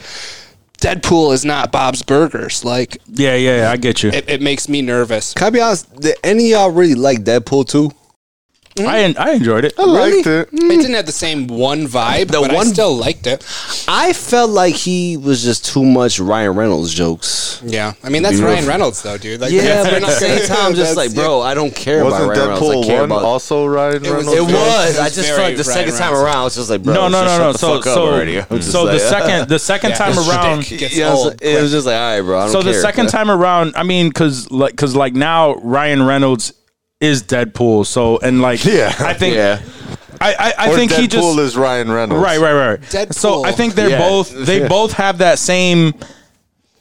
S1: Deadpool is not Bob's Burgers. Like
S3: Yeah, yeah, yeah, I get you.
S1: it, it makes me nervous.
S9: Can I be honest? Did any of y'all really like Deadpool too?
S3: I en- I enjoyed it.
S2: I liked it.
S1: It didn't have the same one vibe,
S9: The
S1: but I
S9: one-
S1: still liked it.
S9: I felt like he was just too much Ryan Reynolds jokes.
S1: Yeah, I mean that's
S2: Beautiful.
S1: Ryan Reynolds though, dude. Like,
S9: Yeah,
S1: that's-
S9: but at the same time, just
S2: That's-
S9: like, bro, I don't care
S2: Wasn't
S9: about Ryan Reynolds.
S2: Deadpool
S9: I care
S2: one
S9: about
S2: also Ryan
S1: was-
S2: Reynolds?
S9: It was.
S1: It
S9: I
S1: was
S9: just
S1: very
S9: felt like the
S1: Ryan
S9: second time
S1: Reynolds.
S9: around, I was just like, bro,
S3: no, no,
S9: just
S3: no,
S9: shut
S3: no.
S9: the
S3: So
S9: fuck up already. I'm
S3: so
S9: just
S3: so the
S9: like-
S3: second the second
S1: Yeah,
S3: time
S1: it's
S3: around.
S1: ridiculous. gets
S9: Yeah, I was-
S1: old
S9: it was just like, all right, bro. I don't
S3: So the
S9: care.
S3: second time around, I mean, cause like, cause like now Ryan Reynolds is Deadpool. So and like,
S2: Yeah.
S3: I think
S9: yeah,
S3: I I, I
S2: Or
S3: think
S2: Deadpool
S3: he just
S2: is Ryan Reynolds.
S3: right right right. So
S1: Deadpool.
S3: I think they're
S9: Yeah.
S3: both they
S2: Yeah.
S3: both have that same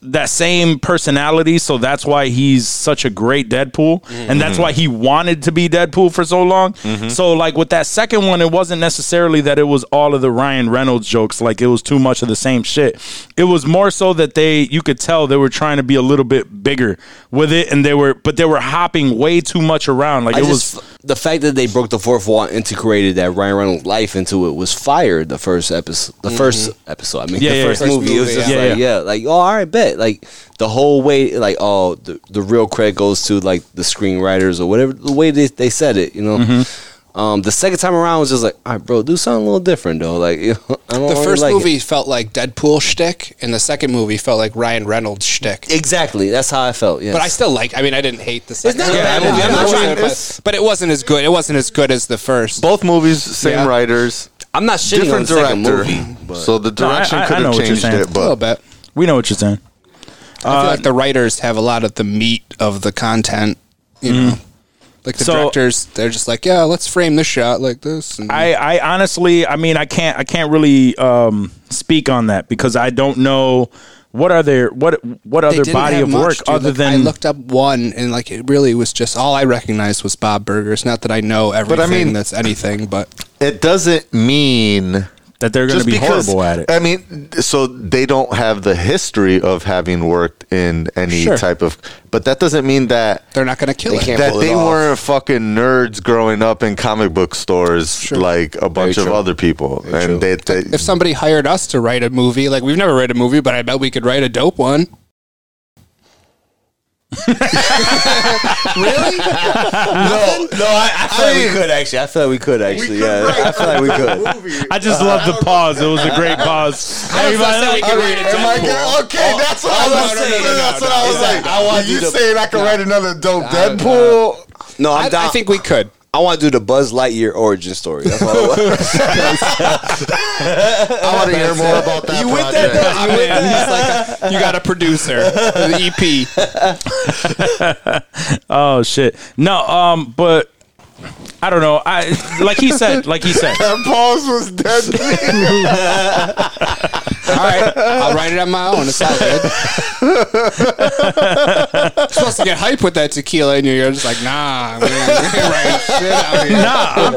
S3: that same personality. So that's why he's such a great Deadpool, and that's why he wanted to be Deadpool for so long. So like with that second one, it wasn't necessarily that it was all of the Ryan Reynolds jokes. Like it was too much of the same shit. It was more so that they you could tell they were trying to be a little bit bigger with it, and they were but they were hopping way too much around. Like
S9: I
S3: it
S9: just,
S3: was.
S9: the fact that they broke the fourth wall and integrated that Ryan Reynolds life into it was fired. The first episode, the first episode. I mean,
S3: Yeah,
S9: the
S3: yeah,
S9: first
S3: yeah.
S9: movie. it was
S1: First
S9: just
S3: movie, yeah.
S9: like,
S3: Yeah,
S9: yeah. like oh, all right, bet. Like the whole way, like oh, the, the real credit goes to like the screenwriters or whatever. The way they, they said it, you know. Um, the second time around was just like, all right, bro, do something a little different though. Like you know, I don't
S1: the
S9: really
S1: first
S9: like it.
S1: movie felt like Deadpool shtick, and the second movie felt like Ryan Reynolds shtick.
S9: Exactly, that's how I felt. Yes.
S1: But I still like. I mean, I didn't hate the second.
S9: not a
S1: one.
S9: bad movie. I'm
S1: I
S9: not
S1: wasn't-
S9: trying to-
S1: but, but it wasn't as good. It wasn't as good as the first.
S2: Both movies, same
S1: Yeah.
S2: writers,
S9: I'm not shitting
S2: different
S9: on the second
S2: director.
S9: movie.
S2: so the
S3: I-
S2: direction
S3: I- I
S2: could
S3: know
S2: have
S3: what you're
S2: changed
S3: saying.
S2: it,
S1: a little
S2: but
S1: bit.
S3: We know what you're saying.
S9: Uh,
S1: I feel like the writers have a lot of the meat of the content.
S9: Mm.
S1: You know, like the
S3: So-
S1: directors, they're just like, yeah, let's frame this shot like this. And
S3: I, I honestly, I mean, I can't, I can't really um, speak on that because I don't know what are their what what
S1: They
S3: other
S1: didn't
S3: body
S1: have
S3: of
S1: much,
S3: work
S1: dude.
S3: other
S1: Like,
S3: than
S1: I looked up one, and like it really was just all I recognized was Bob Burgers. Not that I know everything
S2: I mean-
S1: that's anything, but
S2: it doesn't mean
S3: that they're going to be horrible at it.
S2: I mean, so they don't have the history of having worked in any
S3: Sure.
S2: type of, but that doesn't mean that
S1: they're not going to kill
S9: They
S1: it.
S9: can't
S2: that
S9: pull it
S2: they
S9: off.
S2: weren't fucking nerds growing up in comic book stores like a bunch of
S9: true.
S2: other people,
S9: true.
S2: and they, they
S1: if somebody hired us to write a movie, like we've never written a movie, but I bet we could write a dope one. really?
S9: No, no, I, I feel
S2: mean-
S9: like we could actually. I feel like we could actually. yeah, I feel like we could.
S3: I just love the pause. It was a great pause. Everybody,
S1: can read
S2: Am I good? Okay, that's what I
S9: all
S2: was
S9: I'm
S2: saying.
S9: saying-
S2: That's what I was
S9: no, no,
S2: like.
S9: no, I want
S2: you
S9: you to-
S2: saying I can write another dope Deadpool?
S9: No, I'm
S1: I,
S9: down.
S1: I think we could.
S9: I want to do the Buzz Lightyear origin story. That's all I want.
S2: I want to hear more about that. You with
S1: I mean, he's like, you got a producer, E the EP.
S3: oh shit, no, um, but I don't know. I like he said, like he said.
S2: That pause was deadly.
S1: All right, I'll write it on my own. It's all good. You're supposed to get hype with that tequila in you. You're just like, nah, man, we ain't writing shit out here.
S3: Nah,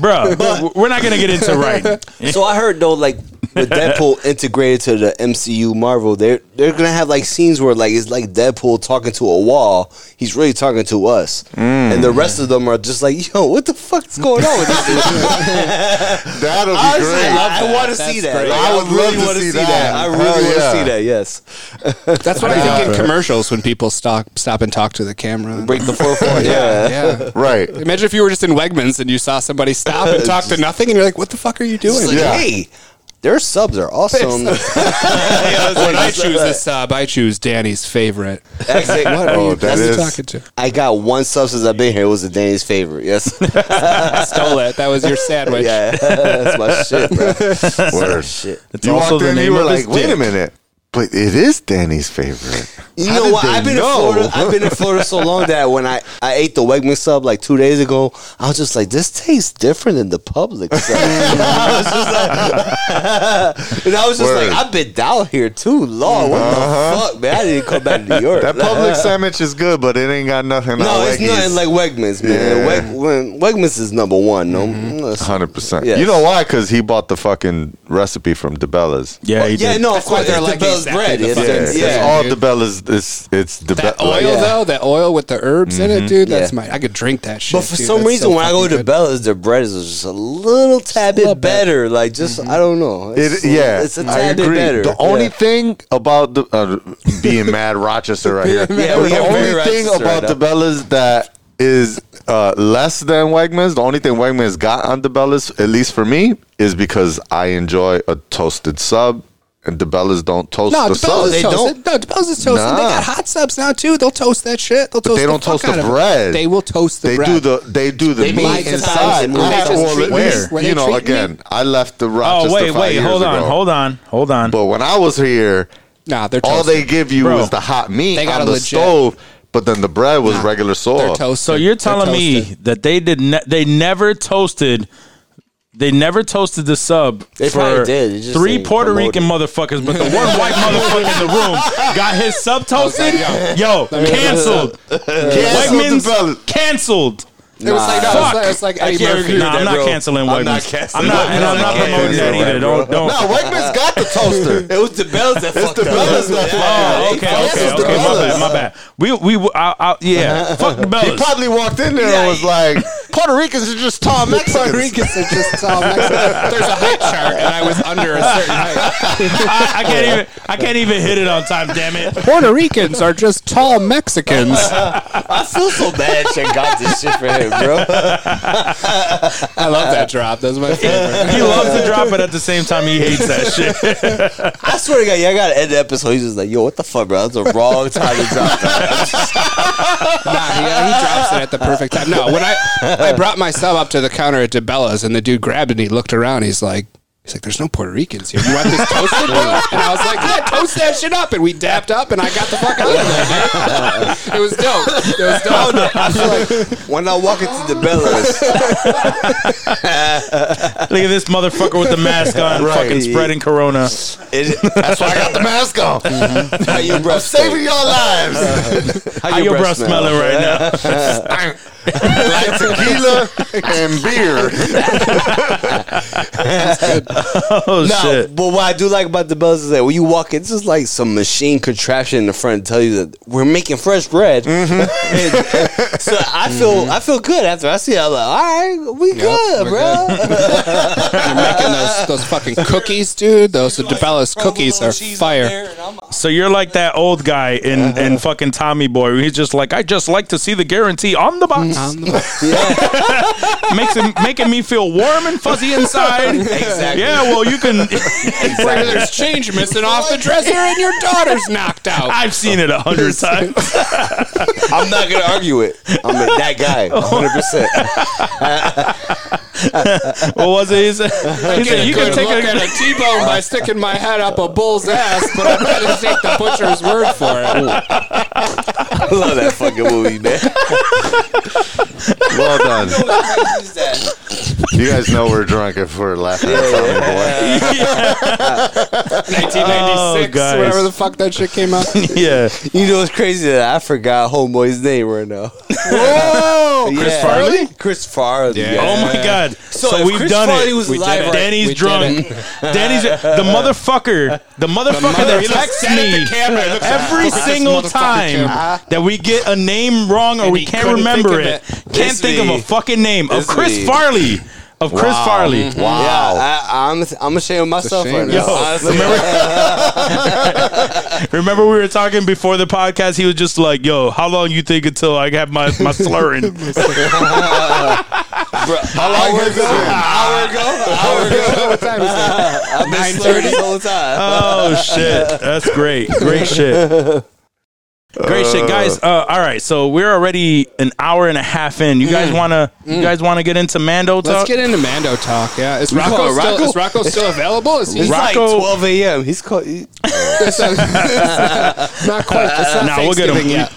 S3: bruh, we're not gonna get into writing.
S9: so I heard though, like with Deadpool integrated to the MCU Marvel, they're they're gonna have like scenes where like it's like Deadpool talking to a wall. He's really talking to us, and the rest of them are just like, "Yo, what the fuck's going on with this dude?"
S2: That'll be
S9: Honestly,
S2: great.
S9: I, want to see that. Like,
S2: I would love to
S9: wanna
S2: see that.
S9: I really
S2: Hell
S9: want to
S2: yeah.
S9: see that. Yes,
S1: That's what I think in commercials when people stop, stop and talk to the camera.
S9: break the fourth wall. Yeah.
S1: Yeah.
S2: Right.
S1: Imagine if you were just in Wegmans and you saw somebody stop and talk to nothing, and you're like, "What the fuck are you
S9: It's
S1: doing?"
S9: like,
S2: Yeah.
S9: hey, their subs are awesome.
S1: when I choose a sub, I choose Danny's favorite.
S9: Exit.
S1: What are
S2: Oh,
S1: you,
S2: that
S1: who
S2: is-
S1: talking to?
S9: I got one sub since I've been here. It was a Danny's favorite. Yes.
S1: I stole it. That was your sandwich.
S9: yeah. That's my shit, bro.
S2: Word.
S9: Shit.
S3: It's
S2: You
S3: also
S2: walked
S3: the
S2: in,
S3: name
S2: you were
S3: of his
S2: like, wait a
S3: dick.
S2: minute. But it is Danny's favorite.
S9: You
S2: How
S9: know
S2: did
S9: what?
S2: they
S9: I've been
S2: know?
S9: in Florida. I've been in Florida so long that when I, I ate the Wegman sub like two days ago, I was just like, this tastes different than the public sub. I was just like, and I was just
S2: Word. Uh-huh.
S9: like, I've been down here too long. What the fuck, man? I didn't come back to New York.
S2: That public sandwich is good, but it ain't got nothing
S9: no,
S2: on
S9: it's nothing like Wegmans, man.
S2: Yeah.
S9: Weg, when, Wegmans is number one. No, that's-
S2: Hundred percent.
S9: Yes.
S2: You know why? Because he bought the fucking recipe from DeBella's.
S3: Yeah, he
S9: yeah,
S3: did.
S9: no, of
S1: That's why
S9: course.
S1: they're
S9: it's
S1: like
S9: the
S1: these
S9: Bell's just bread.
S1: the
S9: It's,
S1: fucking
S9: it's-
S1: same,
S2: it's
S9: yeah.
S2: all the bellas. It's it's the Mm-hmm.
S1: That
S2: be-
S1: oil
S2: like-
S1: though, that oil with the herbs in it, dude. That's
S9: Yeah.
S1: my. I could drink that shit.
S9: But for
S1: dude.
S9: some
S1: That's
S9: reason,
S1: so
S9: when I go
S1: fucking
S9: to
S1: good.
S9: Bella's, their bread is just a little tad bit
S1: little bit.
S9: better. Like, just I don't know. It's
S2: It,
S9: just a-
S2: yeah,
S9: it's a
S2: I
S9: tad bit
S2: agree.
S9: better.
S2: The only
S9: Yeah.
S2: thing about the uh, being mad Rochester right here.
S9: Yeah, we
S2: the
S9: are very
S2: only thing
S9: Rochester right
S2: about the Bellas that is uh, less than Wegmans. The only thing Wegmans got on the Bellas, at least for me, is because I enjoy a toasted sub, and the Bellas don't toast
S1: No,
S2: the
S1: the
S2: sub.
S1: Bella's
S2: They
S1: toasted.
S2: don't.
S1: No, the Bella's toasted. They
S2: Nah.
S1: got hot subs now too. They'll toast that shit. They'll toast.
S2: They don't
S1: the fuck
S2: toast the
S1: out of it.
S2: bread.
S1: They will toast the
S2: they
S1: bread.
S2: do the they do the
S9: They
S2: meat
S9: make
S2: inside.
S9: sometimes-
S2: I-
S9: they just
S2: well,
S9: treat
S2: where-
S1: me-
S2: you
S1: they
S2: know,
S1: treat me-
S2: again, I left the Rochester.
S3: Oh wait,
S2: five
S3: wait,
S2: years
S3: hold on,
S2: ago.
S3: hold on, hold on.
S2: But when I was here,
S1: Nah, they're
S2: all
S1: toasted.
S2: they give you
S3: Bro.
S2: is the hot meat
S1: They got
S2: on
S1: a
S2: the
S1: legit-
S2: stove, but then the bread was
S1: Nah,
S2: regular
S1: They're
S2: soil.
S1: toasted.
S3: So
S1: They're
S3: you're telling me
S1: toasted.
S3: that they did ne- they never toasted they never toasted the sub
S9: They
S3: for
S9: probably did. They just
S3: three
S9: ain't
S3: Puerto
S9: promoted.
S3: Rican motherfuckers, but the one white motherfucker in the room got his sub toasted. Yo,
S2: Canceled
S3: canceled.
S2: the fellas.
S3: Wegmans canceled.
S1: It was like, no, it was
S3: Fuck.
S1: like, it was like
S9: I
S1: Eddie
S9: can't
S1: Murphy.
S9: agree with
S3: Nah, I'm
S9: that,
S3: not
S9: bro.
S3: canceling
S9: I'm not
S3: Wegmans.
S9: canceling
S3: I'm not,
S9: Wegmans.
S3: and I'm
S9: I'm
S3: not
S9: not
S3: promoting that
S9: canceling
S3: either.
S9: Wegmans,
S3: Don't, don't.
S2: No, Wegmans got the toaster.
S9: It was the Bellas that fucked up.
S2: Bellas that fucked
S3: Oh, okay,
S9: Yes,
S3: okay,
S9: it's the Uh-huh.
S3: okay. My
S9: Bellas.
S3: bad, my bad. We, we, I, I, yeah. Fuck the
S2: He
S3: Bellas.
S2: probably walked in there and was like, Puerto Ricans are just tall
S1: Puerto
S2: Mexicans.
S1: Ricans are just tall Mexicans. There's a height chart, and I was under a certain height.
S3: I, I can't even, I can't even hit it on time. Damn it.
S1: Puerto Ricans are just tall Mexicans.
S9: I feel so bad. She got this shit for him, bro.
S1: I love that drop. That's my favorite.
S3: He loves to drop it at the same time he hates that shit.
S9: I swear to God, y'all gotta end the episode. He's just like, yo, what the fuck, bro? That's the wrong time to drop that.
S1: Nah, he, he drops it at the perfect time. No, when I I brought my sub up to the counter at DeBella's, and the dude grabbed it, and he looked around. He's like. He's like, there's no Puerto Ricans here. You want this toasted? bro?" and I was like, yeah, toast that shit up. And we dapped up, and I got the fuck out of there, dude. It was dope. It was dope.
S9: I feel like when I walk into the Bellas,
S3: Look at this motherfucker with the mask on,
S9: Right.
S3: fucking spreading corona.
S9: it, that's why I got
S2: The mask on.
S9: the how your breath
S2: Saving your lives.
S3: How your breath smelling right now?
S2: like tequila and beer.
S3: Oh
S9: No,
S3: shit!
S9: but what I do like about the Bellas is that when you walk in, it's just like some machine contraption in the front to tell you that we're making fresh bread. And- so I feel I feel good after I see. It. I'm like, all right, we good,
S1: we're
S9: bro.
S1: You're making those, those fucking cookies, dude. Those DeBella's cookies are fire.
S3: So you're like that old guy in in fucking Tommy Boy. where He's just like, I just like to see the guarantee on the box.
S1: On the-
S3: Makes him making me feel warm and fuzzy inside.
S9: Exactly.
S3: Yeah. Well, you can.
S1: There's change missing off the dresser, and your daughter's knocked out.
S3: I've seen it a hundred times.
S9: I'm not gonna argue it. I'm a, that guy, 100. percent
S3: What was it? He said, he said, you can take
S1: look at
S3: a.
S1: a T-bone by sticking my head up a bull's ass, but I'm gonna take the butcher's word for it.
S9: I love that fucking movie, man.
S2: Well done. You guys know we're drunk if we're laughing at something, boy.
S1: 1996,
S3: Oh, guys.
S1: whatever the fuck that shit came out.
S3: Yeah.
S9: You know what's crazy? That I forgot homeboy's name right now.
S3: Whoa, Chris
S9: Yeah.
S3: Farley.
S9: Chris Farley. Yeah.
S3: Oh my god! So,
S9: if
S3: we've
S9: Chris
S3: done
S9: Farley
S3: it.
S9: was
S3: we
S9: alive
S3: did it.
S9: right-
S3: Danny's
S1: we did
S3: drunk. Danny's the motherfucker. The motherfucker that texts me every single
S1: motherfucking
S3: time
S1: camera.
S3: that we get a name wrong or we
S1: he
S3: can't
S1: couldn't
S3: remember
S1: think of
S3: it.
S1: it.
S3: Can't
S9: This
S3: think of a
S9: week.
S3: fucking name of
S9: This
S3: Chris
S9: week.
S3: Farley. Of Chris Farley.
S9: Yeah, I, I'm I'm ashamed of myself
S1: shame.
S9: right
S1: Yo,
S9: now. Honestly.
S3: Remember we were talking before the podcast. He was just like, "Yo, how long you think until I have my my slurring?"
S9: How long ago? Hour ago? Hour ago?
S1: What time is that?
S9: I've been slurring this whole time.
S3: oh shit, that's great. Great shit. Great shit, guys. Uh, all right, so we're already an hour and a half in. You
S9: Mm.
S3: guys wanna, you guys wanna get into Mando talk?
S1: Let's get into Mando talk. Yeah, is
S9: call
S1: Rocco,
S9: it
S1: still,
S9: Rocco?
S1: is Rocco still available? Is he
S9: It's like
S3: Rocco-
S9: 12 a.m. He's called. he-
S1: It's not, it's not quite. It's not
S3: Nah, we'll get him.
S1: Thanksgiving yet.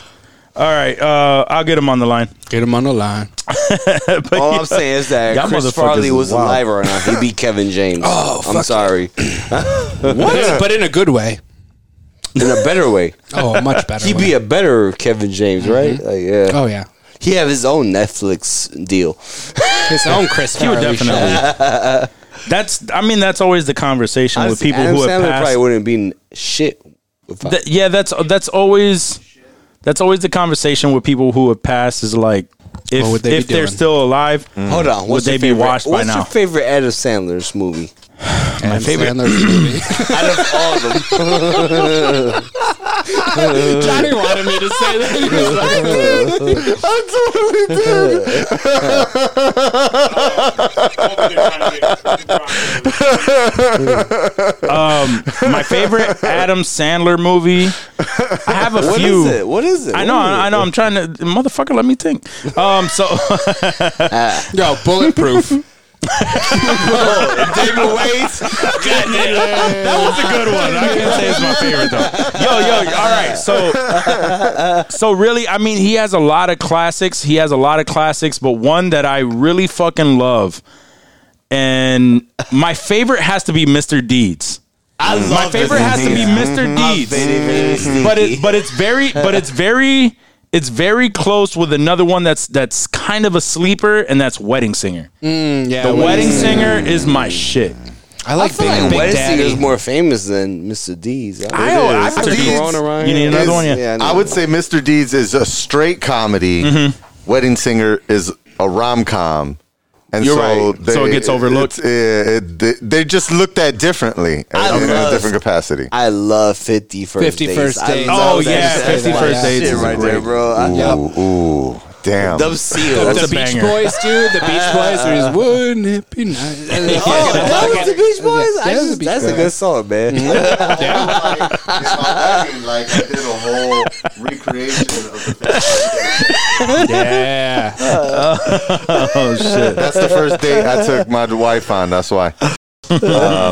S3: all right, uh, I'll get him on the line.
S1: Get him on the line.
S9: All I'm saying is that
S3: Y'all
S9: Chris
S3: motherfuckers
S9: Farley
S3: is
S9: was
S3: wild.
S9: alive right now. He beat Kevin James. Oh, I'm sorry.
S1: What? But in a good way.
S9: In a better way,
S1: Oh, much better.
S9: he
S1: way.
S9: be a better Kevin James,
S3: Mm-hmm.
S9: right? Like, yeah.
S1: oh yeah,
S9: He have his own Netflix deal.
S1: his own Chris.
S3: You would
S1: Farley show.
S3: definitely. that's, I mean, that's always the conversation with
S9: Honestly,
S3: people
S9: Adam
S3: who have
S9: Sandler
S3: passed.
S9: probably wouldn't be n- shit
S3: Th- yeah, that's that's always that's always the conversation with people who have passed is like if
S1: What would they be
S3: if they're
S1: doing?
S3: still alive,
S9: Mm. Hold on.
S3: would
S9: What's
S3: they
S9: your
S3: be
S9: favorite-
S3: washed by
S9: What's
S3: now?
S9: your favorite Adam Sandler's movie?
S1: My favorite Sandler's movie.
S9: Out of all of them.
S1: Johnny wanted me to say that. He was like,
S3: um, my favorite Adam Sandler movie. I have a
S9: What is
S3: few.
S9: it? What is it?
S3: I know,
S9: What is it?
S3: I, I know. I'm trying to motherfucker. Let me think. Um, so Ah,
S1: Yo, bulletproof.
S9: David Waits.
S3: that was a good one. I can't say it's my favorite though. Yo, yo, all right. So, so really, I mean, he has a lot of classics. He has a lot of classics, but one that I really fucking love, and my favorite has to be Mr. Deeds.
S9: I love
S3: My favorite has to be Mr. Deeds, but it, but it's very, but it's very. It's very close with another one that's that's kind of a sleeper, and that's Wedding Singer.
S1: Yeah,
S3: the
S1: what
S3: Wedding
S1: is-
S3: Singer is my shit.
S1: I like
S9: I feel like
S1: Big, Big
S9: Wedding Singer's
S1: Daddy.
S9: more famous than Mr. D's.
S3: I- I-
S9: After
S3: Deeds-
S9: Corona, Ryan.
S3: you need another
S2: Is-
S3: one, yeah.
S9: no.
S2: I would say Mr. Deeds is a straight comedy. Wedding Singer is a rom com. And
S3: You're
S2: so,
S3: right. So it gets overlooked.
S2: it's- Yeah, it, they, they just looked at differently
S9: I
S2: in a
S9: love-
S2: different capacity.
S9: I love 50 First
S1: 50
S9: Dates.
S1: First
S9: I
S1: Dates.
S9: love
S3: Oh,
S9: that
S3: yeah,
S9: shit.
S3: 50
S9: Like,
S3: First Dates
S9: Shit
S3: is
S9: right there,
S3: great.
S9: bro. I-
S1: Yep.
S2: Ooh, ooh, damn.
S9: Them seals.
S1: The
S3: a
S1: Beach
S3: banger.
S1: Boys, dude. The Beach Boys. Where he's, wouldn't it be nice? And they
S9: Oh,
S1: fucking
S9: that
S1: look
S9: was
S1: at
S9: the
S1: it.
S9: Beach Boys. Mm-hmm. I
S1: that was the
S9: just,
S1: Beach
S9: that's a
S1: Boys.
S9: good song, man.
S2: like, in my wedding, like I did a whole recreation of the
S1: Yeah.
S3: Oh shit.
S2: That's the first date I took my wife on. That's why. Um,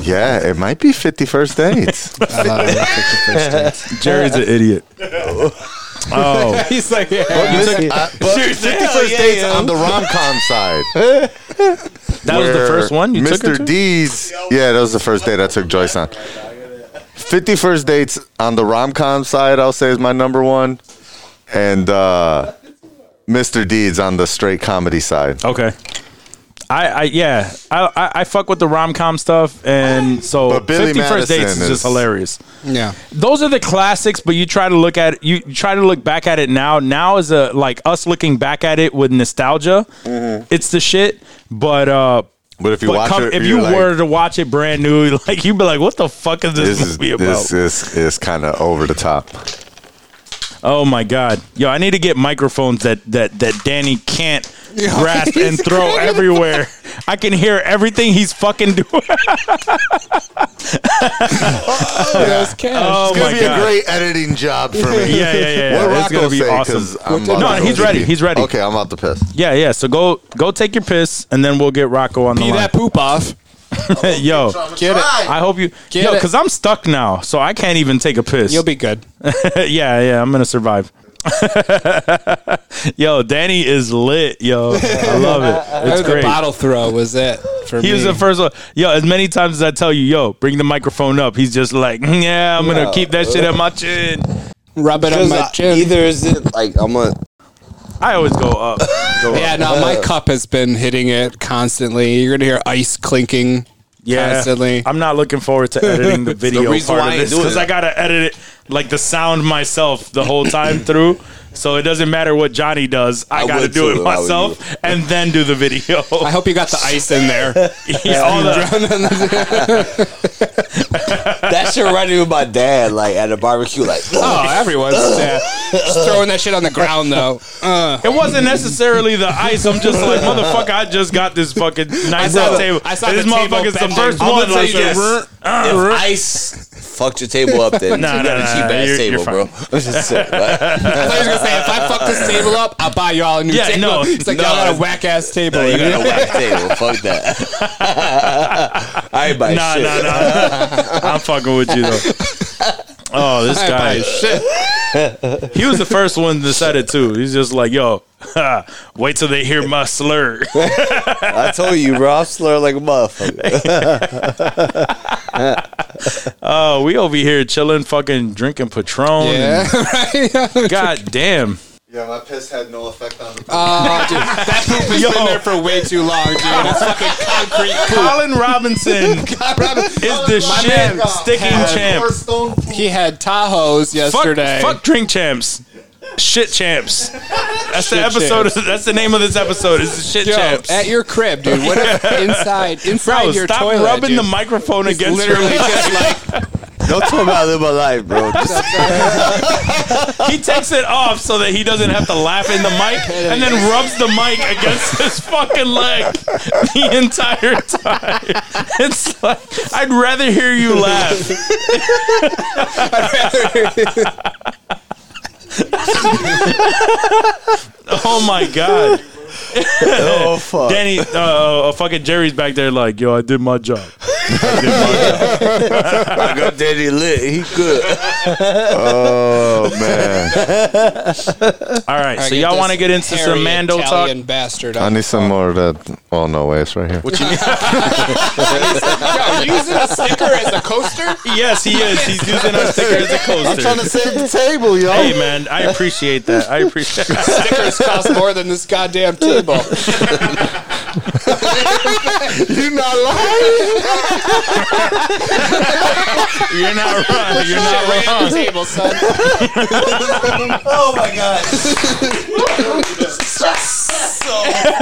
S2: yeah, it might be 51st dates.
S1: I love it. That's the first date.
S3: Jerry's an idiot. Oh,
S1: He's like, yeah.
S2: But, listen, I- but
S9: Sure,
S2: 51st
S9: yeah,
S2: dates
S9: yeah.
S2: on the rom com side.
S3: that was the
S2: where
S3: first one you
S2: Mr.
S3: took her to?
S2: D's. Yeah, that was the first date I took Joyce on. 51st dates on the rom com side, I'll say, is my number one. And uh, Mr. D's on the straight comedy side.
S3: Okay. I, I yeah I, I I fuck with the rom com stuff and so
S2: But Billy
S3: Fifty First
S2: Madison
S3: Dates is,
S2: is-
S3: just hilarious.
S1: yeah.
S3: Those are the classics, but you try to look at you try to look back at it now. Now is a like us looking back at it with nostalgia.
S2: Mm-hmm.
S3: It's the shit, but uh,
S2: But if you
S3: but
S2: watch
S3: come,
S2: it,
S3: if
S2: you're
S3: you
S2: like,
S3: were to watch it brand new, like you'd be like, what the fuck is this,
S2: this is,
S3: movie about?
S2: this is, is kind of over the top.
S3: Oh my god, yo! I need to get microphones that that that Danny can't grasp and throw everywhere. I can hear everything he's fucking doing. oh
S2: It's
S3: my
S2: gonna be
S3: god!
S2: a great editing job for me.
S3: yeah, yeah, yeah. yeah.
S2: What
S3: It's
S2: Rocco
S3: gonna be
S2: say,
S3: awesome.
S2: 'cause I'm about
S3: No,
S2: to
S3: he's
S2: go
S3: ready.
S2: pee.
S3: He's ready.
S2: Okay, I'm out the piss.
S3: Yeah, yeah. So go go take your piss, and then we'll get Rocco on
S1: Pee
S3: the
S1: that poop off.
S3: line. yo,
S1: Get it.
S3: I hope you.
S1: Get
S3: yo,
S1: it.
S3: because I'm stuck now, so I can't even take a piss.
S1: You'll be good.
S3: yeah, yeah. I'm gonna survive. yo, Danny is lit. Yo, I love it.
S1: Oh,
S3: It's
S1: the
S3: great.
S1: bottle throw was it for
S3: He
S1: me.
S3: was the first one. Yo, as many times as I tell you, yo, bring the microphone up. He's just like, "Mm, yeah, I'm gonna keep that shit at my chin.
S1: Rub it on my
S9: Because I-
S1: chin.
S9: Either is it like I'm a
S3: I always go up. Go up.
S1: yeah, no,
S3: Oh.
S1: my cup has been hitting it constantly. You're gonna hear ice clinking
S3: Yeah.
S1: constantly.
S3: I'm not looking forward to editing the video
S9: reason
S3: part
S9: why I
S3: of
S9: ain't
S3: this
S9: doing
S3: because
S9: it.
S3: I gotta edit it like the sound myself the whole time through. So it doesn't matter what Johnny does. I,
S9: I
S3: gotta
S9: would
S3: do
S9: too,
S3: it
S9: I would
S3: myself and then do the video.
S1: I hope you got the ice in there.
S3: Yeah, all the-
S9: that shit reminded me of my dad, like at a barbecue, like
S1: oh, everyone's yeah. just throwing that shit on the ground though. Uh,
S3: it wasn't necessarily the ice. I'm just like motherfucker. I just got this fucking nice
S1: saw the-
S3: table.
S1: I saw
S3: and
S1: the
S3: this
S1: table
S3: motherfucker's the
S1: bending.
S3: first
S1: I'm gonna
S3: one.
S1: tell
S3: Like,
S1: you this.
S3: "Ruh, uh,
S9: if
S3: ruh."
S9: ice fucked your table up, then
S3: Nah,
S9: you
S3: nah,
S9: got
S3: nah,
S9: a cheap
S3: nah,
S9: ass
S3: you're-
S9: table,
S3: you're
S9: bro. I'm just saying,
S1: I
S9: like,
S1: thought you were gonna say if I fuck this table up, I'll buy y'all a new
S3: Yeah,
S1: table.
S3: no,
S1: it's like
S9: no,
S1: y'all got a
S9: it's-
S1: whack ass table.
S9: you got a whack table. Fuck that. I ain't buy
S3: Nah,
S9: shit.
S3: nah, nah. I'm fucking with you though. Oh, this
S1: I buy
S3: guy.
S1: shit.
S3: He was the first one that said it too. He's just like, yo, wait till they hear my slur.
S9: I told you, bro. I'm slurring like a motherfucker.
S3: Oh, we over here chilling, fucking drinking Patron. and-
S1: Yeah, right.
S3: God damn.
S2: Yeah, my piss had no effect on the poop.
S1: Oh, dude, that poop has been there for way too long, dude. It's fucking concrete poop.
S3: Colin Robinson is
S1: God, Robin,
S3: the
S1: my
S3: shit
S1: man
S3: sticking
S1: had-
S3: champ.
S2: Stone poop.
S1: He had Tahoes
S3: Fuck,
S1: yesterday.
S3: fuck drink champs. Shit champs. That's the
S1: Shit
S3: episode.
S1: champs.
S3: That's the name of this episode. Is the shit
S1: Yo,
S3: champs.
S1: at your crib, dude. What if inside inside
S3: Bro,
S1: your
S3: stop
S1: toilet?
S3: rubbing
S1: dude.
S3: the microphone
S1: It's
S3: against your
S1: literally just like
S9: Don't talk about I live my life, bro. Just
S3: He takes it off so that he doesn't have to laugh in the mic and then rubs the mic against his fucking leg the entire time. It's like, I'd rather hear you laugh. oh my God.
S9: oh fuck.
S3: Danny, uh, uh, fucking Jerry's back there like, yo, I did my job. I did my job.
S9: I got Danny lit. He good.
S2: Oh man,
S3: All right, so
S1: get
S3: y'all
S1: this
S3: want to get into some
S1: hairy
S3: Mando
S1: Italian bastard.
S2: I
S1: On.
S2: need some more of that. Oh no, way, it's right here.
S1: Yo, using a sticker as a coaster?
S3: talk? Yes, he is. He's using our sticker as a coaster.
S2: I'm trying to save the table, y'all.
S3: Hey man, I appreciate that. I appreciate that.
S1: Stickers cost more than this goddamn table.
S2: You're not lying.
S3: You're not wrong. You're not
S1: Right
S3: wrong.
S1: on the table, son.
S9: Oh my god.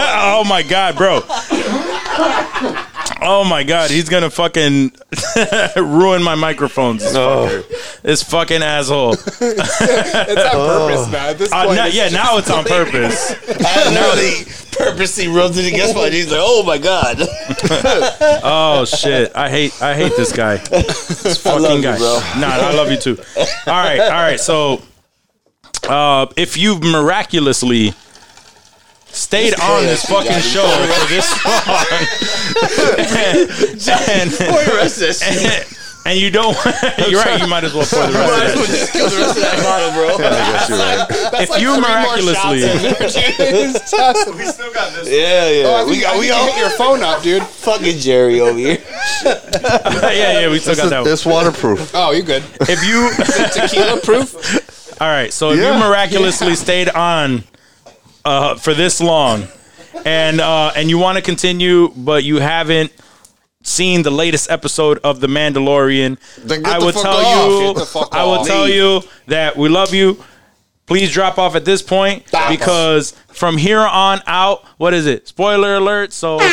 S3: Oh my god, bro. Oh my god, he's gonna fucking ruin my microphones. This, fucker. This fucking asshole.
S1: It's on purpose, man. At this
S3: Uh,
S1: point,
S3: now-
S1: it's
S3: yeah,
S1: just-
S3: now it's on purpose.
S9: I literally purposely rubbed it against my knees. Like, oh my god.
S3: Oh shit, I hate I hate this guy. This fucking
S9: love you,
S3: guy.
S9: bro.
S3: Nah, I love you too. All right, all right. So, uh, if you've miraculously stayed on this fucking show for this long, and, and-
S9: Pour the rest of that shit.
S3: and you don't, you're right. You might as well pour the
S9: Might as
S3: rest.
S9: well just kill the rest of that bottle, bro.
S2: I guess you're right.
S1: That's
S3: If you
S1: three more
S3: miraculously-
S1: shots in there, dude. It's tough.
S9: Yeah, yeah.
S1: Oh, I
S9: we
S1: think-
S9: got
S1: I
S9: we
S1: think you
S9: got
S1: hit your phone up, dude.
S9: fucking Jerry over here.
S3: of it. yeah, yeah. We still got that. One.
S2: It's waterproof.
S1: Oh, you good?
S3: If you,
S1: Tequila proof?
S3: all right. So if
S2: Yeah.
S3: you miraculously stayed on uh, for this long, and uh, and you want to continue, but you haven't seen the latest episode of The Mandalorian,
S2: Then get
S3: I
S2: the
S3: will
S2: fuck
S3: tell
S2: off.
S1: Get the
S3: you,
S1: fuck
S3: I will
S1: off.
S3: tell you that we love you. Please drop off at this point because from here on out, what is it? Spoiler alert. So, so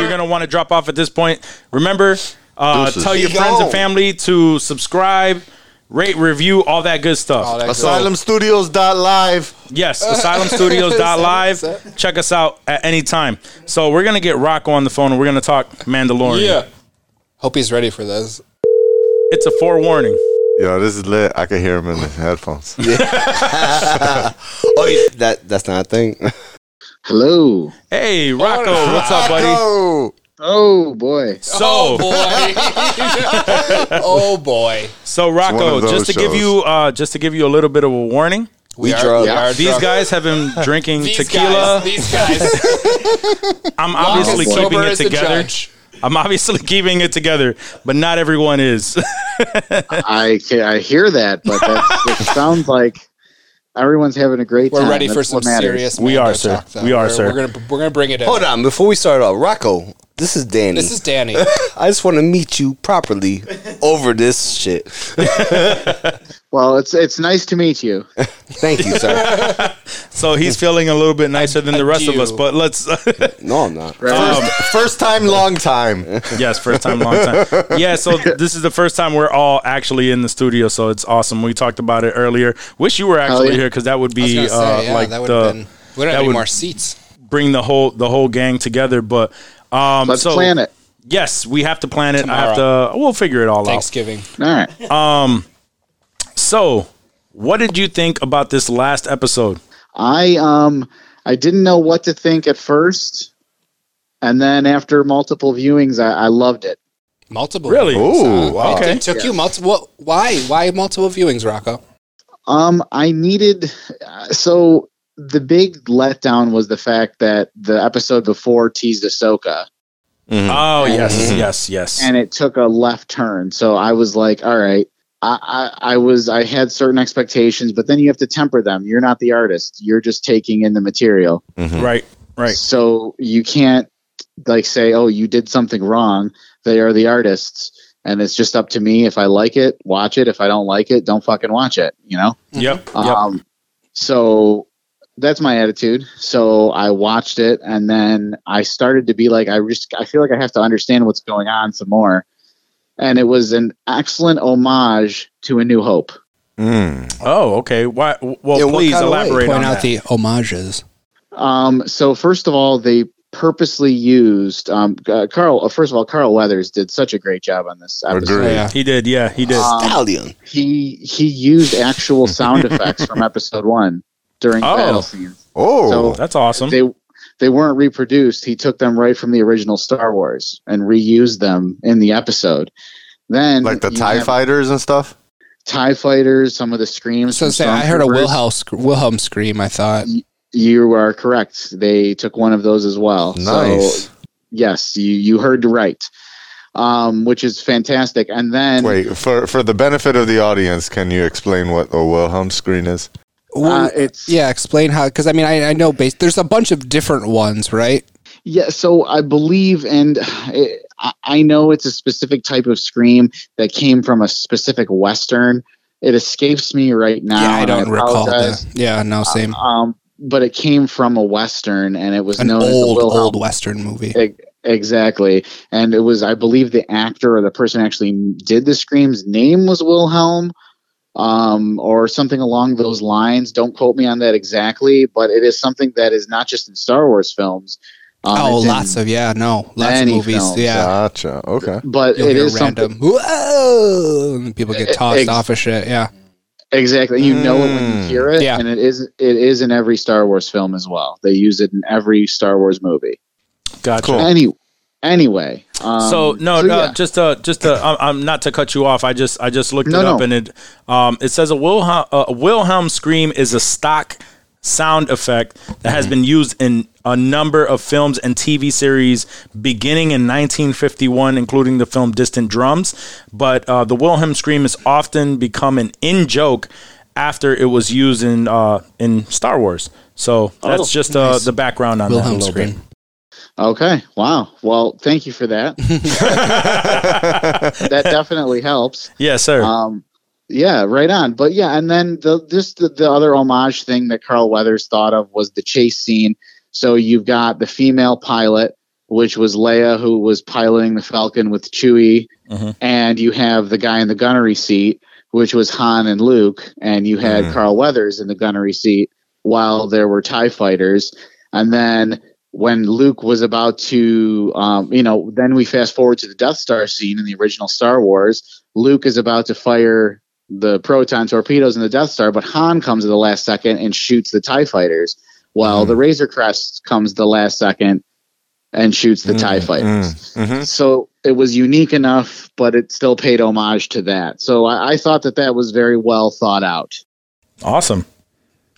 S3: you're gonna want to drop off at this point. Remember, uh,
S2: Deuces.
S3: tell your
S2: Be
S3: friends and
S2: gone.
S3: family to subscribe, rate, review, all that good stuff.
S1: Oh, that
S2: Asylumstudios.live.
S3: Yes, asylumstudios.live. Check us out at any time. So we're gonna get Rocco on the phone and we're gonna talk Mandalorian.
S1: Yeah. Hope he's ready for this.
S3: It's a forewarning.
S2: Yo, this is lit. I can hear him in the headphones.
S9: Oh, yeah. that that's not a thing.
S10: Hello.
S3: Hey
S1: Oh,
S3: Rocco, what's up, buddy?
S2: Oh,
S10: Oh boy.
S3: So
S1: Oh boy. oh boy.
S3: So
S2: one
S3: Rocco,
S2: of those
S3: just to give
S2: shows.
S3: you uh, just to give you a little bit of a warning,
S9: We drunk.
S10: yeah.
S3: these guys have been drinking
S1: These
S3: tequila.
S1: guys. These guys.
S3: I'm obviously
S10: Oh,
S3: keeping
S10: boy.
S1: Sober
S3: it
S1: as the
S3: together.
S1: judge.
S3: I'm obviously keeping it together, but not everyone is.
S10: I ca- I hear that, but that's, it sounds like everyone's having a great time.
S1: We're ready for
S10: That's
S1: some
S10: what matters.
S1: serious.
S3: We
S1: Mando
S3: are, sir.
S1: talk, though.
S3: We are,
S1: We're-
S3: sir.
S1: We're gonna we're gonna bring it in.
S9: Hold on, before we start off, Rocco, this is Danny.
S1: This is Danny.
S9: I just want to meet you properly over this shit.
S10: Well, it's it's nice to meet you.
S9: Thank you, sir.
S3: so he's feeling a little bit nicer than the rest of us.
S1: Adieu.
S3: But let's
S9: No, I'm not.
S3: um,
S2: first time, long time.
S3: yes, first time, long time. Yeah, so this is the first time we're all actually in the studio, so it's awesome. We talked about it earlier. Wish you were actually
S10: yeah.
S3: here because that would
S1: Oh, I was
S3: be
S1: gonna
S3: uh,
S1: say, yeah,
S3: like
S1: that would
S3: the
S1: have been. We don't
S3: that
S1: have any
S3: would-
S1: more seats.
S3: bring the whole the whole gang together. But um,
S10: Let's
S3: so
S10: plan it.
S3: Yes, we have to plan it. I have to. We'll figure it all out. Um,
S1: Thanksgiving.
S10: All right.
S3: So, what did you think about this last episode?
S10: I um I didn't know what to think at first, and then after multiple viewings, I, I loved it.
S1: Multiple.
S3: Really?
S2: Ooh,
S1: It
S2: wow.
S1: took- took you multiple. What, why? Why multiple viewings, Rocco?
S10: Um, I needed uh, so the big letdown was the fact that the episode before teased Ahsoka,
S3: Oh yes, yes, yes.
S1: Mm-hmm.
S10: and it took a left turn. So I was like, all right, I, I, I was I had certain expectations, but then you have to temper them. You're not the artist. You're just taking in the material.
S3: Right. Right.
S10: So you can't like say, "Oh, you did something wrong." They are the artists, and it's just up to me if I like it, watch it. If I don't like it, don't fucking watch it. You know.
S1: Mm-hmm.
S3: Yep. Yep.
S10: Um, so that's my attitude. So I watched it, and then I started to be like, I just I feel like I have to understand what's going on some more. And it was an excellent homage to A New Hope.
S2: Mm,
S3: oh, okay. Why? Well,
S9: In what
S3: please
S9: kind of way?
S3: elaborate on
S1: Point out
S3: that.
S1: the homages.
S10: Um, so first of all, they purposely used um, uh, Carl. Uh, first of all, Carl Weathers did such a great job on this episode.
S2: Agreed.
S1: Yeah.
S3: he did. Yeah, he did.
S9: Ah. Stallion.
S10: He he used actual sound effects from episode one during
S3: Oh.
S10: battle scenes.
S2: Oh,
S10: So-
S3: That's awesome.
S10: They they weren't reproduced. He took them right from the original Star Wars and reused them in the episode. Then
S2: like the
S10: you
S2: Tie
S10: have
S2: Fighters and stuff.
S10: Tie Fighters, some of the screams.
S1: So
S10: from
S1: say I heard a
S10: Stormtroopers.
S1: Wilhelm, sc- Wilhelm scream. I thought
S10: You are correct. They took one of those as well. So
S2: Nice.
S10: Yes, you you heard right, um, which is fantastic. And then
S2: Wait for for the benefit of the audience, can you explain what a Wilhelm screen is?
S1: Well,
S10: Uh, it's-
S1: yeah. Explain how because I mean I, I know base. There's a bunch of different ones, right?
S10: yeah, so I believe, and it, I- I know it's a specific type of scream that came from a specific western. It escapes me right now.
S1: yeah, I don't recall.
S10: apologize.
S1: The, yeah, no, same.
S10: Um, but it came from a western, and it was
S1: An
S10: known as the
S1: old
S10: Wilhelm
S1: old western movie.
S10: Ex- Exactly. And it was, I believe, the actor or the person who actually did the screams name was Wilhelm um, or something along those lines. Don't quote me on that exactly, but it is something that is not just in Star Wars films. Um,
S1: oh,
S10: it's in-
S1: lots of yeah, no, lots of
S10: many
S1: movies.
S10: films,
S1: yeah,
S2: Gotcha. Okay.
S10: But
S1: you'll
S10: it
S1: hear
S10: is something. E-,
S1: random. Whoa! and people get
S10: Ex-
S1: tossed off of shit. Yeah,
S10: Exactly. You know it when you
S2: Mm.
S10: hear it.
S1: Yeah.
S10: And it is it is in every Star Wars film as well. They use it in every Star Wars movie.
S3: Gotcha.
S10: Any, anyway. Um,
S3: so no, no,
S10: yeah.
S3: just uh, just to, I'm, I'm not to cut you off. I just I just looked
S10: No,
S3: it up
S10: no.
S3: and it um it says a Wilhelm uh, a Wilhelm scream is a stock sound effect that has been used in a number of films and TV series beginning in 1951, including the film Distant Drums. But uh, the Wilhelm scream has often become an in joke after it was used in uh in Star Wars. So
S10: Oh,
S3: that's just uh, the background on that a
S1: Wilhelm
S3: little bit.
S1: scream.
S10: Okay. Wow. Well, thank you for that. that definitely helps.
S3: Yes, sir.
S10: Um, yeah, right on. But yeah, and then the just the, the other homage thing that Carl Weathers thought of was the chase scene. So you've got the female pilot, which was Leia, who was piloting the Falcon with Chewie,
S3: Mhm.
S10: and you have the guy in the gunnery seat, which was Han and Luke, and you had
S2: Mhm.
S10: Carl Weathers in the gunnery seat while there were Tie fighters, and then when Luke was about to, um, you know, then we fast forward to the Death Star scene in the original Star Wars. Luke is about to fire the proton torpedoes in the Death Star, but Han comes at the last second and shoots the TIE fighters, while the Razor Crest comes the last second and shoots the TIE fighters.
S2: Mm-hmm.
S10: So it was unique enough, but it still paid homage to that. So I, I thought that that was very well thought out.
S3: awesome.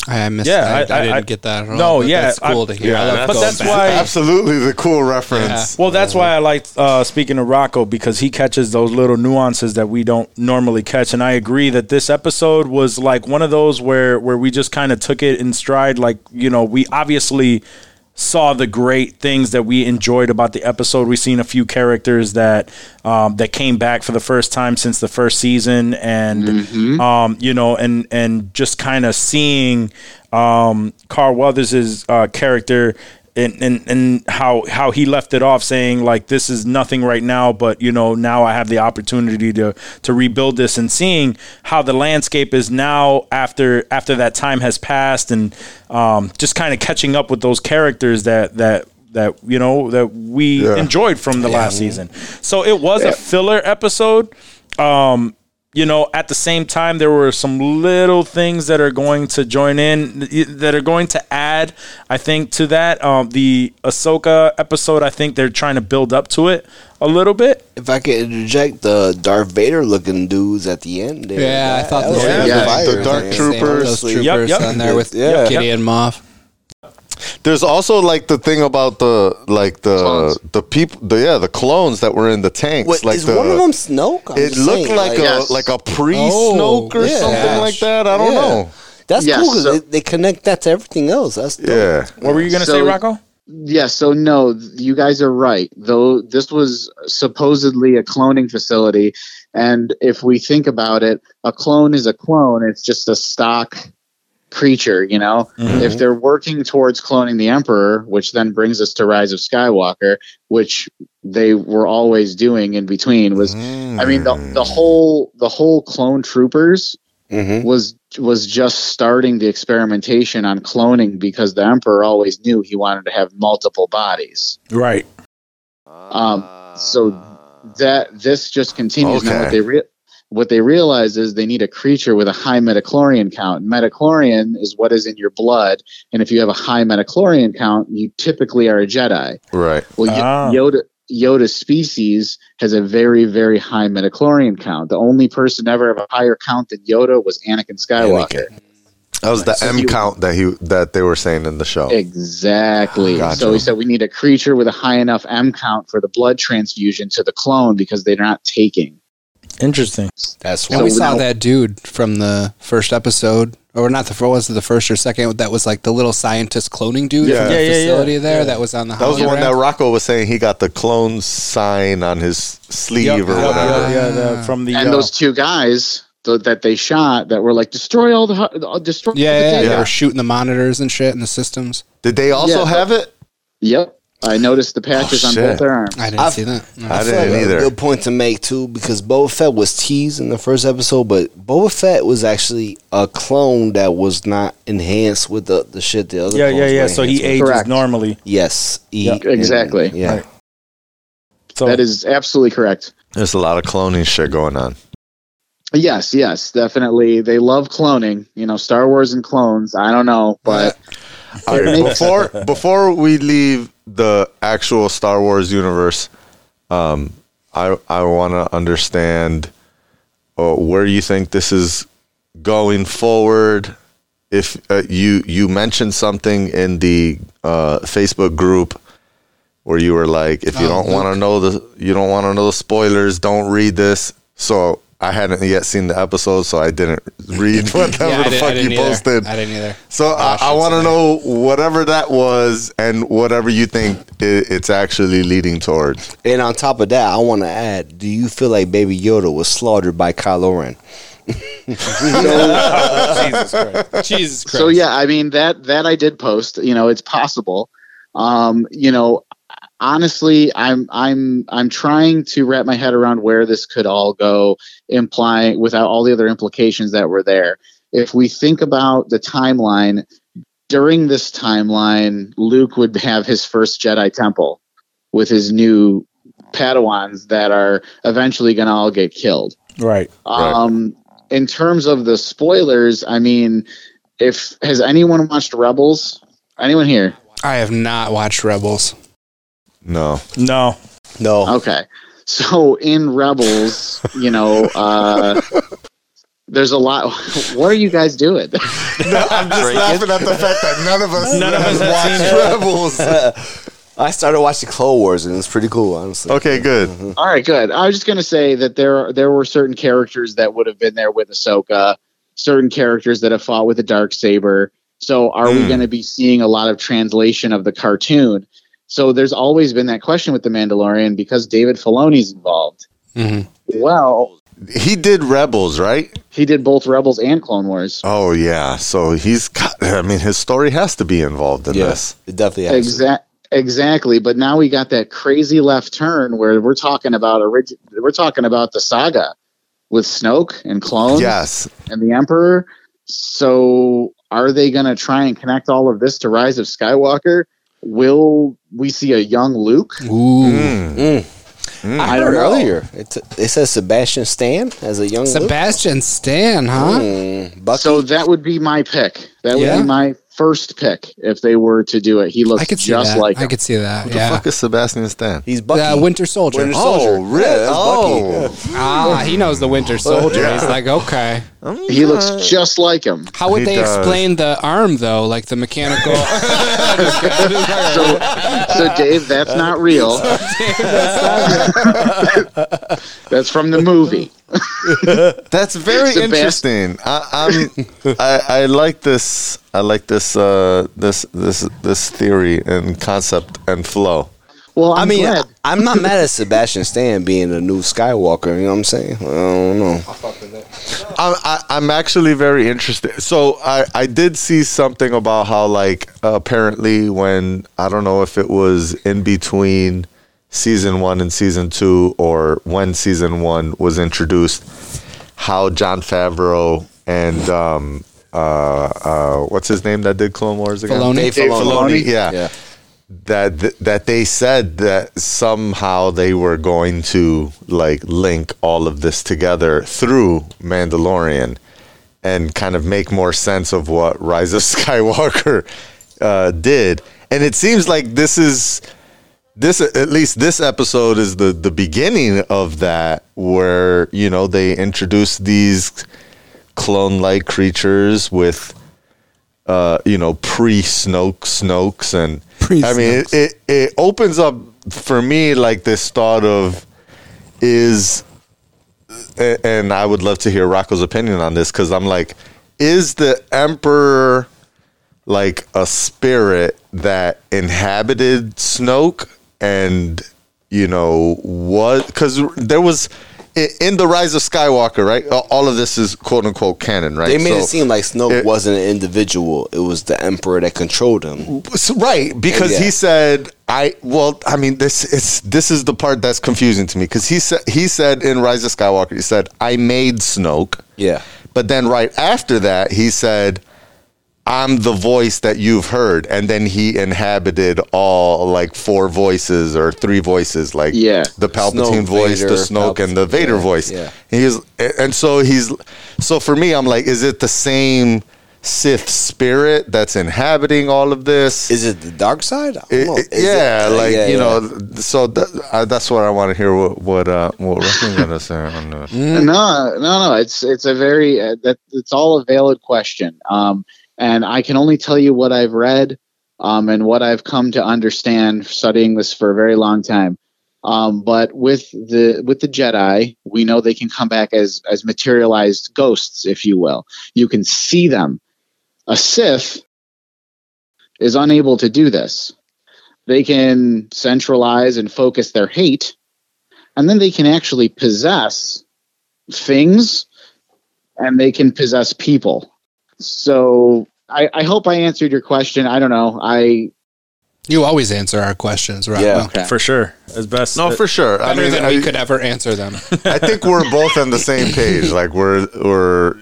S1: I, I missed.
S3: Yeah,
S1: that. I,
S3: I- I-
S1: didn't
S3: I-
S1: get that. At all,
S3: No,
S1: but
S3: yeah,
S1: that's
S3: I-
S1: cool to hear.
S2: yeah,
S1: I love
S2: that's-
S1: going
S3: that's
S1: back.
S3: why-
S2: Absolutely, the cool reference.
S3: Well, that's why I like uh, speaking to Rocco because he catches those little nuances that we don't normally catch, and I agree that this episode was like one of those where where we just kind of took it in stride. Like you know, we obviously saw the great things that we enjoyed about the episode. We've seen a few characters that um, that came back for the first time since the first season, and um, you know, and and just kind of seeing um, Carl Weathers' uh, character and, and and how how he left it off saying like this is nothing right now but you know now I have the opportunity to to rebuild this and seeing how the landscape is now after after that time has passed and um, just kind of catching up with those characters that that that you know that we
S2: Yeah.
S3: enjoyed from the last season so it was a filler episode you know, at the same time, there were some little things that are going to join in that are going to add, I think, to that. Um, the Ahsoka episode, I think they're trying to build up to it a little bit.
S9: If I could interject, the Darth Vader looking dudes at the end. There,
S1: Yeah, I thought the same
S9: was
S1: thing.
S2: The
S9: fire,
S2: Dark
S9: man.
S1: Troopers, those
S9: Honestly,
S1: troopers
S3: yep.
S1: on there with
S9: Yeah.
S1: Gideon Moff.
S2: There's also like the thing about the like the the people the yeah the clones that were in the tanks.
S9: Wait,
S2: like
S9: is
S2: the,
S9: one of them Snoke? I'm
S2: it
S9: just
S2: looked
S9: saying,
S2: like, a
S10: yes.
S2: like a pre Snoke or
S9: Oh, yeah.
S2: something like that. I don't
S9: Yeah.
S2: know.
S9: That's
S10: Yes,
S9: cool because
S10: so-
S9: they, they connect that to everything else. That's dope.
S2: Yeah,
S3: What were you gonna
S10: So-
S3: say, Rocco?
S10: Yeah, so no, th- you guys are right. Though this was supposedly a cloning facility, and if we think about it, a clone is a clone. It's just a stock creature, you know. If they're working towards cloning the Emperor, which then brings us to Rise of Skywalker, which they were always doing in between was I mean the the whole the whole clone troopers
S9: Mm-hmm.
S10: was was just starting the experimentation on cloning because the emperor always knew he wanted to have multiple bodies.
S3: Right.
S10: Um, so that this just continues. Now
S2: Okay.
S10: what they re- what they realize is they need a creature with a high metachlorian count. Metachlorian is what is in your blood, and if you have a high metachlorian count, you typically are a Jedi.
S2: right.
S10: Well, Yo-
S3: Ah.
S10: Yoda Yoda's species has a very very high metachlorian count. The only person to ever have a higher count than Yoda was Anakin Skywalker.
S2: That was the
S10: So
S2: M
S10: you-
S2: count that he that they were saying in the show.
S10: Exactly.
S2: Gotcha.
S10: So he said we need a creature with a high enough M count for the blood transfusion to the clone because they're not taking.
S3: Interesting.
S9: That's
S10: Yeah,
S1: And
S9: why.
S1: we saw
S10: now-
S1: that dude from the first episode, or not the first, was it the first or second? That was like the little scientist cloning dude
S2: Yeah.
S1: from
S3: Yeah,
S1: the
S3: yeah, yeah.
S1: facility there that was on the
S2: That was the one
S1: hologram.
S2: that Rocco was saying he got the clone sign on his sleeve
S3: Yep,
S2: or
S3: yep,
S2: whatever.
S3: yep, yeah, the- from the
S10: And
S3: uh,
S10: those two guys th- that they shot that were like destroy all the hu- uh, destroy
S1: Yeah,
S10: the
S1: yeah, yeah.
S10: data."
S1: They were shooting the monitors and shit and the systems.
S2: Did they also
S10: Yeah.
S2: have it?
S10: Yep. I noticed the patches on
S2: shit.
S10: both their arms.
S1: I didn't
S9: I've-
S1: see that. No.
S2: I
S9: I feel like
S2: didn't
S9: A
S2: either.
S9: good point to make too, because Boba Fett was teased in the first episode, but Boba Fett was actually a clone that was not enhanced with the, the shit the other.
S3: yeah, yeah,
S9: clones
S3: yeah.
S9: were
S3: So he
S9: enhanced with.
S3: ages
S10: Correct.
S3: normally.
S9: Yes, he-
S3: Yeah.
S10: Exactly.
S9: Yeah,
S3: Right. So
S10: That is absolutely correct.
S2: There's a lot of cloning shit going on.
S10: Yes, yes, definitely. They love cloning. You know, Star Wars and clones. I don't know, but
S2: All right, before before we leave the actual Star Wars universe, um, I I want to understand uh, where you think this is going forward. If uh, you you mentioned something in the uh, Facebook group where you were like, if you
S1: Oh,
S2: don't want to know the you don't want to know the spoilers, don't read this. So I hadn't yet seen the episode, so I didn't read whatever
S1: Yeah, I
S2: the
S1: didn't- I
S2: fuck you
S1: didn't either.
S2: posted.
S1: I didn't either.
S2: So I, I want to know whatever that was and whatever you think it, it's actually leading towards.
S9: and on top of that, I want to add: Do you feel like Baby Yoda was slaughtered by Kylo Ren?
S1: Jesus Christ.
S10: so yeah i mean that that i did post you know it's possible um you know honestly i'm i'm i'm trying to wrap my head around where this could all go implying without all the other implications that were there if we think about the timeline during this timeline luke would have his first jedi temple with his new padawans that are eventually going to all get killed
S3: right.
S2: Right.
S10: um, in terms of the spoilers, I mean, if has anyone watched Rebels? Anyone here?
S1: I have not watched Rebels.
S2: No.
S3: No.
S9: No,
S10: Okay. So in Rebels, you know, uh, there's a lot. What are you guys doing?
S2: I'm just laughing at the fact that none of us,
S3: None of us have seen it.
S2: have watched Rebels.
S9: I started watching Clone Wars, and it's pretty cool, honestly.
S2: Okay, good.
S10: All right, good. I was just gonna say that there there were certain characters that would have been there with Ahsoka, certain characters that have fought with the dark saber. So, are we going to be seeing a lot of translation of the cartoon? So, there's always been that question with the Mandalorian because David Filoni's involved.
S1: Mhm.
S10: Well,
S2: He did Rebels, right?
S10: he did both Rebels and Clone Wars.
S2: Oh yeah. So he's got. I mean, his story has to be involved in
S9: Yes,
S2: this.
S9: it definitely has. to.
S10: Exact. Exactly, but now we got that crazy left turn where we're talking about origi- we're talking about the saga with Snoke and clones.
S2: Yes.
S10: and the Emperor. So are they going to try and connect all of this to Rise of Skywalker? Will we see a young Luke?
S1: Ooh.
S2: Mm.
S9: I
S10: I
S9: heard
S10: don't know.
S9: earlier. It, t- it says Sebastian Stan as a young Luke.
S1: Sebastian Stan, huh?
S2: Hmm.
S9: Mm, Bucky.
S10: So that would be my pick. That would
S1: Yeah.
S10: be my first pick if they were to do it. He looks
S1: I could see
S10: just
S1: that.
S10: like
S1: I
S10: him.
S1: could see that.
S2: Who
S1: yeah.
S2: the fuck is Sebastian Stan?
S9: He's Bucky.
S1: Uh, Winter Soldier.
S9: Winter
S1: Oh,
S9: Soldier.
S2: really?
S9: Yeah, that's
S2: Oh.
S9: Bucky.
S1: ah, he knows the Winter Soldier. He's like, okay.
S10: He looks just like him.
S1: How would
S2: He
S1: they
S2: does.
S1: explain the arm though, like the mechanical?
S10: So, so Dave, that's not real. That's from the movie.
S2: That's very
S10: Sebastian-
S2: interesting. I, I'm, I, I like this. I like this. Uh, this this this theory and concept and flow.
S10: Well, I'm
S9: I mean,
S10: glad.
S9: I, am not mad at Sebastian Stan being the new Skywalker. You know what I'm saying? I don't know.
S2: I, I, I'm actually very interested. So I, I did see something about how like apparently when I don't know if it was in between season one and season two or when season one was introduced, how John Favreau and um uh uh what's his name that did Clone Wars again?
S1: Filoni? Dave
S9: Filoni.
S2: Yeah.
S9: Yeah.
S2: That th- that they said that somehow they were going to like link all of this together through Mandalorian and kind of make more sense of what Rise of Skywalker uh, did. And it seems like this is this at least this episode is the the beginning of that where you know they introduce these clone like creatures with uh you know pre snoke snokes and i mean it, it it opens up for me like this thought of is a- and I would love to hear Rocco's opinion on this because I'm like, is the Emperor like a spirit that inhabited Snoke? And, you know, what? Because there was i- in The Rise of Skywalker, right? a- All of this is quote unquote canon, right?
S9: They made it
S2: So-
S9: seem like Snoke
S2: it-
S9: wasn't an individual. It was the Emperor that controlled him.
S2: So- right because
S9: Yeah.
S2: he said i well i mean this it's this is the part that's confusing to me because he said he said in rise of skywalker he said i made snoke
S9: Yeah.
S2: but then right after that he said i'm the voice that you've heard and then he inhabited all like four voices or three voices like
S10: Yeah.
S2: the palpatine
S9: Snoke,
S2: voice
S9: Vader,
S2: the snoke and the
S9: Palpatine,
S2: vader
S9: yeah,
S2: voice
S9: yeah.
S2: He's and so he's so for me, I'm like, is it the same Sith spirit that's inhabiting all of this?
S9: Is it the dark side? I don't
S2: It-
S9: know.
S2: it-
S9: Is it- Uh,
S2: yeah, like
S9: yeah,
S2: you
S9: yeah.
S2: know, so that, I, that's what I want to hear. What what uh, what Russell's gonna say on this?
S10: No,
S9: Mm-hmm.
S10: no, no. It's it's a very uh, that it's all a valid question. Um, and I can only tell you what I've read, um, and what I've come to understand studying this for a very long time. Um, but with the with the Jedi, we know they can come back as as materialized ghosts, if you will. You can see them. A Sith is unable to do this. They can centralize and focus their hate, and then they can actually possess things and they can possess people. So I, I hope I answered your question. I don't know. I
S1: you always answer our questions, right?
S9: Yeah.
S3: for sure. As best,
S2: No, for sure. I
S1: Better
S2: mean,
S1: than
S2: I,
S1: we could ever answer them.
S2: I think we're both on the same page. Like we're we're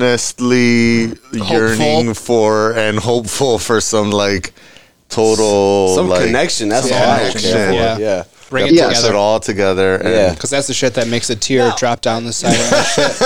S2: earnestly yearning for and hopeful for some like total
S9: Some
S2: like,
S9: connection. That's
S1: some
S9: all I
S1: connection.
S9: care
S1: Yeah.
S9: for. Yeah.
S1: Bring it
S2: that
S10: Yeah.
S2: puts it
S1: together.
S2: all together. And
S9: Yeah.
S1: Because that's the shit that makes a tear drop down the side of my shit.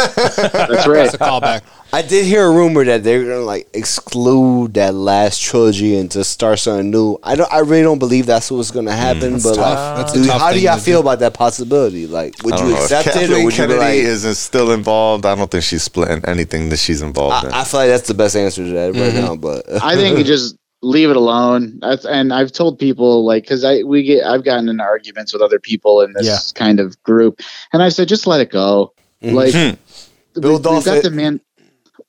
S10: that's right.
S1: It's a callback.
S9: I did hear a rumor that they're gonna like exclude that last trilogy and just start something new. I don't. I really don't believe that's what's gonna happen. but like,
S1: Mm, That's a
S9: dude,
S1: tough
S9: how do
S1: thing
S9: y'all
S1: to
S9: feel about that possibility? Like, would
S2: I don't
S9: you
S2: know. If
S9: accept it
S2: Kathleen
S9: or would you be
S2: Kennedy
S9: like?
S2: isn't still involved. I don't think she's splitting anything that she's involved in.
S9: I, I feel like that's the best answer to that right
S1: Mm-hmm.
S9: now. But
S10: I think you just leave it alone. That's, and I've told people like because I we get I've gotten into arguments with other people in this
S3: Yeah.
S10: kind of group, and I said just let it go. Like we,
S9: Build
S10: have
S9: off
S10: got
S9: it.
S10: the man,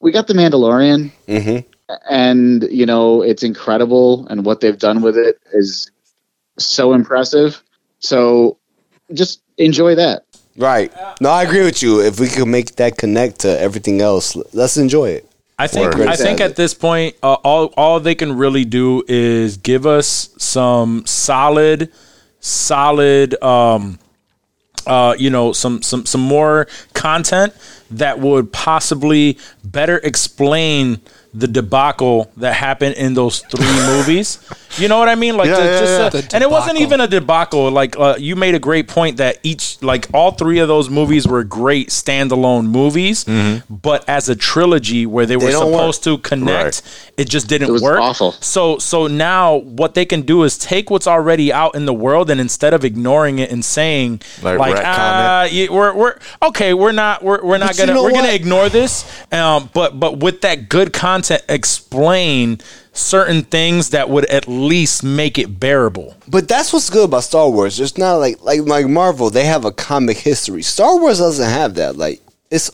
S10: we got the Mandalorian,
S9: Mhm.
S10: and you know it's incredible, and what they've done with it is so impressive. So just enjoy that.
S9: right? No, I agree with you. If we could make that connect to everything else, let's enjoy it.
S3: I think
S2: Word.
S3: I think at this point, uh, all all they can really do is give us some solid, solid, um, uh, you know, some some some more content that would possibly better explain the debacle that happened in those three movies, You know what I mean? Like,
S2: Yeah,
S3: to-
S2: yeah,
S3: just
S2: yeah.
S3: uh,
S2: The
S3: and it wasn't
S2: debacle.
S3: even a debacle. Like, uh, you made a great point that each, like, all three of those movies were great standalone movies, but as a trilogy where they, were
S9: don't work.
S3: supposed to connect, it just didn't
S10: It was
S3: work.
S10: awful.
S3: So, so now what they can do is take what's already out in the world, and instead of ignoring it and saying,
S2: Like,
S3: like,
S2: retcon it.
S3: ah, you- we're we're okay, we're not, we're, we're not
S1: But you
S3: gonna,
S1: know
S3: we're
S1: what?
S3: gonna ignore this. Um, but but with that good content, explain certain things that would at least make it bearable.
S9: But that's what's good about Star Wars. It's not like like like Marvel. They have a comic history. Star Wars doesn't have that. Like it's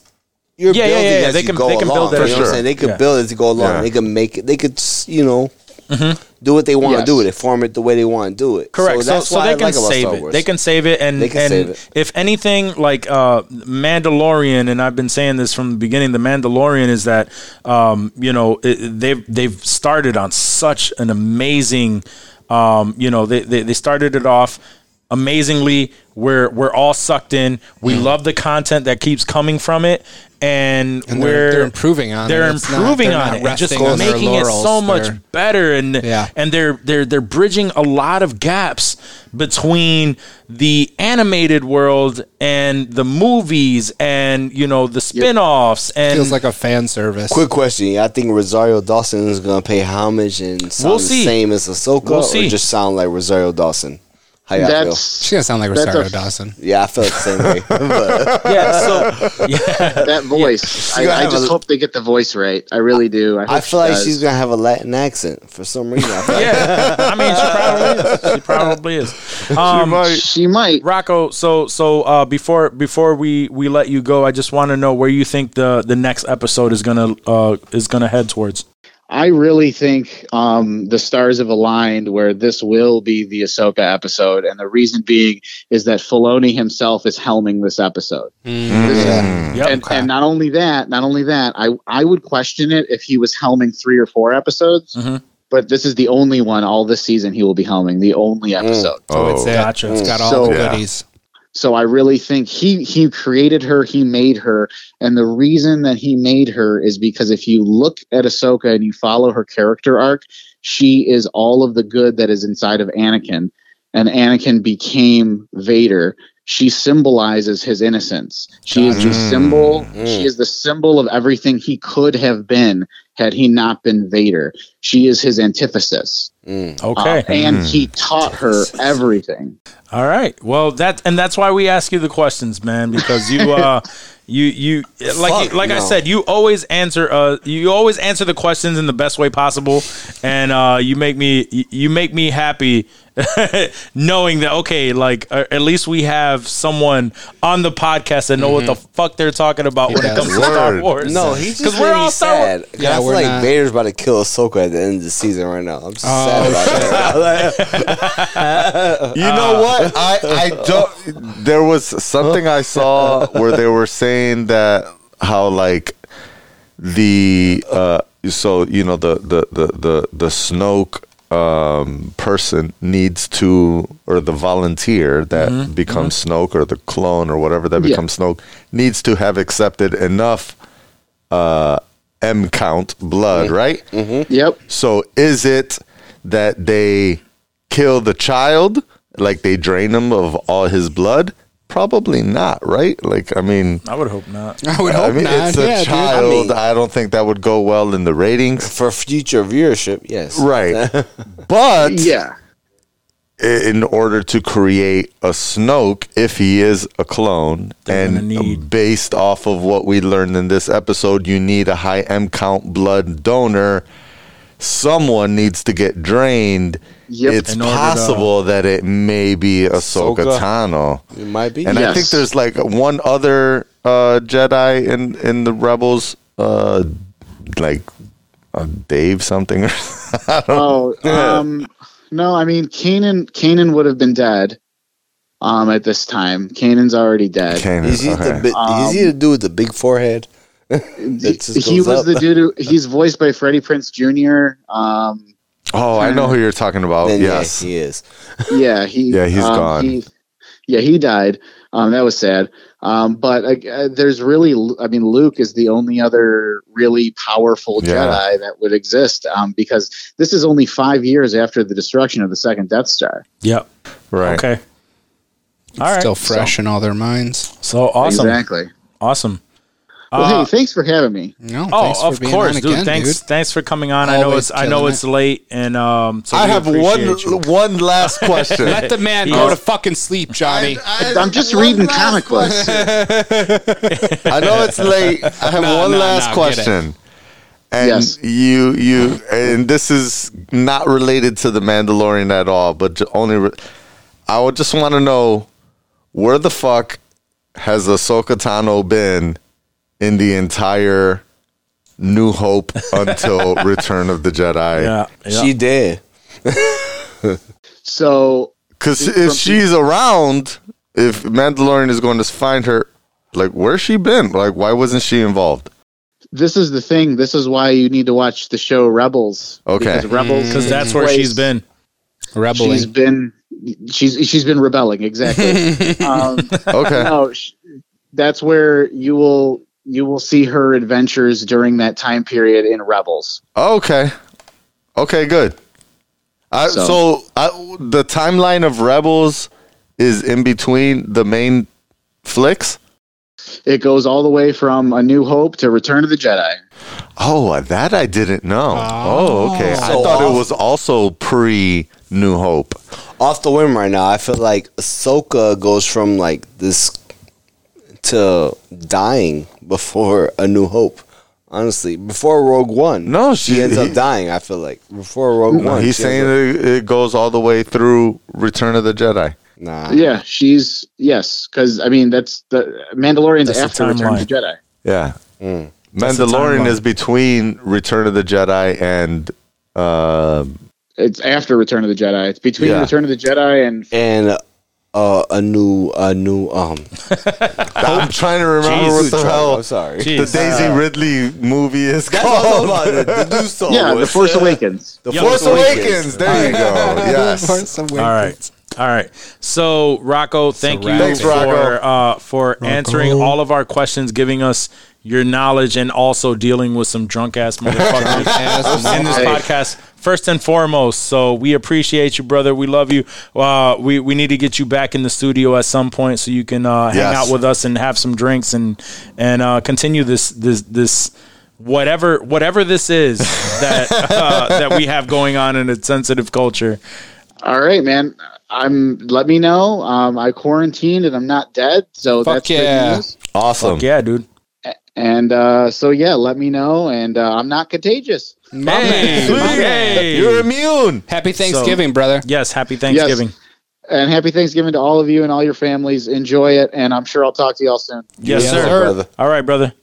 S9: you're
S3: Yeah, yeah,
S9: building
S3: yeah, yeah.
S9: as
S3: They
S9: you
S3: can-
S9: go
S3: they can
S9: along.
S3: build that
S9: you
S3: as
S9: know
S2: you
S9: what I'm
S2: go.
S9: saying? They could
S3: Yeah. Mm-hmm.
S9: build it to go along.
S2: Yeah.
S9: They could make it. They could you know do what they want
S10: Yes.
S9: to do with it. Form it the way they want to do it.
S3: Correct. So,
S9: that's
S3: so
S9: what
S3: they
S9: I
S3: can
S9: like about
S3: save
S9: Star
S3: it.
S9: Wars.
S3: They can save it, and
S9: They can
S3: and
S9: save it.
S3: if anything, like uh, Mandalorian, and I've been saying this from the beginning. The Mandalorian is that um, you know it, they've they've started on such an amazing, um, you know, they, they they started it off amazingly. We're we're all sucked in. We
S1: Mm.
S3: love the content that keeps coming from it. And,
S1: And they're-
S3: we're
S1: they're improving on it.
S3: They're
S1: It's not-
S3: improving
S1: they're
S3: on
S1: not
S3: it, and just
S1: resting on their
S3: making it so
S1: laurels.
S3: much
S1: They're-
S3: better and
S1: Yeah.
S3: and they're they're they're bridging a lot of gaps between the animated world and the movies and you know the spin-offs and
S1: Feels like a fan service.
S9: Quick question. I think Rosario Dawson is going to pay homage and sound
S3: We'll
S9: the
S3: see.
S9: same as Ahsoka
S3: We'll
S9: or
S3: see.
S9: just sound like Rosario Dawson. How y'all
S10: That's
S1: She's gonna sound like
S10: That's
S1: Rosario
S10: a-
S1: Dawson.
S9: feel? Yeah, I feel the same way. But
S3: yeah so yeah
S10: that voice.
S9: She's gonna
S10: I, I
S9: have
S10: just
S9: a-
S10: hope they get the voice right. I really do. I, hope
S9: I feel like she's
S10: got
S9: going to have a Latin accent for some reason. I feel like
S3: yeah i mean she probably is she probably is um
S10: She might.
S3: Rocco, so so uh, before before we, we let you go, I just want to know where you think the, the next episode is gonna uh, is gonna head towards.
S10: I really think um, the stars have aligned where this will be the Ahsoka episode, and the reason being is that Filoni himself is helming this episode. This is-
S3: Yep.
S10: and, and not only that, not only that, I I would question it if he was helming three or four episodes,
S3: Mhm.
S10: but this is the only one all this season he will be helming the only episode.
S1: So
S2: Oh,
S1: it's it.
S3: Gotcha.
S1: It's got all
S10: So-
S1: the
S2: Yeah.
S1: goodies.
S10: So I really think he he created her, he made her, and the reason that he made her is because if you look at Ahsoka and you follow her character arc, she is all of the good that is inside of Anakin, and Anakin became Vader. She symbolizes his innocence. She is the symbol. She is the symbol of everything he could have been had he not been Vader. She is his antithesis, Uh,
S3: Okay.
S10: and he taught her everything.
S3: All right. Well, that and that's why we ask you the questions, man, because you uh you you like
S9: Fuck
S3: you, like I
S9: no.
S3: said, you always answer uh you always answer the questions in the best way possible and uh you make me you- you make me happy knowing that okay, like uh, at least we have someone on the podcast that know what the fuck they're talking about when it
S1: does.
S3: comes to Star
S2: Word.
S3: Wars.
S9: No, he's just
S3: we're
S9: we're
S3: all
S9: all
S3: Star Wars-
S9: sad. 'Cause
S1: Yeah,
S9: I feel
S1: we're
S9: like
S1: not-
S9: Vader's about to kill Ahsoka at the end of the season right now. I'm just
S2: Oh,
S9: sad about that.
S2: You know what? I, I don't. There was something I saw where they were saying that how like the uh so you know the the the the the Snoke um person needs to or the volunteer that becomes Snoke or the clone or whatever that
S10: Yeah.
S2: becomes Snoke needs to have accepted enough uh M count blood, right?
S10: Yep.
S2: So is it that they kill the child, like they drain him of all his blood? Probably not, right? Like, I mean,
S3: I would hope not.
S1: I would
S2: I
S1: hope
S2: mean,
S1: not.
S2: it's a
S1: Yeah, dude.
S2: child. I,
S9: mean-
S2: don't think that would go well in the ratings,
S9: For future viewership, yes.
S2: right? but
S10: Yeah.
S2: i- in order to create a Snoke, if he is a clone,
S3: They're gonna
S2: and
S3: need-
S2: based off of what we learned in this episode, you need a high M count blood donor. Someone needs to get drained.
S10: Yep.
S2: It's
S3: In order to-
S2: possible that it may be Ahsoka
S9: Ahsoka.
S2: Tano.
S9: It might be.
S2: And I
S10: Yes.
S2: think there's like one other uh, Jedi in in the Rebels, uh, like uh, Dave something. or I don't
S10: Oh, um, no, I mean Kanan. Kanan would have been dead. Um, at this time, Kanan's already dead.
S2: Kanan,
S9: Is he
S2: okay.
S9: the bi- is he the dude with the big forehead? that just
S10: he
S9: goes
S10: was
S9: up?
S10: the dude. Who, he's voiced by Freddie Prince Jr. Um,
S2: Oh, I know who you're talking about.
S9: Then,
S2: Oh, yes.
S9: yeah, he is.
S10: yeah, he.
S2: Yeah, he's
S10: um,
S2: gone.
S10: he- yeah, he died. Um, that was sad. Um, but uh, there's really, I mean, Luke is the only other really powerful
S2: Yeah.
S10: Jedi that would exist um, because this is only five years after the destruction of the second Death Star.
S3: Yep.
S2: Right.
S3: Okay. All right.
S1: Still fresh in all their minds.
S3: So awesome.
S10: Exactly.
S3: Awesome.
S10: Well,
S3: Uh,
S10: hey, thanks for having me.
S1: No, thanks
S3: Oh,
S1: for
S3: of
S1: being
S3: course,
S1: on
S3: dude.
S1: again,
S3: thanks,
S1: dude.
S3: thanks for coming on. I know
S1: Always
S3: it's I know
S1: killing
S3: it's
S1: it.
S3: late, and um, so
S2: I
S3: we
S2: have
S3: appreciate
S2: one
S3: you.
S2: one last question.
S1: Let the man
S3: He
S1: go
S3: is-
S1: to fucking sleep, Johnny.
S10: I'm just reading comic books.
S2: I know it's late. I have
S1: No,
S2: one
S1: no, no, get
S2: last
S1: it.
S2: question. And
S10: Yes.
S2: you you and this is not related to the Mandalorian at all, but ju- only re- I would just want to know where the fuck has Ahsoka Tano been in the entire New Hope until Return of the Jedi?
S3: Yeah, yeah.
S9: She did.
S10: So
S2: Because if she's around, if Mandalorian is going to find her, like where's she been? Like why wasn't she involved?
S10: this is the thing. This is why you need to watch the show Rebels.
S2: Okay.
S10: because Rebels
S3: because Mm. that's where she's been.
S1: Rebelling.
S10: She's been she's she's been rebelling exactly. um,
S2: Okay.
S10: no, sh- that's where you will you will see her adventures during that time period in Rebels.
S2: Okay. Okay, good. I, so
S10: So-
S2: I, the timeline of Rebels is in between the main flicks.
S10: It goes all the way from A New Hope to Return of the Jedi.
S2: Oh, that I didn't know. Oh, okay. I
S9: So
S2: thought it
S9: off-
S2: was also pre New Hope.
S9: Off the whim right now, I feel like Ahsoka goes from like this to dying before A New Hope. Honestly, before Rogue One,
S2: No,
S9: she,
S2: she-
S9: ends
S2: he-
S9: up dying. I feel like before Rogue One,
S2: He's
S9: she ends
S2: saying
S9: up-
S2: it, it goes all the way through Return of the Jedi.
S9: nah.
S10: Yeah, she's yes, because I mean that's the Mandalorian's
S3: That's the
S10: after Return of the Jedi.
S2: Yeah.
S3: the
S2: Mm. Mandalorian
S3: timeline.
S2: is between Return of the Jedi and uh,
S10: It's after Return of the Jedi. It's between
S2: Yeah.
S10: Return of the Jedi and
S9: and uh, a new, a new um.
S2: I'm trying to remember what
S9: Jeez.
S2: the hell
S9: I'm sorry.
S2: the Daisy Ridley movie is
S9: That's what I'm
S2: called.
S9: talking about. The, the new Star
S10: yeah, The
S9: Wars.
S10: Force Awakens.
S9: The
S3: Yo,
S2: Force Awakens. There you go. Yes.
S1: Force Awakens.
S3: All right. All right. So Rocco, thank you
S2: Thanks,
S3: for
S2: Rocco.
S3: uh, for answering all of our questions, giving us your knowledge, and also dealing with some drunk ass motherfuckers in this podcast. First and foremost, so we appreciate you, brother. We love you. Uh, we we need to get you back in the studio at some point so you can uh, hang
S2: Yes.
S3: out with us and have some drinks and and uh, continue this this this whatever whatever this is that uh, that we have going on in a sensitive culture.
S10: All right, man. I'm. Let me know. Um, I quarantined and I'm not dead, so
S1: Fuck
S10: that's
S1: yeah.
S10: good news.
S2: Awesome.
S3: Yeah, dude.
S10: And uh, so yeah, let me know. And uh, I'm not contagious.
S1: My man. My man.
S2: You're immune.
S1: Happy Thanksgiving, brother.
S3: Yes, happy Thanksgiving.
S10: And happy Thanksgiving to all of you and all your families. Enjoy it, and I'm sure I'll talk to y'all soon.
S3: Yes, sir.
S9: brother.
S3: All right, brother.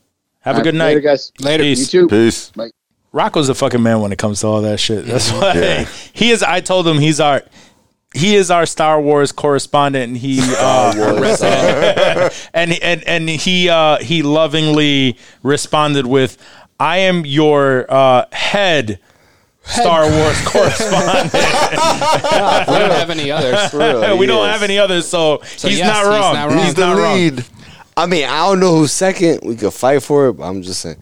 S3: Have a good night.
S10: later, guys.
S1: Later.
S10: You
S3: Peace.
S10: too.
S2: Peace.
S3: Rocco's a fucking man when it comes to all that shit. That's
S2: Mm-hmm.
S3: why he is. I told him he's our. He is our Star Wars correspondent, and he uh,
S9: Wars, uh,
S3: and and and he uh, he lovingly responded with, "I am your uh, head Star Wars correspondent.
S1: We don't have any others.
S9: real,
S3: we don't
S9: yes.
S3: have any others, so, he's,
S1: yes,
S3: not
S1: he's
S3: wrong.
S1: not wrong.
S2: He's the
S3: wrong.
S2: lead.
S9: I mean, I don't know who's second. We could fight for it, but I'm just saying.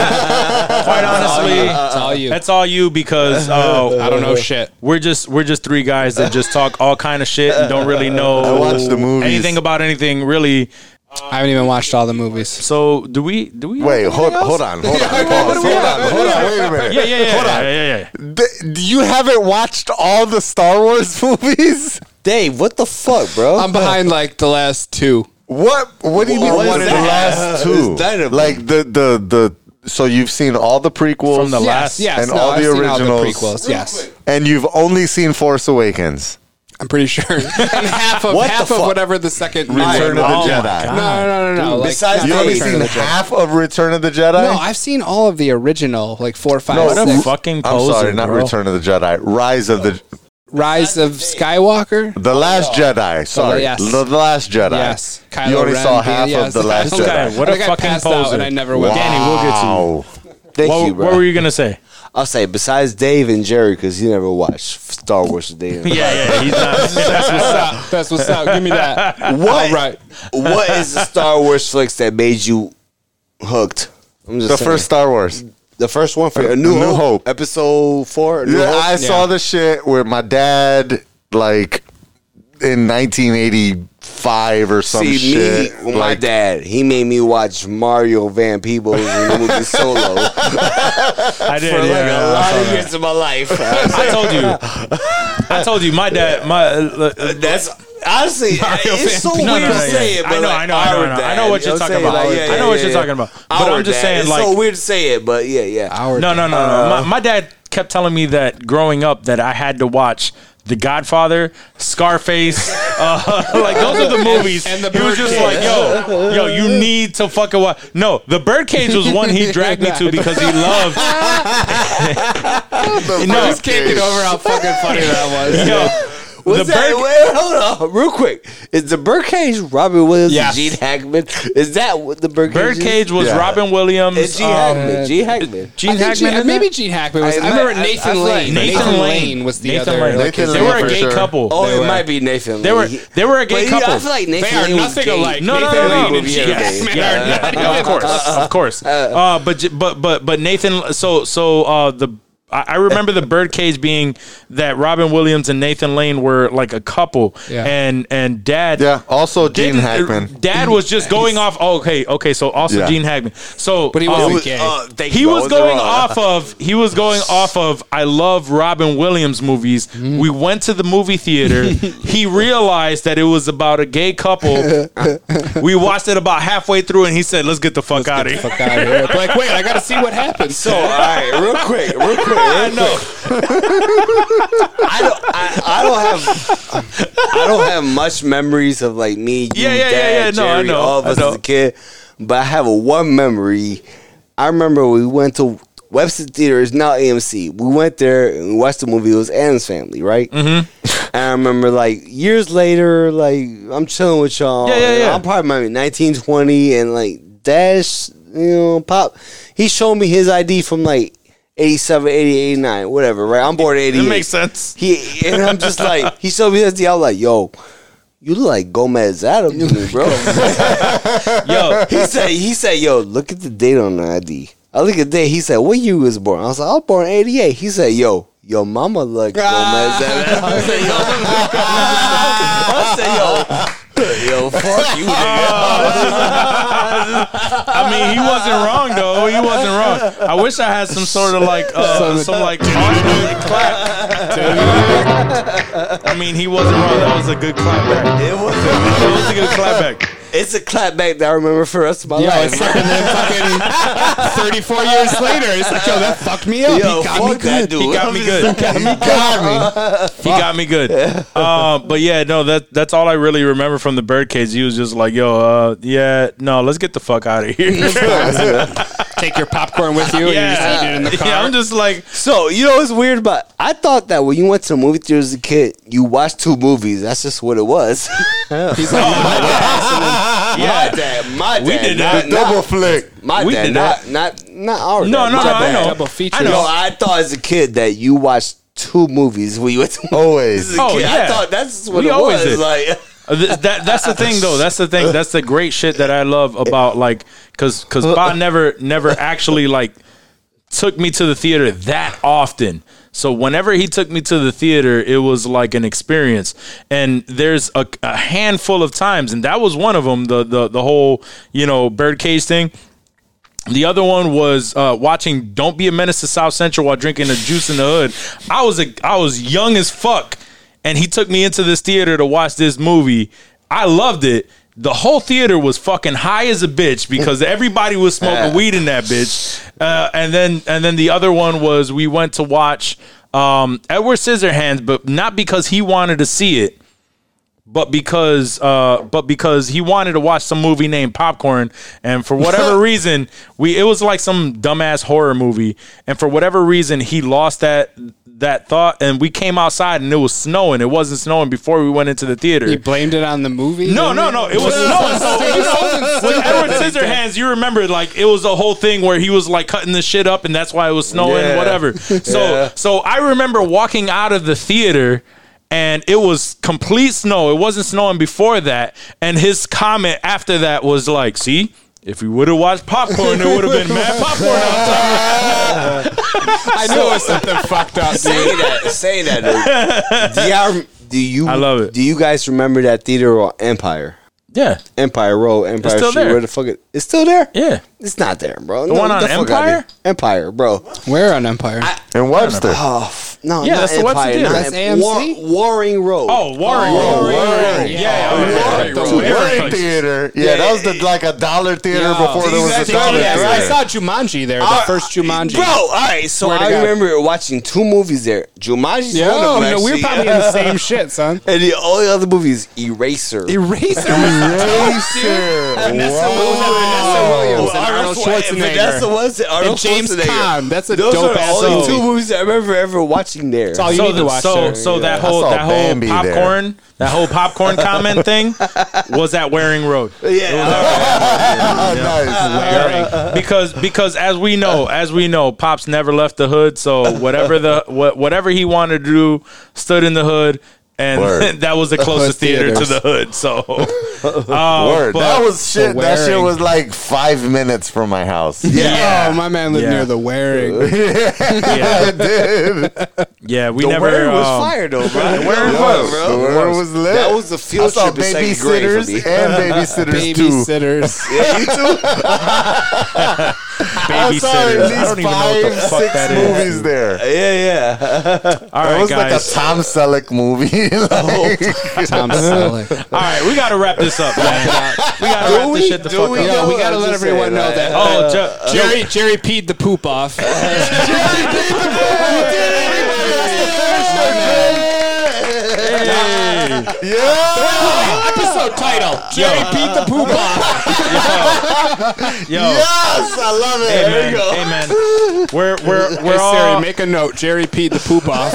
S3: Quite honestly,
S1: it's all you.
S3: that's all you because uh,
S1: I don't know shit.
S3: We're just we're just three guys that just talk all kind of shit and don't really know
S2: I watch the movies.
S3: anything about anything really.
S1: I haven't even watched all the movies.
S3: So do we do we
S2: Wait, hold, hold on. Hold on. Pause. Hold on. Hold on. Wait a minute.
S3: Yeah, yeah, yeah,
S2: Hold on.
S3: yeah, yeah, yeah.
S2: D- you haven't watched all the Star Wars movies?
S9: Dave, what the fuck, bro?
S1: I'm behind like the last two.
S2: What? What do you mean?
S9: What
S2: What
S9: is
S2: the
S9: that?
S2: last two?
S9: It's dynamite.
S2: Like the the the. So you've seen all the prequels
S3: From the Yeah. Last-
S1: yes,
S2: and
S1: no,
S2: all
S1: I've
S2: the
S1: seen all the
S2: originals.
S1: prequels. Yes,
S2: and you've only seen Force Awakens.
S1: I'm pretty sure. and half of
S9: What the
S1: half of
S9: fuck?
S1: whatever the second
S2: Return of
S1: No,
S2: the Jedi.
S1: No, no, no, no. Like,
S9: besides
S1: not
S2: You've only
S9: Hey,
S1: Return
S2: seen
S1: of the Jedi.
S2: half of Return of the Jedi.
S1: No, I've seen all of the original, like four, five,
S2: No,
S1: six.
S3: What a fucking
S2: I'm
S3: poser,
S2: sorry, not
S3: bro.
S2: Return of the Jedi. Rise of the
S1: Rise of Skywalker.
S2: The Last
S3: Oh,
S2: Jedi. Sorry,
S1: yes.
S2: the, The Last Jedi.
S1: Yes, Kylo
S2: you only
S1: Ren
S2: saw
S1: being-
S2: half
S1: yes.
S2: of the Last
S3: Okay,
S2: Jedi.
S3: what
S1: I
S3: a
S1: think I
S3: fucking
S1: passed out
S3: poser.
S1: and I never went
S3: Danny, we'll get to you.
S2: Wow.
S9: Thank
S3: What,
S9: you,
S3: what
S9: bro.
S3: were you gonna say?
S9: I'll say besides Dave and Jerry because he never watched Star Wars with Dave.
S3: Yeah, yeah, he's not.
S1: That's what's up. That's what's up. Give me that.
S9: What?
S1: All right.
S9: what is the Star Wars flicks that made you hooked? I'm just
S2: The
S9: saying.
S2: first Star Wars.
S9: the first one for A New,
S2: New
S9: Hope,
S2: Hope.
S9: episode four. A New
S2: Yeah,
S9: Hope?
S2: I saw the shit with my dad, like in 1985 or some
S9: See
S2: shit.
S9: me, with my
S2: like,
S9: dad. He made me watch Mario Van Peebles in the movie Solo
S3: I did.
S9: for like
S3: yeah,
S9: a
S3: I
S9: lot
S3: saw
S9: of
S3: that.
S9: years of my life.
S3: I told you. I told you. My dad. My. Uh, uh,
S9: That's honestly, it's so
S3: No,
S9: weird
S3: no, no,
S9: to
S3: yeah.
S9: say it. But
S3: I know,
S9: like,
S3: I know, I know,
S9: our
S3: I know. I
S9: dad,
S3: know what
S9: you
S3: you're talking
S9: what I'm
S3: about. I
S9: saying? Like, yeah,
S3: know what
S9: yeah,
S3: you're
S9: yeah.
S3: talking about. But
S9: Our
S3: I'm just
S9: dad.
S3: saying,
S9: it's
S3: like,
S9: so weird to say it, but yeah, yeah.
S1: Our
S3: no, no, no, no.
S9: Uh.
S3: My, my dad kept telling me that growing up that I had to watch. The Godfather, Scarface, uh, like those are the movies.
S1: And The
S3: he was just like,
S1: Birdcage.
S3: yo, yo, you need to fucking watch. No, The Birdcage was one he dragged me to because he loved.
S1: I just can't get over how fucking funny that was.
S3: Yo,
S9: What's
S3: the
S9: that?
S3: Bird-
S9: Wait, hold on, real quick. Is the Birdcage Robin Williams
S1: Yes.
S9: and Gene Hackman? Is that what the Birdcage? is?
S3: Birdcage was
S2: Yeah.
S3: Robin Williams.
S9: It's Gene
S3: um,
S9: Hackman. Gene Hackman.
S3: Gene
S1: I think
S3: Hackman.
S1: Gene-
S3: in
S1: maybe
S3: there?
S1: Gene Hackman was.
S9: I
S1: I,
S9: might-
S1: remember
S9: I-
S1: Nathan
S9: I feel like
S1: Lane.
S3: Nathan, Lane.
S1: was the
S3: Nathan
S1: other.
S3: Lane.
S1: like,
S2: Nathan
S1: his
S3: they
S2: Lane
S3: were
S2: for
S3: a gay
S2: sure.
S3: couple.
S9: Oh,
S1: They
S9: it
S1: were.
S9: might be Nathan.
S3: They were
S9: Lane.
S3: they were a
S9: But
S3: gay
S9: he-
S3: couple.
S9: I feel like Nathan
S1: They are
S9: Lane was
S1: nothing
S9: gay.
S1: alike.
S3: no, no,
S1: Nathan
S3: no, no,
S1: Lane
S3: no.
S1: and
S9: Gene
S3: Yes,
S9: Hackman.
S3: yeah, yeah, yeah, of course, of course. Uh, but j- but but but Nathan. So so uh, the I I remember the birdcage being that Robin Williams and Nathan Lane were like a couple,
S1: Yeah.
S3: and and Dad.
S2: yeah, also Gene
S3: didn't- uh,
S2: Hackman.
S3: Dad was just going off. Oh, okay, okay. So also
S2: Yeah. uh,
S3: Gene Hackman. So
S1: But he
S3: um,
S1: wasn't gay.
S9: thank
S3: he
S9: you. I
S3: was
S9: wasn't
S3: going
S9: wrong.
S3: off of he was going off of I love Robin Williams movies.
S1: Mm.
S3: We went to the movie theater. he realized that it was about a gay couple. we watched it about halfway through, and he said, "Let's get the fuck out of here."
S1: fuck out of here. Like, wait, I gotta see what happens.
S9: So, all right, real quick, real quick. I know. I don't. I, I don't have. I don't have much memories of like me, you,
S3: Yeah, yeah, yeah,
S9: dad,
S3: yeah. No, I
S9: Jerry,
S3: know,
S9: all of
S3: I
S9: us
S3: know.
S9: as a kid. But I have a one memory. I remember we went to Webster Theater. It's now AMC. We went there and we watched the movie. It was Anne's Family, right? Mm-hmm. And I remember like years later, like I'm chilling with y'all.
S3: Yeah, yeah,
S9: and
S3: yeah.
S9: I'm probably maybe 19, 20, and like Dash, you know, Pop, he showed me his ID from like 87, 88, 89, whatever, right? I'm born in 88.
S3: That makes sense.
S9: He, and I'm just like, he showed me his ID. I'm like, yo, you look like Gomez Adam to me, bro.
S3: Yo,
S9: he said, he said, yo, look at the date on the ID. I look at the date. He said, what year you was born? I was like, I was born in 88. He said, yo, your mama look Gomez Adam. I said, yo, I said, yo, yo, fuck you,
S3: I mean, he wasn't wrong though. He wasn't wrong. I wish I had some sort of like uh, some like audio clap. I mean, he wasn't wrong. That was a good clapback.
S9: It was
S3: That was a good clapback.
S9: It's a clapback that I remember for the rest of my
S1: Yo,
S9: life.
S1: it's like and then fucking 34 years later. It's like, yo, that fucked me up.
S9: Yo,
S1: he got
S9: fuck
S1: me
S9: that
S1: good.
S9: dude.
S3: He got me good.
S1: He got me.
S3: He got me good. Uh, but yeah, no, that that's all I really remember from the birdcage. He was just like, "Yo, uh, yeah, no, let's get the fuck out of here." yeah,
S1: Take your popcorn with you and you just eat it in the car.
S3: yeah, I'm just like,
S9: So you know what's weird about? I thought that when you went to the movie theater as a kid, you watched two movies. That's just what it was.
S1: He's like,
S9: my dad, my dad,
S3: We did
S9: not,
S3: that.
S9: not-
S2: Double flick.
S9: my
S3: We
S9: dad,
S3: did
S9: not, not not our.
S3: no,
S9: dad,
S3: no,
S9: my
S3: no, I
S9: dad.
S3: know,
S1: Double features.
S3: I know.
S9: No, I thought as a kid that you watched two movies when you went to the movies
S2: Always.
S9: as a
S3: Oh,
S9: kid.
S3: yeah.
S9: I thought that's just what
S3: We
S9: it
S3: always
S9: was.
S3: did.
S9: Like
S3: Uh, Th- that that's the thing though. That's the thing. That's the great shit that I love about like because because Ba never never actually like took me to the theater that often. So whenever he took me to the theater, it was like an experience. And there's a, a handful of times, and that was one of them. The the the whole you know birdcage thing. The other one was uh, watching "Don't Be a Menace to South Central" while drinking a juice in the hood. I was a, I was young as fuck, and he took me into this theater to watch this movie. I loved it. The whole theater was fucking high as a bitch because everybody was smoking weed in that bitch. Uh, and then and then the other one was we went to watch um, Edward Scissorhands, but not because he wanted to see it but because uh, but because he wanted to watch some movie named Popcorn, and for whatever reason, we it was like some dumbass horror movie, and for whatever reason, he lost that that thought, and we came outside and it was snowing. It wasn't snowing before we went into the theater.
S1: He blamed it on the movie.
S3: No,
S1: didn't
S3: no,
S1: he?
S3: no. It was snowing. So, you know, with Edward Scissorhands, you remember, like, it was a whole thing where he was, like, cutting the shit up, and that's why it was snowing,
S7: Yeah.
S3: whatever. So,
S7: Yeah.
S3: so I remember walking out of the theater. And it was complete snow. It wasn't snowing before that. And his comment after that was like, see, if we would have watched popcorn, it would have been mad popcorn
S1: I knew it was something fucked up, dude.
S9: say that. Say that. Dude. Do, y'all, do you?
S3: I love it.
S9: Do you guys remember that theater on Empire?
S3: Yeah.
S9: Empire Road, Empire
S3: still
S9: Street.
S3: there.
S9: Where the fuck it? It's still there.
S3: Yeah.
S9: It's not there, bro. The
S3: one on Empire?
S9: Empire, bro.
S1: Where on Empire?
S2: And Webster.
S9: Oh f- no,
S3: Yeah,
S9: not
S3: that's the
S9: Empire,
S3: website, dude.
S9: not
S1: That's
S9: Em- War-
S1: AMC?
S9: Warring Road.
S3: Oh, Warren. Yeah, yeah,
S2: The
S3: Warren.
S2: Warren Theater. Yeah, that was the, like a dollar theater before there was a
S1: Exactly.
S2: dollar
S1: Yeah, Uh,
S2: theater.
S1: I saw Jumanji there, the first Jumanji.
S9: Bro, all right. So
S1: Swear to
S9: I
S1: God.
S9: remember watching two movies there. Jumanji's
S1: Yeah,
S9: one of them.
S1: no, we were
S9: actually.
S1: probably in the same shit, son.
S9: and the only other movie is Eraser.
S1: Eraser.
S9: Vanessa
S1: Williams
S9: Williams.
S1: and Arnold Schwarzenegger.
S9: Vanessa Williams and Arnold
S1: And James
S9: Schwarzenegger.
S1: Caan. That's a
S9: Those are
S1: dope
S9: the
S1: ass
S9: only
S1: movie.
S9: two movies I remember ever watching there.
S1: That's all Oh, you
S3: so
S1: need to
S3: the-
S1: watch.
S3: so
S1: sir.
S3: so that
S2: I
S3: whole
S2: saw
S3: that whole
S2: Bambi there.
S3: popcorn that whole popcorn comment thing was at Waring Road
S9: uh,
S2: Ah, Uh,
S3: because because as we know as we know pops never left the hood so whatever the what, whatever he wanted to do stood in the hood
S2: Word.
S3: and that was the closest theater to
S1: theaters.
S3: the hood so
S2: nice.
S3: uh,
S2: Word.
S3: but-
S2: That was shit.
S1: The
S2: That shit
S1: Waring.
S2: was like five minutes from my house.
S1: Oh, my man lived
S3: Yeah.
S1: near the Waring.
S3: yeah,
S2: it did.
S3: yeah we
S9: The
S3: never
S9: Warrior was
S3: um,
S9: fire though, bro.
S2: The Warrior was. The Warrior was lit.
S9: That was the
S2: I
S9: field
S2: saw
S9: trip to second grade for
S2: babysitters
S9: me.
S2: and babysitters too.
S1: Babysitters.
S9: Yeah, you too.
S2: I saw at least
S3: babysitters I don't even know what the
S2: five,
S3: fuck that
S2: six
S3: is.
S2: movies there.
S9: Yeah, yeah.
S3: all
S2: It
S3: right
S2: was like a
S3: guys
S2: Tom Selleck movie. Like-
S1: Tom Selleck.
S3: all right we gotta wrap this up man we gotta wrap this shit the fuck up
S1: Yeah,
S9: know
S1: we
S9: what
S1: got to
S9: I'm
S1: let
S9: just
S1: everyone
S9: saying,
S1: know
S9: like-
S1: that.
S3: oh Ju- Ju-
S1: Jerry, Jerry peed the poop off.
S2: yeah.
S1: Episode title: Jerry peed the poop off.
S3: yo
S2: Yes, I love it.
S3: Hey,
S2: there
S3: man.
S2: you go.
S3: Hey, man. We're we're we're
S1: Hey, Siri,
S3: all
S1: make a note. Jerry peed the poop off.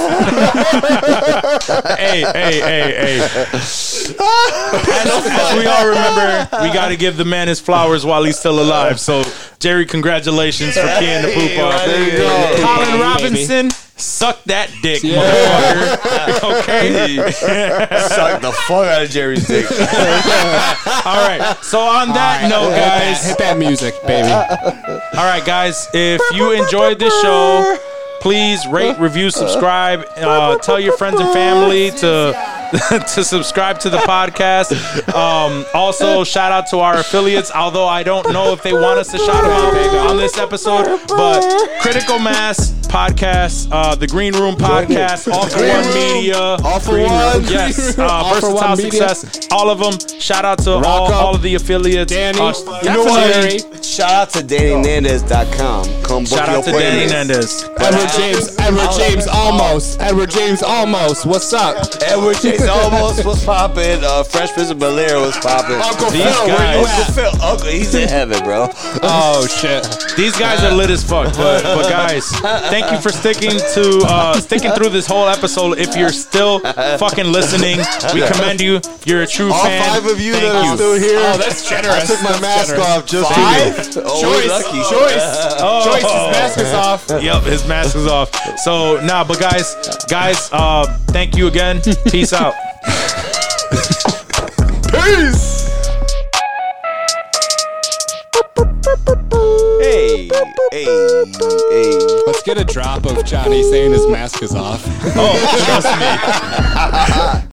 S3: hey hey hey hey. as, as we all remember, we got to give the man his flowers while he's still alive. So, Jerry, congratulations for peeing the poop off.
S9: There you go.
S3: Colin
S1: Baby.
S3: Robinson, suck that dick, motherfucker. Okay.
S9: Suck the fuck out of Jerry's dick.
S3: All right. So on that note,
S1: Hit that-
S3: guys.
S1: hit that music,
S3: Uh,
S1: baby.
S3: All right, guys. If you enjoyed this show, please rate, review, subscribe. Uh, tell your friends and family to to subscribe to the podcast. Um, also, shout out to our affiliates. Although I don't know if they want us to shout them out on this episode, but Critical Mass Podcast, uh, The Green Room Podcast, All for
S2: Green
S3: One
S2: Room.
S3: Media,
S2: All for
S3: Green
S2: One.
S3: yes, uh,
S1: All for One
S3: Versatile
S1: Media.
S3: Success, all of them. Shout out to all,
S1: up.
S3: all of the affiliates.
S1: Danny,
S3: Uh,
S1: you know what?
S3: definitely-
S9: Shout out to DannyNandez.com. Come book
S3: Shout
S9: your
S3: out to Danny
S9: appointments.
S3: Hernandez.
S1: Edward James, Edward James, almost. Edward James, almost. What's up?
S9: Edward Chase almost was popping. Uh, Fresh Prince of Bel Air was popping. Uncle
S3: These guys,
S9: Phil, Uncle, he's in heaven, bro.
S1: Oh shit!
S3: these guys are lit as fuck. But, but guys, thank you for sticking to uh, sticking through this whole episode. If you're still fucking listening, we commend you. You're a true
S2: All
S3: fan.
S2: five of you
S3: thank
S2: that
S3: you.
S2: are still here.
S1: Oh, that's generous.
S2: I took my
S1: That's
S2: mask
S1: generous.
S9: uh,
S2: off just for you.
S9: Oh,
S1: Choice,
S9: we're lucky.
S1: choice,
S3: Oh.
S1: choice. His mask is off.
S3: Yep, his mask is off. So nah, but guys, guys, uh, thank you again. Peace out.
S2: Peace.
S9: Hey, hey, hey.
S1: Let's get a drop of Johnny saying his mask is off.
S3: Oh, trust me.